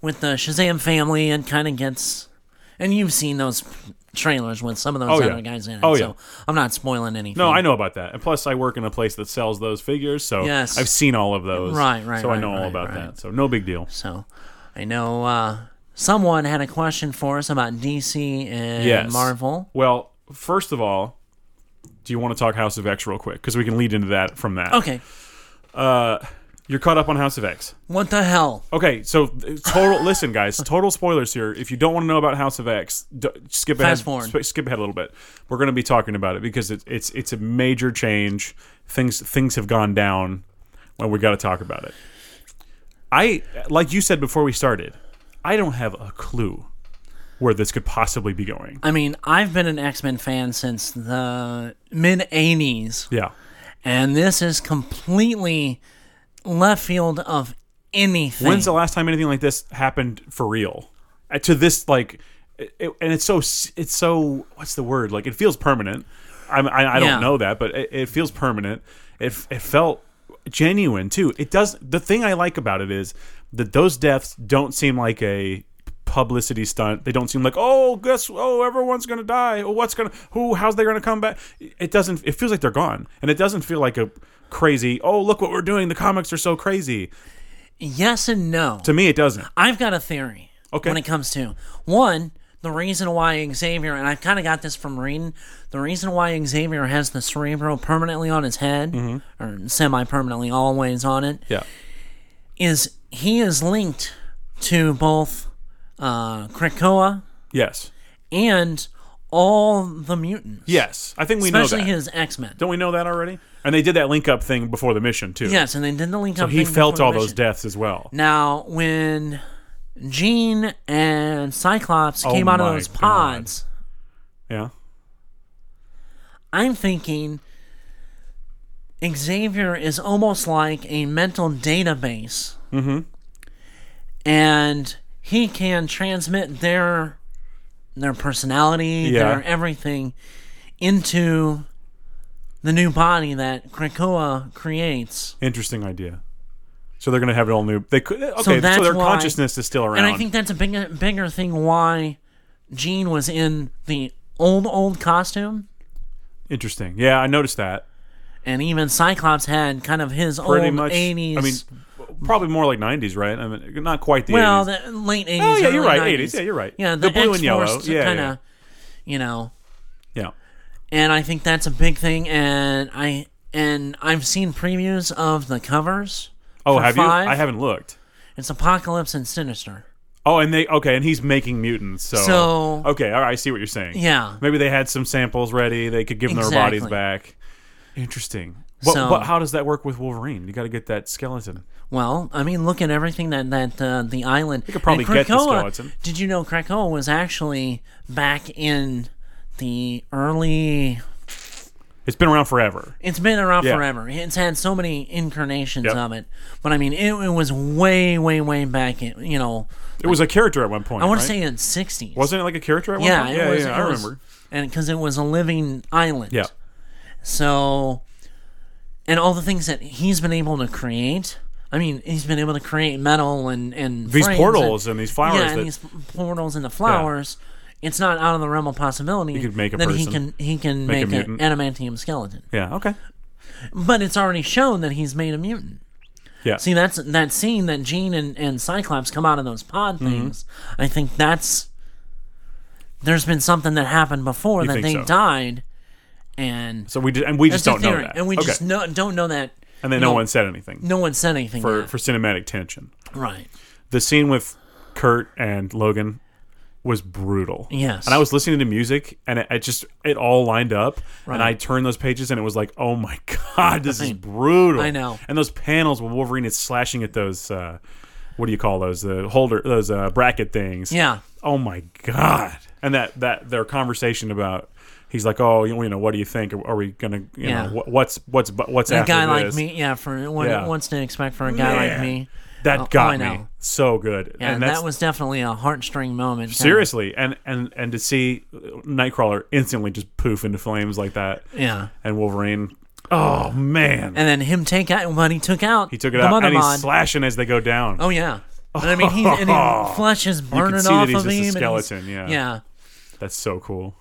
Speaker 2: with the Shazam family, it kind of gets, and you've seen those trailers with some of those
Speaker 1: Oh,
Speaker 2: other
Speaker 1: yeah.
Speaker 2: guys in it.
Speaker 1: Oh, yeah.
Speaker 2: So I'm not spoiling anything.
Speaker 1: No, I know about that. And plus, I work in a place that sells those figures, so
Speaker 2: Yes.
Speaker 1: I've seen all of those.
Speaker 2: Right, right,
Speaker 1: So I
Speaker 2: right,
Speaker 1: know all
Speaker 2: right,
Speaker 1: about
Speaker 2: right.
Speaker 1: that. So no big deal.
Speaker 2: So I know uh, someone had a question for us about DC and
Speaker 1: yes.
Speaker 2: Marvel.
Speaker 1: Well, first of all, do you want to talk House of X real quick? Because we can lead into that from that.
Speaker 2: Okay.
Speaker 1: Uh, you're caught up on House of X.
Speaker 2: What the hell?
Speaker 1: Okay, so uh, total. listen, guys, total spoilers here. If you don't want to know about House of X, d- skip ahead.
Speaker 2: Fast forward.
Speaker 1: sp- skip ahead a little bit. We're going to be talking about it because it's it's it's a major change. Things things have gone down, and we got to talk about it. I like you said before we started. I don't have a clue where this could possibly be going.
Speaker 2: I mean, I've been an X Men fan since the mid 80s.
Speaker 1: Yeah.
Speaker 2: And this is completely left field of anything.
Speaker 1: When's the last time anything like this happened for real? Uh, To this like, it, it- and it's so s- it's so what's the word? Like it feels permanent. I'm, I I don't
Speaker 2: Yeah.
Speaker 1: know that, but it, it feels permanent. It f- it felt genuine too. It does. The thing I like about it is that those deaths don't seem like a publicity stunt. They don't seem like oh guess oh everyone's gonna die. Oh, what's gonna who how's they gonna come back? It doesn't. It feels like they're gone, and it doesn't feel like a crazy oh look what we're doing. The comics are so crazy.
Speaker 2: Yes and no.
Speaker 1: To me, it doesn't.
Speaker 2: I've got a theory.
Speaker 1: Okay.
Speaker 2: When it comes to one, the reason why Xavier and I kind of got this from reading the reason why Xavier has the cerebro permanently on his head
Speaker 1: Mm-hmm.
Speaker 2: or semi permanently always on it
Speaker 1: Yeah.
Speaker 2: is he is linked to both uh, Krakoa
Speaker 1: Yes.
Speaker 2: and all the mutants.
Speaker 1: Yes. I think we
Speaker 2: especially
Speaker 1: know that.
Speaker 2: his X Men.
Speaker 1: Don't we know that already? And they did that link up thing before the mission too.
Speaker 2: Yes, and they did the link
Speaker 1: So
Speaker 2: up.
Speaker 1: he
Speaker 2: thing
Speaker 1: felt
Speaker 2: before
Speaker 1: all
Speaker 2: the
Speaker 1: those
Speaker 2: mission.
Speaker 1: deaths as well.
Speaker 2: Now, when Jean and Cyclops
Speaker 1: Oh
Speaker 2: came out of
Speaker 1: my
Speaker 2: those
Speaker 1: God.
Speaker 2: pods,
Speaker 1: Yeah.
Speaker 2: I'm thinking Xavier is almost like a mental database,
Speaker 1: Mm-hmm.
Speaker 2: and he can transmit their their personality,
Speaker 1: Yeah.
Speaker 2: their everything into the new body that Krakoa creates.
Speaker 1: Interesting idea. So they're gonna have it all new. They could. Okay. So,
Speaker 2: that's
Speaker 1: their
Speaker 2: why-
Speaker 1: consciousness is still around.
Speaker 2: And I think that's a bigger bigger thing why Jean was in the old old costume
Speaker 1: Interesting. Yeah, I noticed that.
Speaker 2: and even Cyclops had kind of his
Speaker 1: Pretty
Speaker 2: old
Speaker 1: much.
Speaker 2: 80s.
Speaker 1: I mean, probably more like 90s, right? I mean, not quite the
Speaker 2: well,
Speaker 1: 80s.
Speaker 2: the late 80s.
Speaker 1: Oh, yeah, you're
Speaker 2: early
Speaker 1: right,
Speaker 2: 90s.
Speaker 1: 80s, yeah, you're right.
Speaker 2: Yeah,
Speaker 1: The
Speaker 2: the,
Speaker 1: blue and yellow,
Speaker 2: X-Force
Speaker 1: yeah,
Speaker 2: kind
Speaker 1: yeah.
Speaker 2: of, you know.
Speaker 1: Yeah.
Speaker 2: And I think that's a big thing. And I and I've seen previews of the covers.
Speaker 1: Oh,
Speaker 2: for
Speaker 1: have you?
Speaker 2: five.
Speaker 1: I haven't looked.
Speaker 2: It's Apocalypse and Sinister.
Speaker 1: Oh, and they okay, and he's making mutants. So,
Speaker 2: So-
Speaker 1: okay, all right, I see what you're saying.
Speaker 2: Yeah.
Speaker 1: maybe they had some samples ready. They could give them
Speaker 2: Exactly.
Speaker 1: their bodies back. Interesting. But,
Speaker 2: So-
Speaker 1: but how does that work with Wolverine? You got to get that skeleton.
Speaker 2: Well, I mean, look at everything that that uh, the island. You
Speaker 1: could probably get the skeleton.
Speaker 2: Did you know Krakoa was actually back in the early?
Speaker 1: It's been around forever.
Speaker 2: It's been around
Speaker 1: Yeah.
Speaker 2: forever. It's had so many incarnations
Speaker 1: Yep.
Speaker 2: of it, but I mean, it, it was way, way, way back. In, you know,
Speaker 1: It was a character at one point.
Speaker 2: I want
Speaker 1: right?
Speaker 2: to say in sixties.
Speaker 1: wasn't it like a character at one
Speaker 2: yeah,
Speaker 1: point?
Speaker 2: it
Speaker 1: yeah,
Speaker 2: was,
Speaker 1: yeah,
Speaker 2: it
Speaker 1: I
Speaker 2: was-
Speaker 1: remember.
Speaker 2: and because it was a living island.
Speaker 1: Yeah.
Speaker 2: So, and all the things that he's been able to create. I mean, he's been able to create metal and and
Speaker 1: These
Speaker 2: frames
Speaker 1: portals and these flowers
Speaker 2: Yeah, and
Speaker 1: that-
Speaker 2: these portals and the flowers. It's not out of the realm of possibility.
Speaker 1: He could make a
Speaker 2: that he
Speaker 1: person.
Speaker 2: can he can
Speaker 1: Make a
Speaker 2: make, an
Speaker 1: mutant.
Speaker 2: adamantium skeleton.
Speaker 1: Yeah. Okay.
Speaker 2: But it's already shown that he's made a mutant.
Speaker 1: Yeah.
Speaker 2: See, that's that scene that Jean and, and Cyclops come out of those pod
Speaker 1: Mhm.
Speaker 2: things. I think that's there's been something that happened before
Speaker 1: You
Speaker 2: that
Speaker 1: think
Speaker 2: they
Speaker 1: so?
Speaker 2: died, and
Speaker 1: So we just, and we just
Speaker 2: that's a
Speaker 1: don't know
Speaker 2: theory,
Speaker 1: that.
Speaker 2: and we
Speaker 1: okay.
Speaker 2: just no, don't know that.
Speaker 1: and then
Speaker 2: you
Speaker 1: no
Speaker 2: know,
Speaker 1: one said anything
Speaker 2: No one said anything
Speaker 1: for
Speaker 2: yet.
Speaker 1: for cinematic tension.
Speaker 2: Right.
Speaker 1: The scene with Kurt and Logan was brutal.
Speaker 2: Yes.
Speaker 1: And I was listening to music and it, it just it all lined up
Speaker 2: Right.
Speaker 1: and I turned those pages and it was like, "Oh my god, this is brutal."
Speaker 2: I know.
Speaker 1: And those panels where Wolverine is slashing at those uh what do you call those? The holder those uh bracket things.
Speaker 2: Yeah.
Speaker 1: Oh my god. And that that their conversation about He's like, oh, you know, what do you think? Are we gonna, you
Speaker 2: Yeah.
Speaker 1: know, what, what's what's what's
Speaker 2: a
Speaker 1: after
Speaker 2: guy like
Speaker 1: this?
Speaker 2: me, yeah, for what
Speaker 1: Yeah.
Speaker 2: what's to expect for a guy like
Speaker 1: Man,
Speaker 2: me.
Speaker 1: That
Speaker 2: Oh,
Speaker 1: got
Speaker 2: I
Speaker 1: me
Speaker 2: know.
Speaker 1: so good.
Speaker 2: Yeah,
Speaker 1: and that's,
Speaker 2: that was definitely a heartstring moment. kinda.
Speaker 1: seriously, and and and to see Nightcrawler instantly just poof into flames like that.
Speaker 2: Yeah.
Speaker 1: and Wolverine. Oh man,
Speaker 2: And then him take out when he took out
Speaker 1: he took it
Speaker 2: the
Speaker 1: out
Speaker 2: mother
Speaker 1: and he's
Speaker 2: mod.
Speaker 1: slashing as they go down.
Speaker 2: Oh yeah. And I mean, he and he flesh is
Speaker 1: You can
Speaker 2: burning
Speaker 1: see that
Speaker 2: off
Speaker 1: he's
Speaker 2: of
Speaker 1: just a
Speaker 2: him. and he's-
Speaker 1: skeleton, yeah.
Speaker 2: Yeah,
Speaker 1: That's so cool.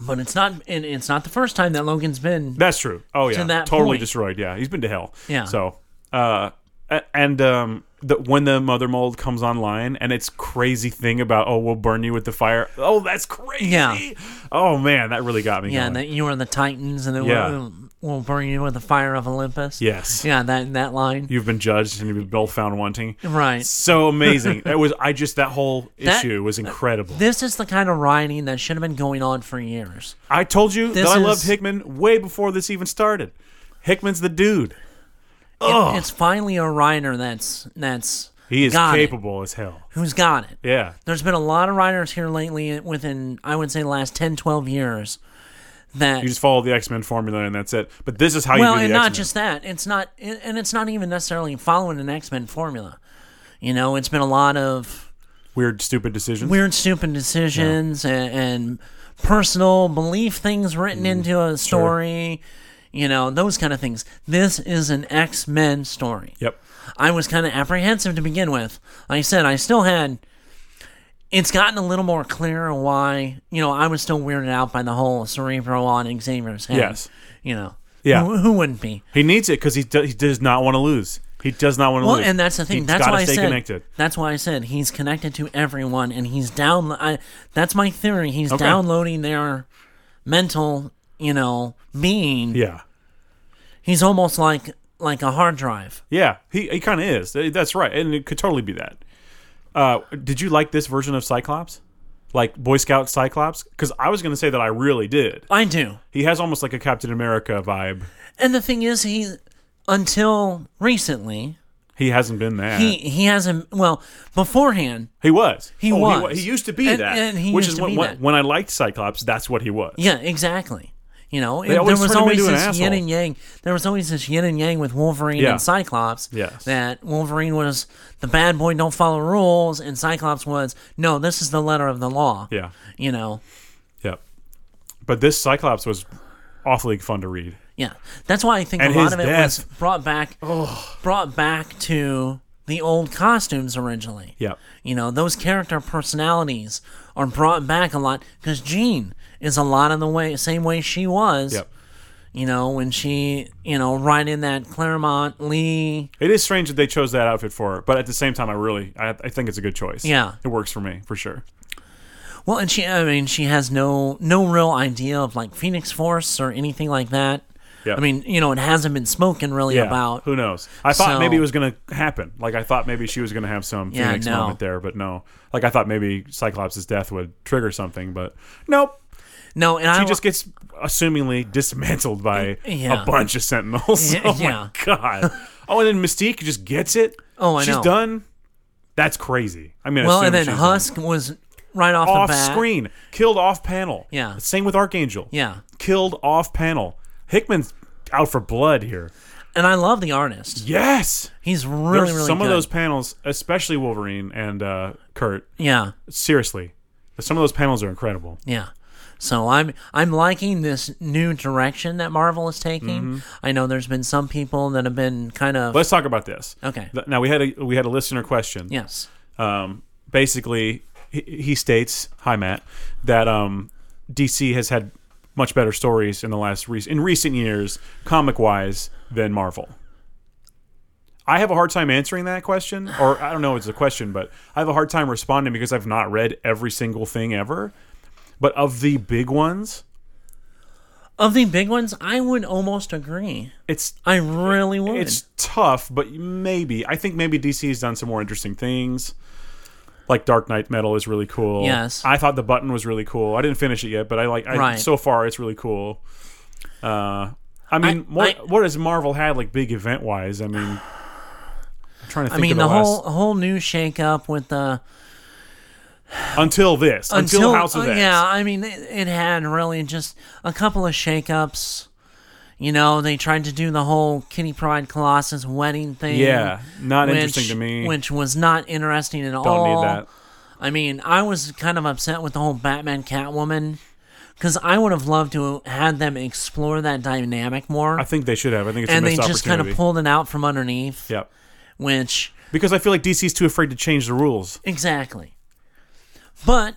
Speaker 2: but it's not. And it's not the first time that Logan's been.
Speaker 1: That's true. Oh
Speaker 2: To
Speaker 1: yeah,
Speaker 2: that
Speaker 1: totally
Speaker 2: point.
Speaker 1: destroyed. Yeah, he's been to hell.
Speaker 2: Yeah.
Speaker 1: So, uh, a- and um, the, when the mother mold comes online, and it's crazy thing about oh we'll burn you with the fire. Oh, that's crazy.
Speaker 2: Yeah.
Speaker 1: Oh man, that really got me.
Speaker 2: yeah,
Speaker 1: going.
Speaker 2: and that you were the Titans, and that
Speaker 1: Yeah.
Speaker 2: we'll, we'll burn you with the fire of Olympus.
Speaker 1: Yes.
Speaker 2: Yeah, that that line.
Speaker 1: You've been judged and you've been both found wanting.
Speaker 2: Right.
Speaker 1: So amazing. that was I just that whole
Speaker 2: That-
Speaker 1: issue was incredible.
Speaker 2: This is the kind of writing that should have been going on for years.
Speaker 1: I told you that
Speaker 2: this
Speaker 1: I
Speaker 2: is-
Speaker 1: loved Hickman way before this even started. Hickman's the dude. Oh,
Speaker 2: It, it's finally a writer that's that's
Speaker 1: he is
Speaker 2: got it,
Speaker 1: capable as hell.
Speaker 2: who's got it.
Speaker 1: Yeah.
Speaker 2: There's been a lot of writers here lately within I would say the last 10 12 years that
Speaker 1: You just follow the X Men formula and that's it. But this is how
Speaker 2: well,
Speaker 1: you do
Speaker 2: and
Speaker 1: the
Speaker 2: not
Speaker 1: X-Men.
Speaker 2: just that. It's not, and and it's not even necessarily following an X Men formula. You know, it's been a lot of
Speaker 1: weird, stupid decisions.
Speaker 2: weird, stupid decisions and, and personal belief things written
Speaker 1: Mm-hmm.
Speaker 2: into a story. You know, those kind of things. This is an X Men story.
Speaker 1: Yep.
Speaker 2: I was kind of apprehensive to begin with. Like I said, I still had. It's gotten a little more clear why you know I was still weirded out by the whole Cerebro on Xavier's head.
Speaker 1: Yes.
Speaker 2: You know.
Speaker 1: Yeah.
Speaker 2: Who, who wouldn't be?
Speaker 1: He needs it because he, do, he does not want to lose. He does not want to
Speaker 2: Well,
Speaker 1: lose.
Speaker 2: and that's the thing.
Speaker 1: He's
Speaker 2: that's
Speaker 1: gotta
Speaker 2: why I
Speaker 1: stay
Speaker 2: said.
Speaker 1: connected.
Speaker 2: That's why I said he's connected to everyone, and he's down. I, that's my theory. He's
Speaker 1: Okay.
Speaker 2: downloading their mental, you know, being.
Speaker 1: Yeah.
Speaker 2: He's almost like like a hard drive.
Speaker 1: Yeah, he, he kind of is. That's right, and it could totally be that. Uh, did you like this version of Cyclops, like Boy Scout Cyclops? Because I was going to say that I really did.
Speaker 2: I do.
Speaker 1: He has almost like a Captain America vibe.
Speaker 2: And the thing is, he until recently
Speaker 1: He hasn't been that.
Speaker 2: he he hasn't. Well, beforehand,
Speaker 1: He was.
Speaker 2: He
Speaker 1: Oh,
Speaker 2: was.
Speaker 1: wa- He, used to be
Speaker 2: And-
Speaker 1: that.
Speaker 2: and he
Speaker 1: which
Speaker 2: used
Speaker 1: is
Speaker 2: to
Speaker 1: when,
Speaker 2: be
Speaker 1: when,
Speaker 2: that.
Speaker 1: when I liked Cyclops, that's what he was.
Speaker 2: yeah, exactly. You know,
Speaker 1: They
Speaker 2: and there
Speaker 1: always
Speaker 2: was
Speaker 1: turn him
Speaker 2: always
Speaker 1: into an
Speaker 2: this yin
Speaker 1: asshole.
Speaker 2: and yang. There was always this yin and yang with Wolverine
Speaker 1: Yeah.
Speaker 2: and Cyclops.
Speaker 1: Yes.
Speaker 2: That Wolverine was the bad boy, don't follow rules, and Cyclops was no, this is the letter of the law.
Speaker 1: Yeah.
Speaker 2: You know,
Speaker 1: Yep. But this Cyclops was awfully fun to read.
Speaker 2: yeah. That's why I think
Speaker 1: And
Speaker 2: a lot
Speaker 1: his
Speaker 2: of it was brought back, brought back to the old costumes originally.
Speaker 1: Yep.
Speaker 2: You know, those character personalities are brought back a lot because Jean is a lot of the way, same way she was.
Speaker 1: Yep.
Speaker 2: You know, when she, you know, right in that Claremont Lee.
Speaker 1: It is strange that they chose that outfit for her, but at the same time, I really, I, I think it's a good choice.
Speaker 2: Yeah.
Speaker 1: it works for me for sure.
Speaker 2: Well, and she, I mean, she has no no real idea of like Phoenix Force or anything like that.
Speaker 1: Yeah.
Speaker 2: I mean, you know, it hasn't been spoken really
Speaker 1: Yeah,
Speaker 2: about.
Speaker 1: who knows? I thought
Speaker 2: So-
Speaker 1: maybe it was going to happen. Like I thought maybe she was going to have some
Speaker 2: Yeah,
Speaker 1: Phoenix
Speaker 2: no.
Speaker 1: moment there, but no. Like I thought maybe Cyclops' death would trigger something, but nope.
Speaker 2: No, and
Speaker 1: she
Speaker 2: I
Speaker 1: just gets assumingly dismantled by
Speaker 2: Yeah.
Speaker 1: a bunch of Sentinels.
Speaker 2: Yeah,
Speaker 1: oh
Speaker 2: yeah.
Speaker 1: my god! Oh, and then Mystique just gets it.
Speaker 2: Oh, I
Speaker 1: she's
Speaker 2: know.
Speaker 1: done. That's crazy. I mean,
Speaker 2: well,
Speaker 1: assume
Speaker 2: and then
Speaker 1: she's
Speaker 2: Husk was right off,
Speaker 1: off
Speaker 2: the bat.
Speaker 1: screen, killed off panel.
Speaker 2: Yeah.
Speaker 1: Same with Archangel.
Speaker 2: Yeah.
Speaker 1: Killed off panel. Hickman's out for blood here.
Speaker 2: And I love the artist.
Speaker 1: Yes.
Speaker 2: He's really,
Speaker 1: There's
Speaker 2: really
Speaker 1: some of
Speaker 2: good.
Speaker 1: those panels, especially Wolverine and uh, Kurt.
Speaker 2: Yeah.
Speaker 1: Seriously. Some of those panels are incredible.
Speaker 2: Yeah. So I'm I'm liking this new direction that Marvel is taking.
Speaker 1: Mhm.
Speaker 2: I know there's been some people that have been kind of
Speaker 1: Let's talk about this.
Speaker 2: Okay.
Speaker 1: Th- Now we had a we had a listener question.
Speaker 2: Yes.
Speaker 1: Um, basically, he, he states, "Hi Matt, that um, DC has had much better stories in the last rec- in recent years, comic wise, than Marvel." I have a hard time answering that question, or I don't know, it's a question, but I have a hard time responding because I've not read every single thing ever. But of the big ones,
Speaker 2: of the big ones. I would almost agree.
Speaker 1: It's
Speaker 2: I really would.
Speaker 1: It's tough, but maybe I think maybe DC has done some more interesting things. Like Dark Knight Metal is really cool.
Speaker 2: Yes.
Speaker 1: I thought the button was really cool. I didn't finish it yet, but I like. I,
Speaker 2: Right.
Speaker 1: So far, it's really cool. Uh, I mean, what what has Marvel had like big event wise? I mean, I'm trying to
Speaker 2: I
Speaker 1: think.
Speaker 2: mean
Speaker 1: of
Speaker 2: the,
Speaker 1: the,
Speaker 2: whole
Speaker 1: last-
Speaker 2: whole new shakeup with the
Speaker 1: until this until, House of
Speaker 2: uh,
Speaker 1: X.
Speaker 2: Yeah, I mean it, it had really just a couple of shakeups. You know, they tried to do the whole Kitty Pride Colossus wedding thing.
Speaker 1: Yeah, not interesting to me.
Speaker 2: Which was not interesting at
Speaker 1: Don't need
Speaker 2: all.
Speaker 1: that.
Speaker 2: I mean, I was kind of upset with the whole Batman Catwoman because I would have loved to have had them explore that dynamic more.
Speaker 1: I think they should have. I think it's
Speaker 2: and
Speaker 1: a
Speaker 2: they
Speaker 1: missed
Speaker 2: just kind
Speaker 1: opportunity.
Speaker 2: of pulled it out from underneath.
Speaker 1: Yep.
Speaker 2: Which
Speaker 1: because I feel like DC's too afraid to change the rules.
Speaker 2: Exactly. But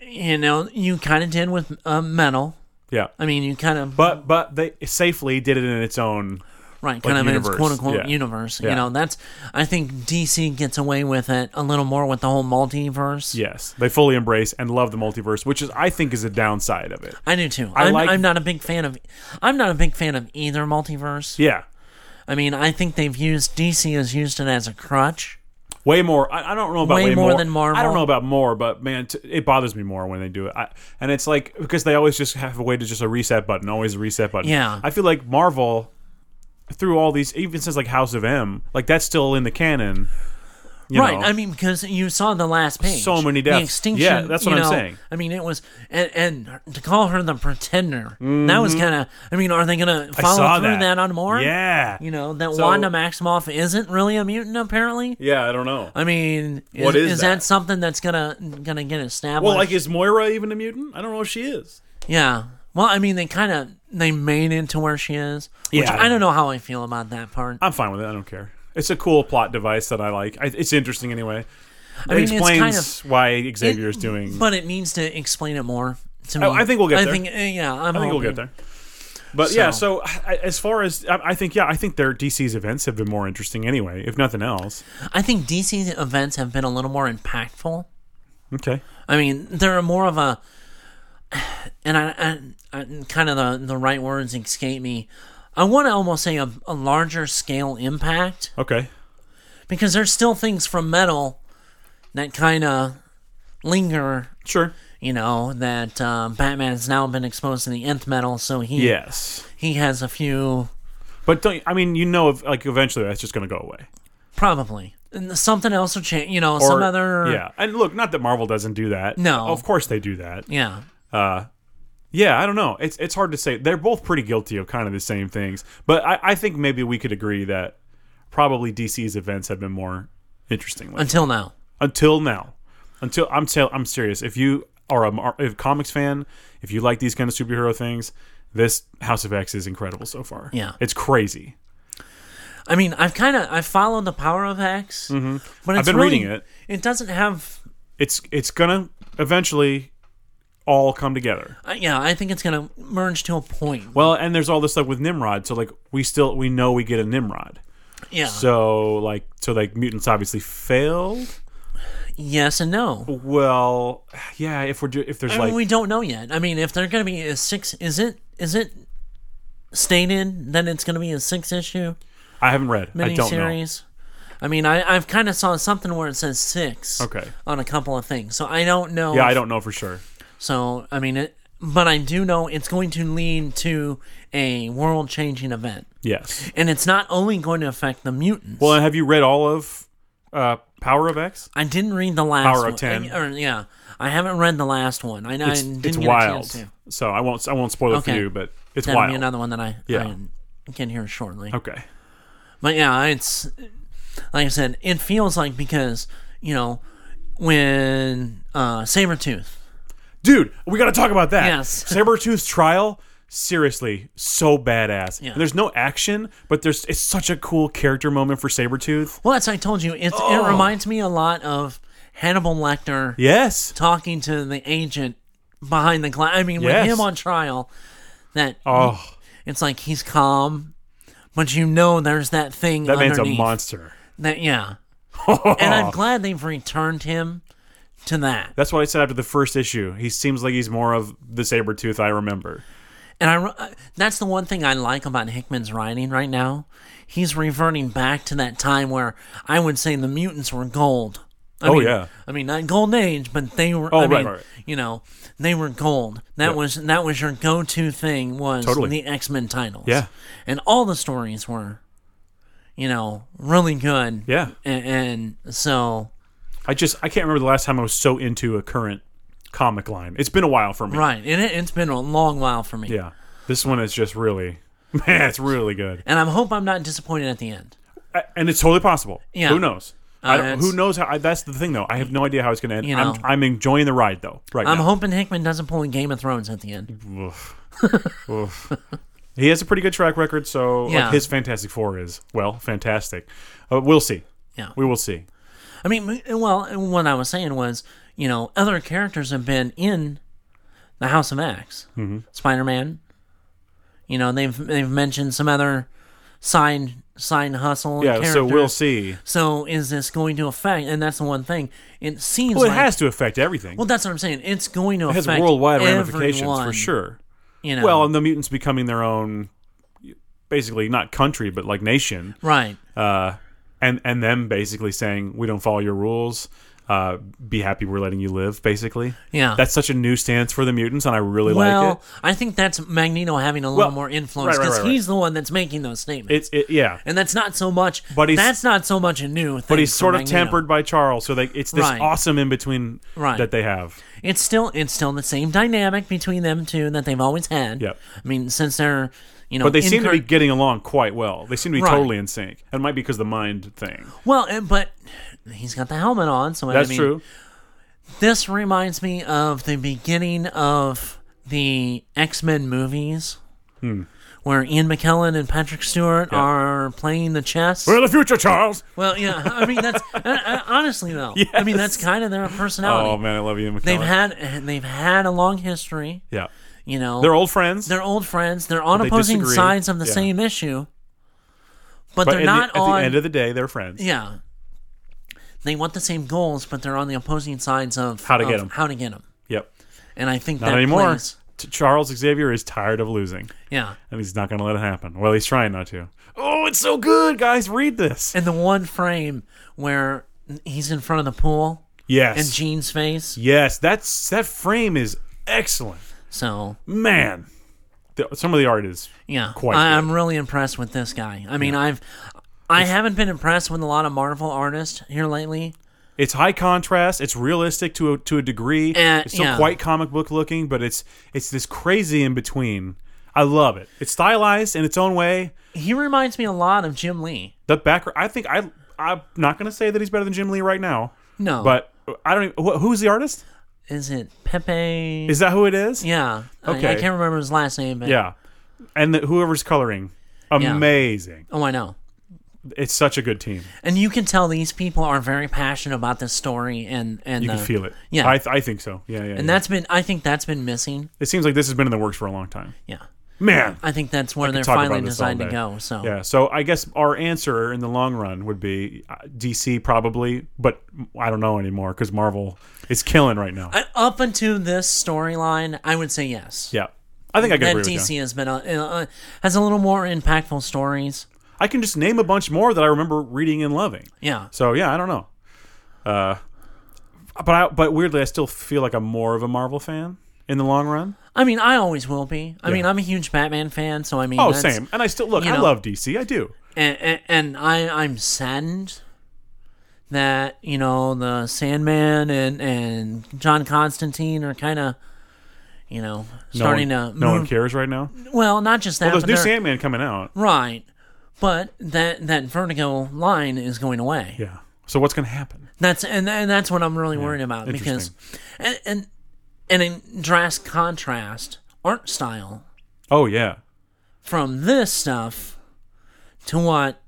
Speaker 2: you know, you kind of did with uh, metal.
Speaker 1: Yeah.
Speaker 2: I mean, you kind of
Speaker 1: but but they safely did it in its own
Speaker 2: right,
Speaker 1: like,
Speaker 2: kind of in
Speaker 1: universe.
Speaker 2: its quote unquote
Speaker 1: Yeah.
Speaker 2: universe.
Speaker 1: Yeah.
Speaker 2: You know, that's I think DC gets away with it a little more with the whole multiverse.
Speaker 1: Yes, they fully embrace and love the multiverse, which is I think is the downside of it.
Speaker 2: I do too.
Speaker 1: I
Speaker 2: I'm,
Speaker 1: like-
Speaker 2: I'm not a big fan of I'm not a big fan of either multiverse.
Speaker 1: Yeah,
Speaker 2: I mean, I think they've used DC has used it as a crutch.
Speaker 1: way more. I, I don't know about way,
Speaker 2: Way more than Marvel.
Speaker 1: I don't know about more, but man, t- it bothers me more when they do it. I, and it's like because they always just have a way to just a reset button, always a reset button.
Speaker 2: Yeah.
Speaker 1: I feel like Marvel through all these, even since like House of M, like that's still in the canon. You
Speaker 2: right.
Speaker 1: know.
Speaker 2: I mean, because you saw the last page.
Speaker 1: So many
Speaker 2: The
Speaker 1: deaths.
Speaker 2: extinction.
Speaker 1: Yeah, that's what
Speaker 2: you
Speaker 1: I'm
Speaker 2: know,
Speaker 1: saying.
Speaker 2: I mean, it was, and, and to call her the pretender, that was
Speaker 1: Mhm.
Speaker 2: kind of. I mean, are they going to
Speaker 1: I
Speaker 2: follow
Speaker 1: saw
Speaker 2: through
Speaker 1: that.
Speaker 2: that. on more?
Speaker 1: Yeah.
Speaker 2: You know that
Speaker 1: So-
Speaker 2: Wanda Maximoff isn't really a mutant apparently.
Speaker 1: yeah, I don't know.
Speaker 2: I mean, is,
Speaker 1: What is
Speaker 2: is
Speaker 1: that?
Speaker 2: that? something that's gonna gonna get established?
Speaker 1: well, like is Moira even a mutant? I don't know if she is.
Speaker 2: yeah. Well, I mean, they kind of they made into where she is. Which
Speaker 1: Yeah. Um,
Speaker 2: I don't know how I feel about that part.
Speaker 1: I'm fine with it. I don't care. It's a cool plot device that I like. I, it's interesting anyway.
Speaker 2: I mean,
Speaker 1: it
Speaker 2: it's
Speaker 1: explains
Speaker 2: kind of-
Speaker 1: why Xavier's doing.
Speaker 2: But it needs to explain it more to me.
Speaker 1: I, I think we'll get
Speaker 2: I
Speaker 1: there.
Speaker 2: Think, uh, yeah, I'm
Speaker 1: I think we'll get
Speaker 2: hoping.
Speaker 1: there. But yeah, so I, as far as I, I think, yeah, I think their DC's events have been more interesting anyway, if nothing else.
Speaker 2: I think DC's events have been a little more impactful.
Speaker 1: Okay.
Speaker 2: I mean, they're more of a, and I, I, I kind of the the right words escape me. I want to almost say a, a larger scale impact
Speaker 1: Okay.
Speaker 2: because there's still things from metal that kind of linger.
Speaker 1: Sure.
Speaker 2: You know that uh, Batman's now been exposed to the nth metal, so he
Speaker 1: Yes.
Speaker 2: he has a few
Speaker 1: But don't I mean you know if, like eventually that's just going to go away.
Speaker 2: probably And something else will change. You know, some other
Speaker 1: Yeah. And look, not that Marvel doesn't do that.
Speaker 2: No.
Speaker 1: Of course they do that.
Speaker 2: yeah
Speaker 1: Uh, yeah, I don't know. It's it's hard to say. They're both pretty guilty of kind of the same things, but I, I think maybe we could agree that probably DC's events have been more interesting lately.
Speaker 2: until now.
Speaker 1: until now. Until I'm tell I'm serious. If you are a Mar- if comics fan, if you like these kind of superhero things, this House of X is incredible so far.
Speaker 2: Yeah.
Speaker 1: it's crazy.
Speaker 2: I mean, I've kind of I followed the Power of X,
Speaker 1: Mhm.
Speaker 2: but
Speaker 1: I've
Speaker 2: it's
Speaker 1: been
Speaker 2: really-
Speaker 1: reading it.
Speaker 2: It doesn't have
Speaker 1: It's it's gonna eventually all come together.
Speaker 2: Uh, yeah, I think it's gonna merge to a point.
Speaker 1: Well, and there's all this stuff with Nimrod, so like we still we know we get a Nimrod.
Speaker 2: Yeah.
Speaker 1: So like so like mutants obviously failed.
Speaker 2: Yes and no.
Speaker 1: Well, yeah. If we're do, if there's
Speaker 2: I mean,
Speaker 1: like
Speaker 2: we don't know yet. I mean, if they're gonna be a six, is it is it stated that it's gonna be a six issue
Speaker 1: I haven't read. I don't know.
Speaker 2: miniseries? I mean, I I've kind of saw something where it says six.
Speaker 1: Okay.
Speaker 2: On a couple of things, so I don't know.
Speaker 1: Yeah, I
Speaker 2: if-
Speaker 1: don't know for sure.
Speaker 2: So I mean, it, but I do know it's going to lead to a world changing event,
Speaker 1: Yes.
Speaker 2: and it's not only going to affect the mutants.
Speaker 1: Well, and have you read all of uh, Power of X?
Speaker 2: I didn't read the last
Speaker 1: Power of
Speaker 2: one.
Speaker 1: 10.
Speaker 2: I- or, yeah, I haven't read the last one. I, I
Speaker 1: It's,
Speaker 2: didn't
Speaker 1: it's
Speaker 2: get
Speaker 1: wild.
Speaker 2: a chance to.
Speaker 1: So I won't I won't spoil it for
Speaker 2: Okay.
Speaker 1: you, but it's
Speaker 2: That'll
Speaker 1: wild.
Speaker 2: be another one that I,
Speaker 1: Yeah.
Speaker 2: I can hear shortly.
Speaker 1: Okay.
Speaker 2: But yeah, it's like I said, it feels like because you know when uh Sabretooth
Speaker 1: Dude, we got to talk about that.
Speaker 2: Yes.
Speaker 1: Sabretooth's trial, seriously, so badass.
Speaker 2: Yeah.
Speaker 1: And there's no action, but there's it's such a cool character moment for Sabretooth.
Speaker 2: Well, as I told you, it's,
Speaker 1: Oh.
Speaker 2: it reminds me a lot of Hannibal Lecter.
Speaker 1: Yes.
Speaker 2: Talking to the agent behind the glass. I mean, with
Speaker 1: Yes.
Speaker 2: him on trial, that
Speaker 1: Oh.
Speaker 2: it's like he's calm, but you know there's that thing.
Speaker 1: That man's a
Speaker 2: underneath.
Speaker 1: monster.
Speaker 2: That yeah. and I'm glad they've returned him to that.
Speaker 1: That's what I said after the first issue. He seems like he's more of the Sabretooth I remember.
Speaker 2: And I, re- uh, that's the one thing I like about Hickman's writing right now. He's reverting back to that time where I would say the mutants were gold. I
Speaker 1: Oh,
Speaker 2: mean-
Speaker 1: yeah.
Speaker 2: I mean not golden age, but they were.
Speaker 1: Oh,
Speaker 2: I
Speaker 1: right,
Speaker 2: mean,
Speaker 1: right, right.
Speaker 2: You know, they were gold. That
Speaker 1: Yeah.
Speaker 2: was that was your go-to thing was
Speaker 1: Totally.
Speaker 2: the X Men titles.
Speaker 1: Yeah.
Speaker 2: and all the stories were, you know, really good.
Speaker 1: Yeah.
Speaker 2: A- and, so
Speaker 1: I just I can't remember the last time I was so into a current comic line. It's been a while for me.
Speaker 2: right, and it, it's been a long while for me.
Speaker 1: Yeah. This one is just really man, it's really good.
Speaker 2: and I hope I'm not disappointed at the end.
Speaker 1: A- And it's totally possible.
Speaker 2: Yeah.
Speaker 1: Who knows?
Speaker 2: Uh,
Speaker 1: I don't,
Speaker 2: it's-
Speaker 1: who knows how I, that's the thing though. I have no idea how it's going to end.
Speaker 2: You know.
Speaker 1: I'm, I'm enjoying the ride though. Right.
Speaker 2: I'm
Speaker 1: now.
Speaker 2: hoping Hickman doesn't pull a Game of Thrones at the end.
Speaker 1: Oof. Oof. He has a pretty good track record, so
Speaker 2: Yeah.
Speaker 1: like his Fantastic Four is well, fantastic. Uh, we'll see.
Speaker 2: Yeah.
Speaker 1: we will see.
Speaker 2: I mean, well, what I was saying was, you know, other characters have been in the House of X,
Speaker 1: Mhm.
Speaker 2: Spider-Man. You know, they've they've mentioned some other side side hustle.
Speaker 1: Yeah,
Speaker 2: characters.
Speaker 1: so we'll see.
Speaker 2: So is this going to affect? And that's the one thing. It seems
Speaker 1: Well, it
Speaker 2: like-
Speaker 1: has to affect everything.
Speaker 2: Well, that's what I'm saying. It's going to
Speaker 1: it has
Speaker 2: affect
Speaker 1: worldwide ramifications for
Speaker 2: everyone,
Speaker 1: sure.
Speaker 2: You know,
Speaker 1: Well, um, and the mutants becoming their own, basically not country but like nation,
Speaker 2: Right.
Speaker 1: Uh, and and them basically saying we don't follow your rules. Uh, be happy we're letting you live. Basically,
Speaker 2: Yeah.
Speaker 1: That's such a new stance for the mutants, and I really
Speaker 2: well,
Speaker 1: like it.
Speaker 2: I think that's Magneto having a
Speaker 1: Well,
Speaker 2: little more influence
Speaker 1: right, right,
Speaker 2: because
Speaker 1: right, right.
Speaker 2: he's the one that's making those statements.
Speaker 1: It's it, yeah,
Speaker 2: and that's not so much.
Speaker 1: But
Speaker 2: But
Speaker 1: he's-
Speaker 2: that's not so much a new. Thing
Speaker 1: but he's
Speaker 2: for
Speaker 1: sort of
Speaker 2: Magneto.
Speaker 1: tempered by Charles, so they, it's this
Speaker 2: Right.
Speaker 1: awesome in between
Speaker 2: Right.
Speaker 1: that they have.
Speaker 2: It's still it's still the same dynamic between them two that they've always had.
Speaker 1: Yep.
Speaker 2: I mean, since they're you know,
Speaker 1: but they seem to be
Speaker 2: incar-
Speaker 1: getting along quite well. They seem to be
Speaker 2: Right.
Speaker 1: totally in sync. It might be because the mind thing.
Speaker 2: well, and, but he's got the helmet on, so
Speaker 1: That's
Speaker 2: I mean,
Speaker 1: true.
Speaker 2: This reminds me of the beginning of the X Men movies.
Speaker 1: Hmm.
Speaker 2: Where Ian McKellen and Patrick Stewart
Speaker 1: Yeah.
Speaker 2: are playing the chess.
Speaker 1: We're the future, Charles.
Speaker 2: Well, yeah. I mean, that's uh, uh, honestly though. I mean, that's kind of their personality.
Speaker 1: Oh man, I love you, McKellen.
Speaker 2: They've had they've had a long history.
Speaker 1: yeah.
Speaker 2: You know,
Speaker 1: They're old friends.
Speaker 2: They're old friends. They're on
Speaker 1: They
Speaker 2: opposing
Speaker 1: disagree.
Speaker 2: sides of the
Speaker 1: Yeah.
Speaker 2: same issue, but,
Speaker 1: at
Speaker 2: they're
Speaker 1: the-
Speaker 2: not
Speaker 1: at
Speaker 2: on.
Speaker 1: the end of the day, they're friends.
Speaker 2: yeah, they want the same goals, but they're on the opposing sides of
Speaker 1: How to get
Speaker 2: of
Speaker 1: 'em.
Speaker 2: How to get them?
Speaker 1: Yep.
Speaker 2: And I think
Speaker 1: Not
Speaker 2: that
Speaker 1: anymore.
Speaker 2: plays-
Speaker 1: T- Charles Xavier is tired of losing.
Speaker 2: Yeah.
Speaker 1: And he's not going to let it happen. Well, he's trying not to. Oh, it's so good, guys. Read this.
Speaker 2: and the one frame where he's in front of the pool.
Speaker 1: Yes.
Speaker 2: And Jean's face.
Speaker 1: Yes, that's that frame is excellent.
Speaker 2: So
Speaker 1: Man, the, some of the art is
Speaker 2: Yeah,
Speaker 1: quite.
Speaker 2: I,
Speaker 1: good.
Speaker 2: I'm really impressed with this guy. I mean, I've I haven't been impressed with a lot of Marvel artists here lately.
Speaker 1: It's high contrast. It's realistic to a, to a degree.
Speaker 2: Uh,
Speaker 1: it's still
Speaker 2: yeah.
Speaker 1: quite comic book looking, but it's it's this crazy in between. I love it. It's stylized in its own way.
Speaker 2: He reminds me a lot of Jim Lee.
Speaker 1: The background. I think I I'm not going to say that he's better than Jim Lee right now.
Speaker 2: No.
Speaker 1: but uh, I don't. Even, wh- who's the artist?
Speaker 2: Is it Pepe?
Speaker 1: Is that who it is?
Speaker 2: Yeah. I- I,
Speaker 1: Okay.
Speaker 2: can't remember his last name. But
Speaker 1: Yeah, and the, whoever's coloring,
Speaker 2: Yeah.
Speaker 1: amazing.
Speaker 2: Oh, I know.
Speaker 1: It's such a good team.
Speaker 2: And you can tell these people are very passionate about this story, and and
Speaker 1: You can
Speaker 2: the-
Speaker 1: feel it.
Speaker 2: Yeah,
Speaker 1: I, th- I think so. Yeah, yeah.
Speaker 2: and
Speaker 1: yeah.
Speaker 2: that's been I think that's been missing.
Speaker 1: It seems like this has been in the works for a long time.
Speaker 2: Yeah.
Speaker 1: Man.
Speaker 2: I think that's where
Speaker 1: could
Speaker 2: they're
Speaker 1: talk about
Speaker 2: finally
Speaker 1: this
Speaker 2: designed
Speaker 1: all
Speaker 2: to
Speaker 1: day.
Speaker 2: go, so.
Speaker 1: yeah, so I guess our answer in the long run would be uh, DC probably, but I don't know anymore because Marvel is killing right now.
Speaker 2: I, up until this storyline, I would say yes.
Speaker 1: yeah, I think I can
Speaker 2: that
Speaker 1: agree with you.
Speaker 2: DC has been a, uh, has a little more impactful stories.
Speaker 1: I can just name a bunch more that I remember reading and loving.
Speaker 2: Yeah.
Speaker 1: So yeah, I don't know. Uh, but I, but weirdly, I still feel like I'm more of a Marvel fan in the long run.
Speaker 2: I mean, I always will be. I
Speaker 1: Yeah.
Speaker 2: mean, I'm a huge Batman fan, so I mean,
Speaker 1: oh,
Speaker 2: that's-
Speaker 1: same. And I still look.
Speaker 2: you
Speaker 1: I
Speaker 2: know.
Speaker 1: love DC. I do.
Speaker 2: and, and, and I I'm saddened that you know the Sandman and and John Constantine are kind of you know
Speaker 1: No one-
Speaker 2: starting to
Speaker 1: no one
Speaker 2: move-
Speaker 1: cares right now.
Speaker 2: Well, not just that.
Speaker 1: well, there's
Speaker 2: Mm. but
Speaker 1: new
Speaker 2: they're-
Speaker 1: Sandman coming out.
Speaker 2: right? But that that Vertigo line is going away.
Speaker 1: Yeah. So what's going to happen?
Speaker 2: That's and, and that's what I'm really worried about because and and and in drastic contrast, art style
Speaker 1: Oh yeah.
Speaker 2: from this stuff to what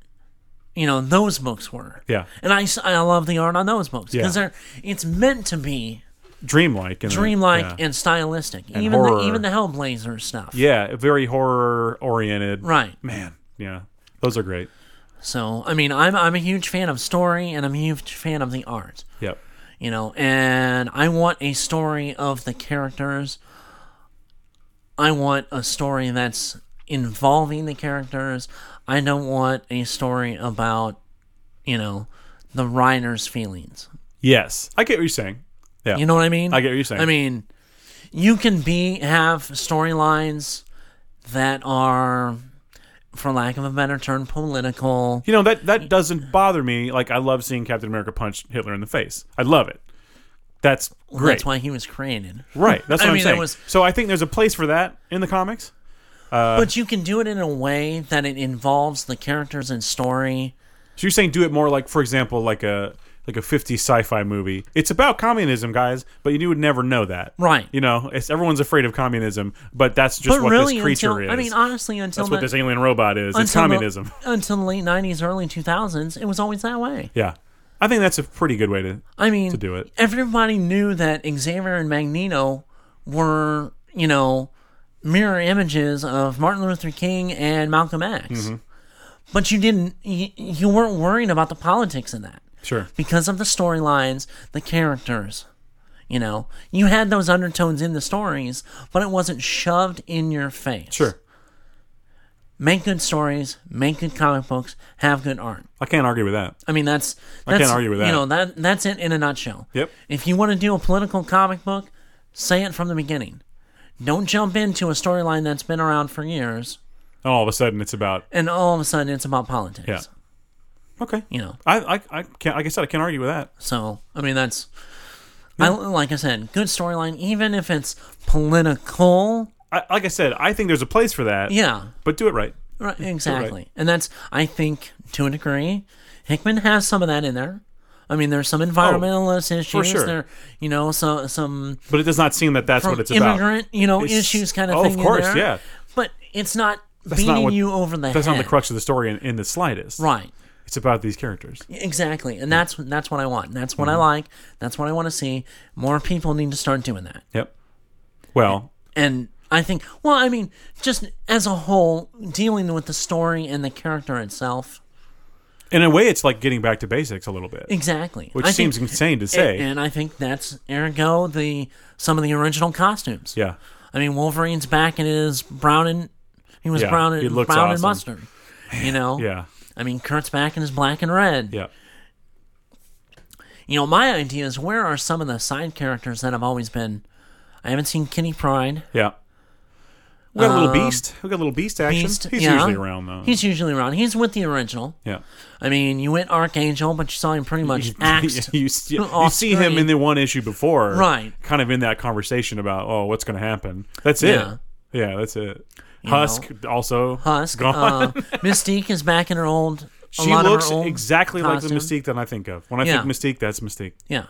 Speaker 2: you know those books were.
Speaker 1: Yeah.
Speaker 2: And I, s- I love the art on those books
Speaker 1: Yeah.
Speaker 2: because they're it's meant to be
Speaker 1: Dreamlike. And
Speaker 2: dreamlike
Speaker 1: Yeah.
Speaker 2: and stylistic.
Speaker 1: And
Speaker 2: even
Speaker 1: horror.
Speaker 2: the, even the Hellblazer stuff.
Speaker 1: yeah, very horror oriented.
Speaker 2: Right.
Speaker 1: Man. Yeah. Those are great.
Speaker 2: So I mean I'm I'm a huge fan of story and I'm a huge fan of the art.
Speaker 1: Yep.
Speaker 2: You know, and I want a story of the characters. I want a story that's involving the characters. I don't want a story about, you know, the writer's feelings.
Speaker 1: Yes, I get what you're saying. Yeah.
Speaker 2: You know what I mean?
Speaker 1: I get what you're saying.
Speaker 2: I mean, you can be have storylines that are, for lack of a better term, political.
Speaker 1: You know that that doesn't bother me. Like I love seeing Captain America punch Hitler in the face. I love it. That's
Speaker 2: Well,
Speaker 1: great. Uh,
Speaker 2: That's why he was created.
Speaker 1: right. That's
Speaker 2: I
Speaker 1: what I am
Speaker 2: mean, that
Speaker 1: saying.
Speaker 2: was-
Speaker 1: so I think there's a place for that in the comics. Uh,
Speaker 2: but you can do it in a way that it involves the characters and story.
Speaker 1: so you're saying do it more like, for example, like a like a 50 sci-fi movie. It's about communism, guys, but you would never know that.
Speaker 2: Right.
Speaker 1: You know, it's everyone's afraid of communism, but that's just
Speaker 2: but
Speaker 1: what
Speaker 2: really,
Speaker 1: this creature
Speaker 2: until,
Speaker 1: is.
Speaker 2: I mean, honestly, until
Speaker 1: that's what
Speaker 2: the-
Speaker 1: this alien robot is. It's
Speaker 2: until the-
Speaker 1: communism.
Speaker 2: until the late '90s, early 2000s, it was always that way.
Speaker 1: yeah. I think that's a pretty good way to
Speaker 2: I mean,
Speaker 1: to do it.
Speaker 2: everybody knew that Xavier and Magneto were, you know, mirror images of Martin Luther King and Malcolm X.
Speaker 1: Mhm.
Speaker 2: But you didn't, you, you weren't worrying about the politics in that
Speaker 1: Sure.
Speaker 2: because of the storylines, the characters. You know, you had those undertones in the stories, but it wasn't shoved in your face.
Speaker 1: Sure.
Speaker 2: Make good stories, make good comic books, have good art.
Speaker 1: I can't argue with that.
Speaker 2: I mean, that's,
Speaker 1: I can't
Speaker 2: that's
Speaker 1: argue with that.
Speaker 2: You know, that that's it in a nutshell.
Speaker 1: Yep.
Speaker 2: If you want to do a political comic book, say it from the beginning. Don't jump into a storyline that's been around for years,
Speaker 1: And all of a sudden, it's about
Speaker 2: and all of a sudden it's about politics.
Speaker 1: Yeah. Okay.
Speaker 2: You know.
Speaker 1: I I, I can't. Like I said, I can't argue with that.
Speaker 2: So I mean, that's I, like I said, good storyline, even if it's political.
Speaker 1: I, like I said, I think there's a place for that.
Speaker 2: Yeah.
Speaker 1: But do it right.
Speaker 2: Right,
Speaker 1: Do it right.
Speaker 2: exactly. And that's, I think, to a degree, Hickman has some of that in there. I mean, there's some environmentalist issues.
Speaker 1: Oh, sure.
Speaker 2: There, you know, so some
Speaker 1: But it does not seem that that's
Speaker 2: from
Speaker 1: what it's about.
Speaker 2: immigrant, you know,
Speaker 1: It's-
Speaker 2: issues kind of
Speaker 1: oh,
Speaker 2: thing.
Speaker 1: Of
Speaker 2: in
Speaker 1: course,
Speaker 2: there.
Speaker 1: yeah.
Speaker 2: But it's not
Speaker 1: That's
Speaker 2: beating
Speaker 1: not what,
Speaker 2: you over the
Speaker 1: That's
Speaker 2: head.
Speaker 1: not the crux of the story in, in the slightest.
Speaker 2: Right.
Speaker 1: It's about these characters.
Speaker 2: Exactly, and that's that's what I want. and That's what I
Speaker 1: Mhm.
Speaker 2: like. That's what I want to see. More people need to start doing that.
Speaker 1: Yep. Well,
Speaker 2: And I think, well, I mean, just as a whole, dealing with the story and the character itself.
Speaker 1: in a way, it's like getting back to basics a little bit.
Speaker 2: Exactly,
Speaker 1: Which
Speaker 2: I
Speaker 1: seems
Speaker 2: think-
Speaker 1: insane to
Speaker 2: and-
Speaker 1: say.
Speaker 2: And, I think that's ergo the some of the original costumes.
Speaker 1: Yeah.
Speaker 2: I mean, Wolverine's back in his brown and he was
Speaker 1: Yeah,
Speaker 2: brown and
Speaker 1: he looks
Speaker 2: brown and
Speaker 1: awesome.
Speaker 2: mustard. You know.
Speaker 1: Yeah.
Speaker 2: I mean, Kurt's back in his black and red.
Speaker 1: Yeah.
Speaker 2: You know, my idea is where are some of the side characters that have always been? I haven't seen Kenny Pride.
Speaker 1: Yeah. We got a little
Speaker 2: Um,
Speaker 1: beast. We got a little beast action.
Speaker 2: Beast,
Speaker 1: He's
Speaker 2: yeah.
Speaker 1: usually around though.
Speaker 2: He's usually around. He's with the original.
Speaker 1: Yeah.
Speaker 2: I mean, you went Archangel, but you saw him pretty much axed.
Speaker 1: you, see- you
Speaker 2: off
Speaker 1: see him
Speaker 2: screen.
Speaker 1: in the one issue before,
Speaker 2: Right.
Speaker 1: Kind of in that conversation about oh, what's going to happen. That's
Speaker 2: Yeah.
Speaker 1: it. Yeah, that's it.
Speaker 2: You
Speaker 1: Husk also
Speaker 2: Husk. Uh,
Speaker 1: gone.
Speaker 2: Mystique is back in her old. a
Speaker 1: she
Speaker 2: lot of her
Speaker 1: looks
Speaker 2: old
Speaker 1: exactly
Speaker 2: costume.
Speaker 1: like the Mystique that I think of. When I
Speaker 2: Yeah.
Speaker 1: think Mystique, that's Mystique.
Speaker 2: Yeah.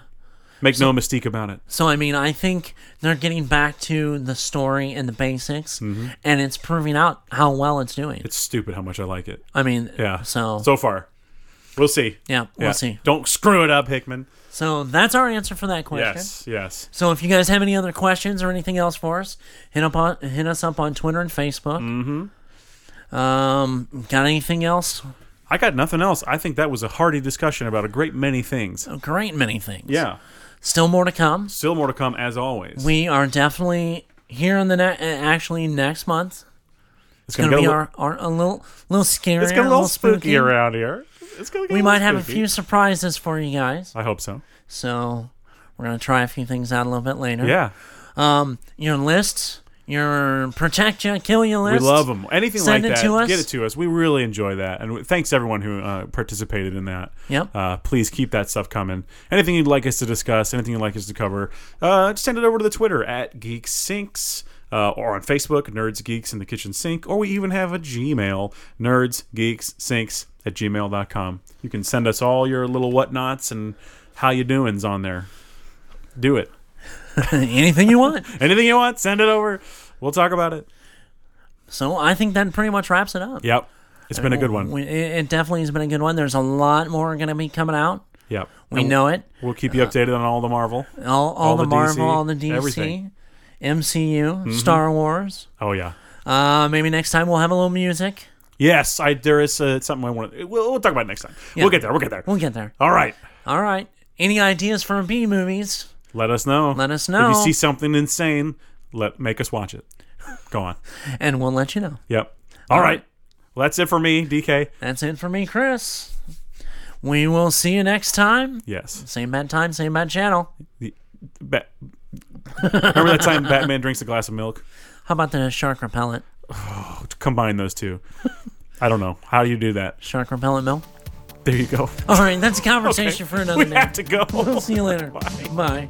Speaker 1: Make no mistake about it.
Speaker 2: So I mean, I think they're getting back to the story and the basics,
Speaker 1: Mhm.
Speaker 2: and it's proving out how well it's doing.
Speaker 1: It's stupid how much I like it.
Speaker 2: I mean,
Speaker 1: yeah.
Speaker 2: So
Speaker 1: so far, We'll see.
Speaker 2: Yeah, we'll see.
Speaker 1: Don't screw it up, Hickman.
Speaker 2: So that's our answer for that question.
Speaker 1: Yes, yes.
Speaker 2: So if you guys have any other questions or anything else for us, hit up on hit us up on Twitter and Facebook. Mm-hmm. Um, got anything else?
Speaker 1: I got nothing else. I think that was a hearty discussion about a great many things.
Speaker 2: A great many things.
Speaker 1: Yeah.
Speaker 2: Still more to come.
Speaker 1: Still more to come, as always.
Speaker 2: We are definitely here in the ne- actually next month. It's,
Speaker 1: gonna
Speaker 2: gonna, be
Speaker 1: get a
Speaker 2: our, our a little little scary.
Speaker 1: It's getting a little spooky around here. It's gonna get
Speaker 2: we
Speaker 1: a little
Speaker 2: might have a
Speaker 1: spooky.
Speaker 2: few surprises for you guys.
Speaker 1: I hope so.
Speaker 2: So we're gonna try a few things out a little bit later.
Speaker 1: Yeah.
Speaker 2: Um, your lists, your protect you, kill you
Speaker 1: We
Speaker 2: list.
Speaker 1: love them. Anything
Speaker 2: Send
Speaker 1: like
Speaker 2: it
Speaker 1: that,
Speaker 2: to us.
Speaker 1: get it to us. We really enjoy that, and we- thanks everyone who uh, participated in that.
Speaker 2: Yep.
Speaker 1: Uh, please keep that stuff coming. Anything you'd like us to discuss, anything you'd like us to cover, uh, just send it over to the Twitter at Geek Sinks. Uh, or on Facebook, Nerds Geeks in the Kitchen Sink, or we even have a Gmail, Nerds Geeks Sinks at gmail.com. You can send us all your little whatnots and how you doings on there. Do it.
Speaker 2: Anything you want.
Speaker 1: Anything you want, send it over. We'll talk about it.
Speaker 2: So I think that pretty much wraps it up.
Speaker 1: Yep. It's been a good one.
Speaker 2: We- It it definitely has been a good one. There's a lot more going to be coming out.
Speaker 1: Yep.
Speaker 2: We know it.
Speaker 1: We'll keep you
Speaker 2: Uh,
Speaker 1: updated on all the Marvel.
Speaker 2: All, all, the, Marvel,
Speaker 1: DC,
Speaker 2: all the DC,
Speaker 1: Everything.
Speaker 2: MCU,
Speaker 1: Mhm.
Speaker 2: Star Wars.
Speaker 1: Oh, yeah.
Speaker 2: Uh, maybe next time we'll have a little music.
Speaker 1: Yes, I there is uh, something I want to. We'll, we'll talk about it next time.
Speaker 2: Yeah.
Speaker 1: We'll get there. We'll get there.
Speaker 2: We'll get there.
Speaker 1: All right.
Speaker 2: All right. Any ideas for B movies?
Speaker 1: Let us know. Let
Speaker 2: us
Speaker 1: If
Speaker 2: know.
Speaker 1: you see something insane, let make us watch it. Go on.
Speaker 2: And we'll let you know.
Speaker 1: Yep. All
Speaker 2: All
Speaker 1: right.
Speaker 2: right.
Speaker 1: Well, that's it for me, DK.
Speaker 2: That's it for me, Chris. We will see you next time.
Speaker 1: Yes.
Speaker 2: Same bad time, same bad channel.
Speaker 1: Ba- Remember that time Batman drinks a glass of milk?
Speaker 2: How about the shark repellent?
Speaker 1: Combine those two. I don't know. How do you do that?
Speaker 2: Shark repellent milk?
Speaker 1: There you go.
Speaker 2: All right, that's a conversation for another
Speaker 1: We
Speaker 2: day.
Speaker 1: have to go.
Speaker 2: We'll see you later. Bye.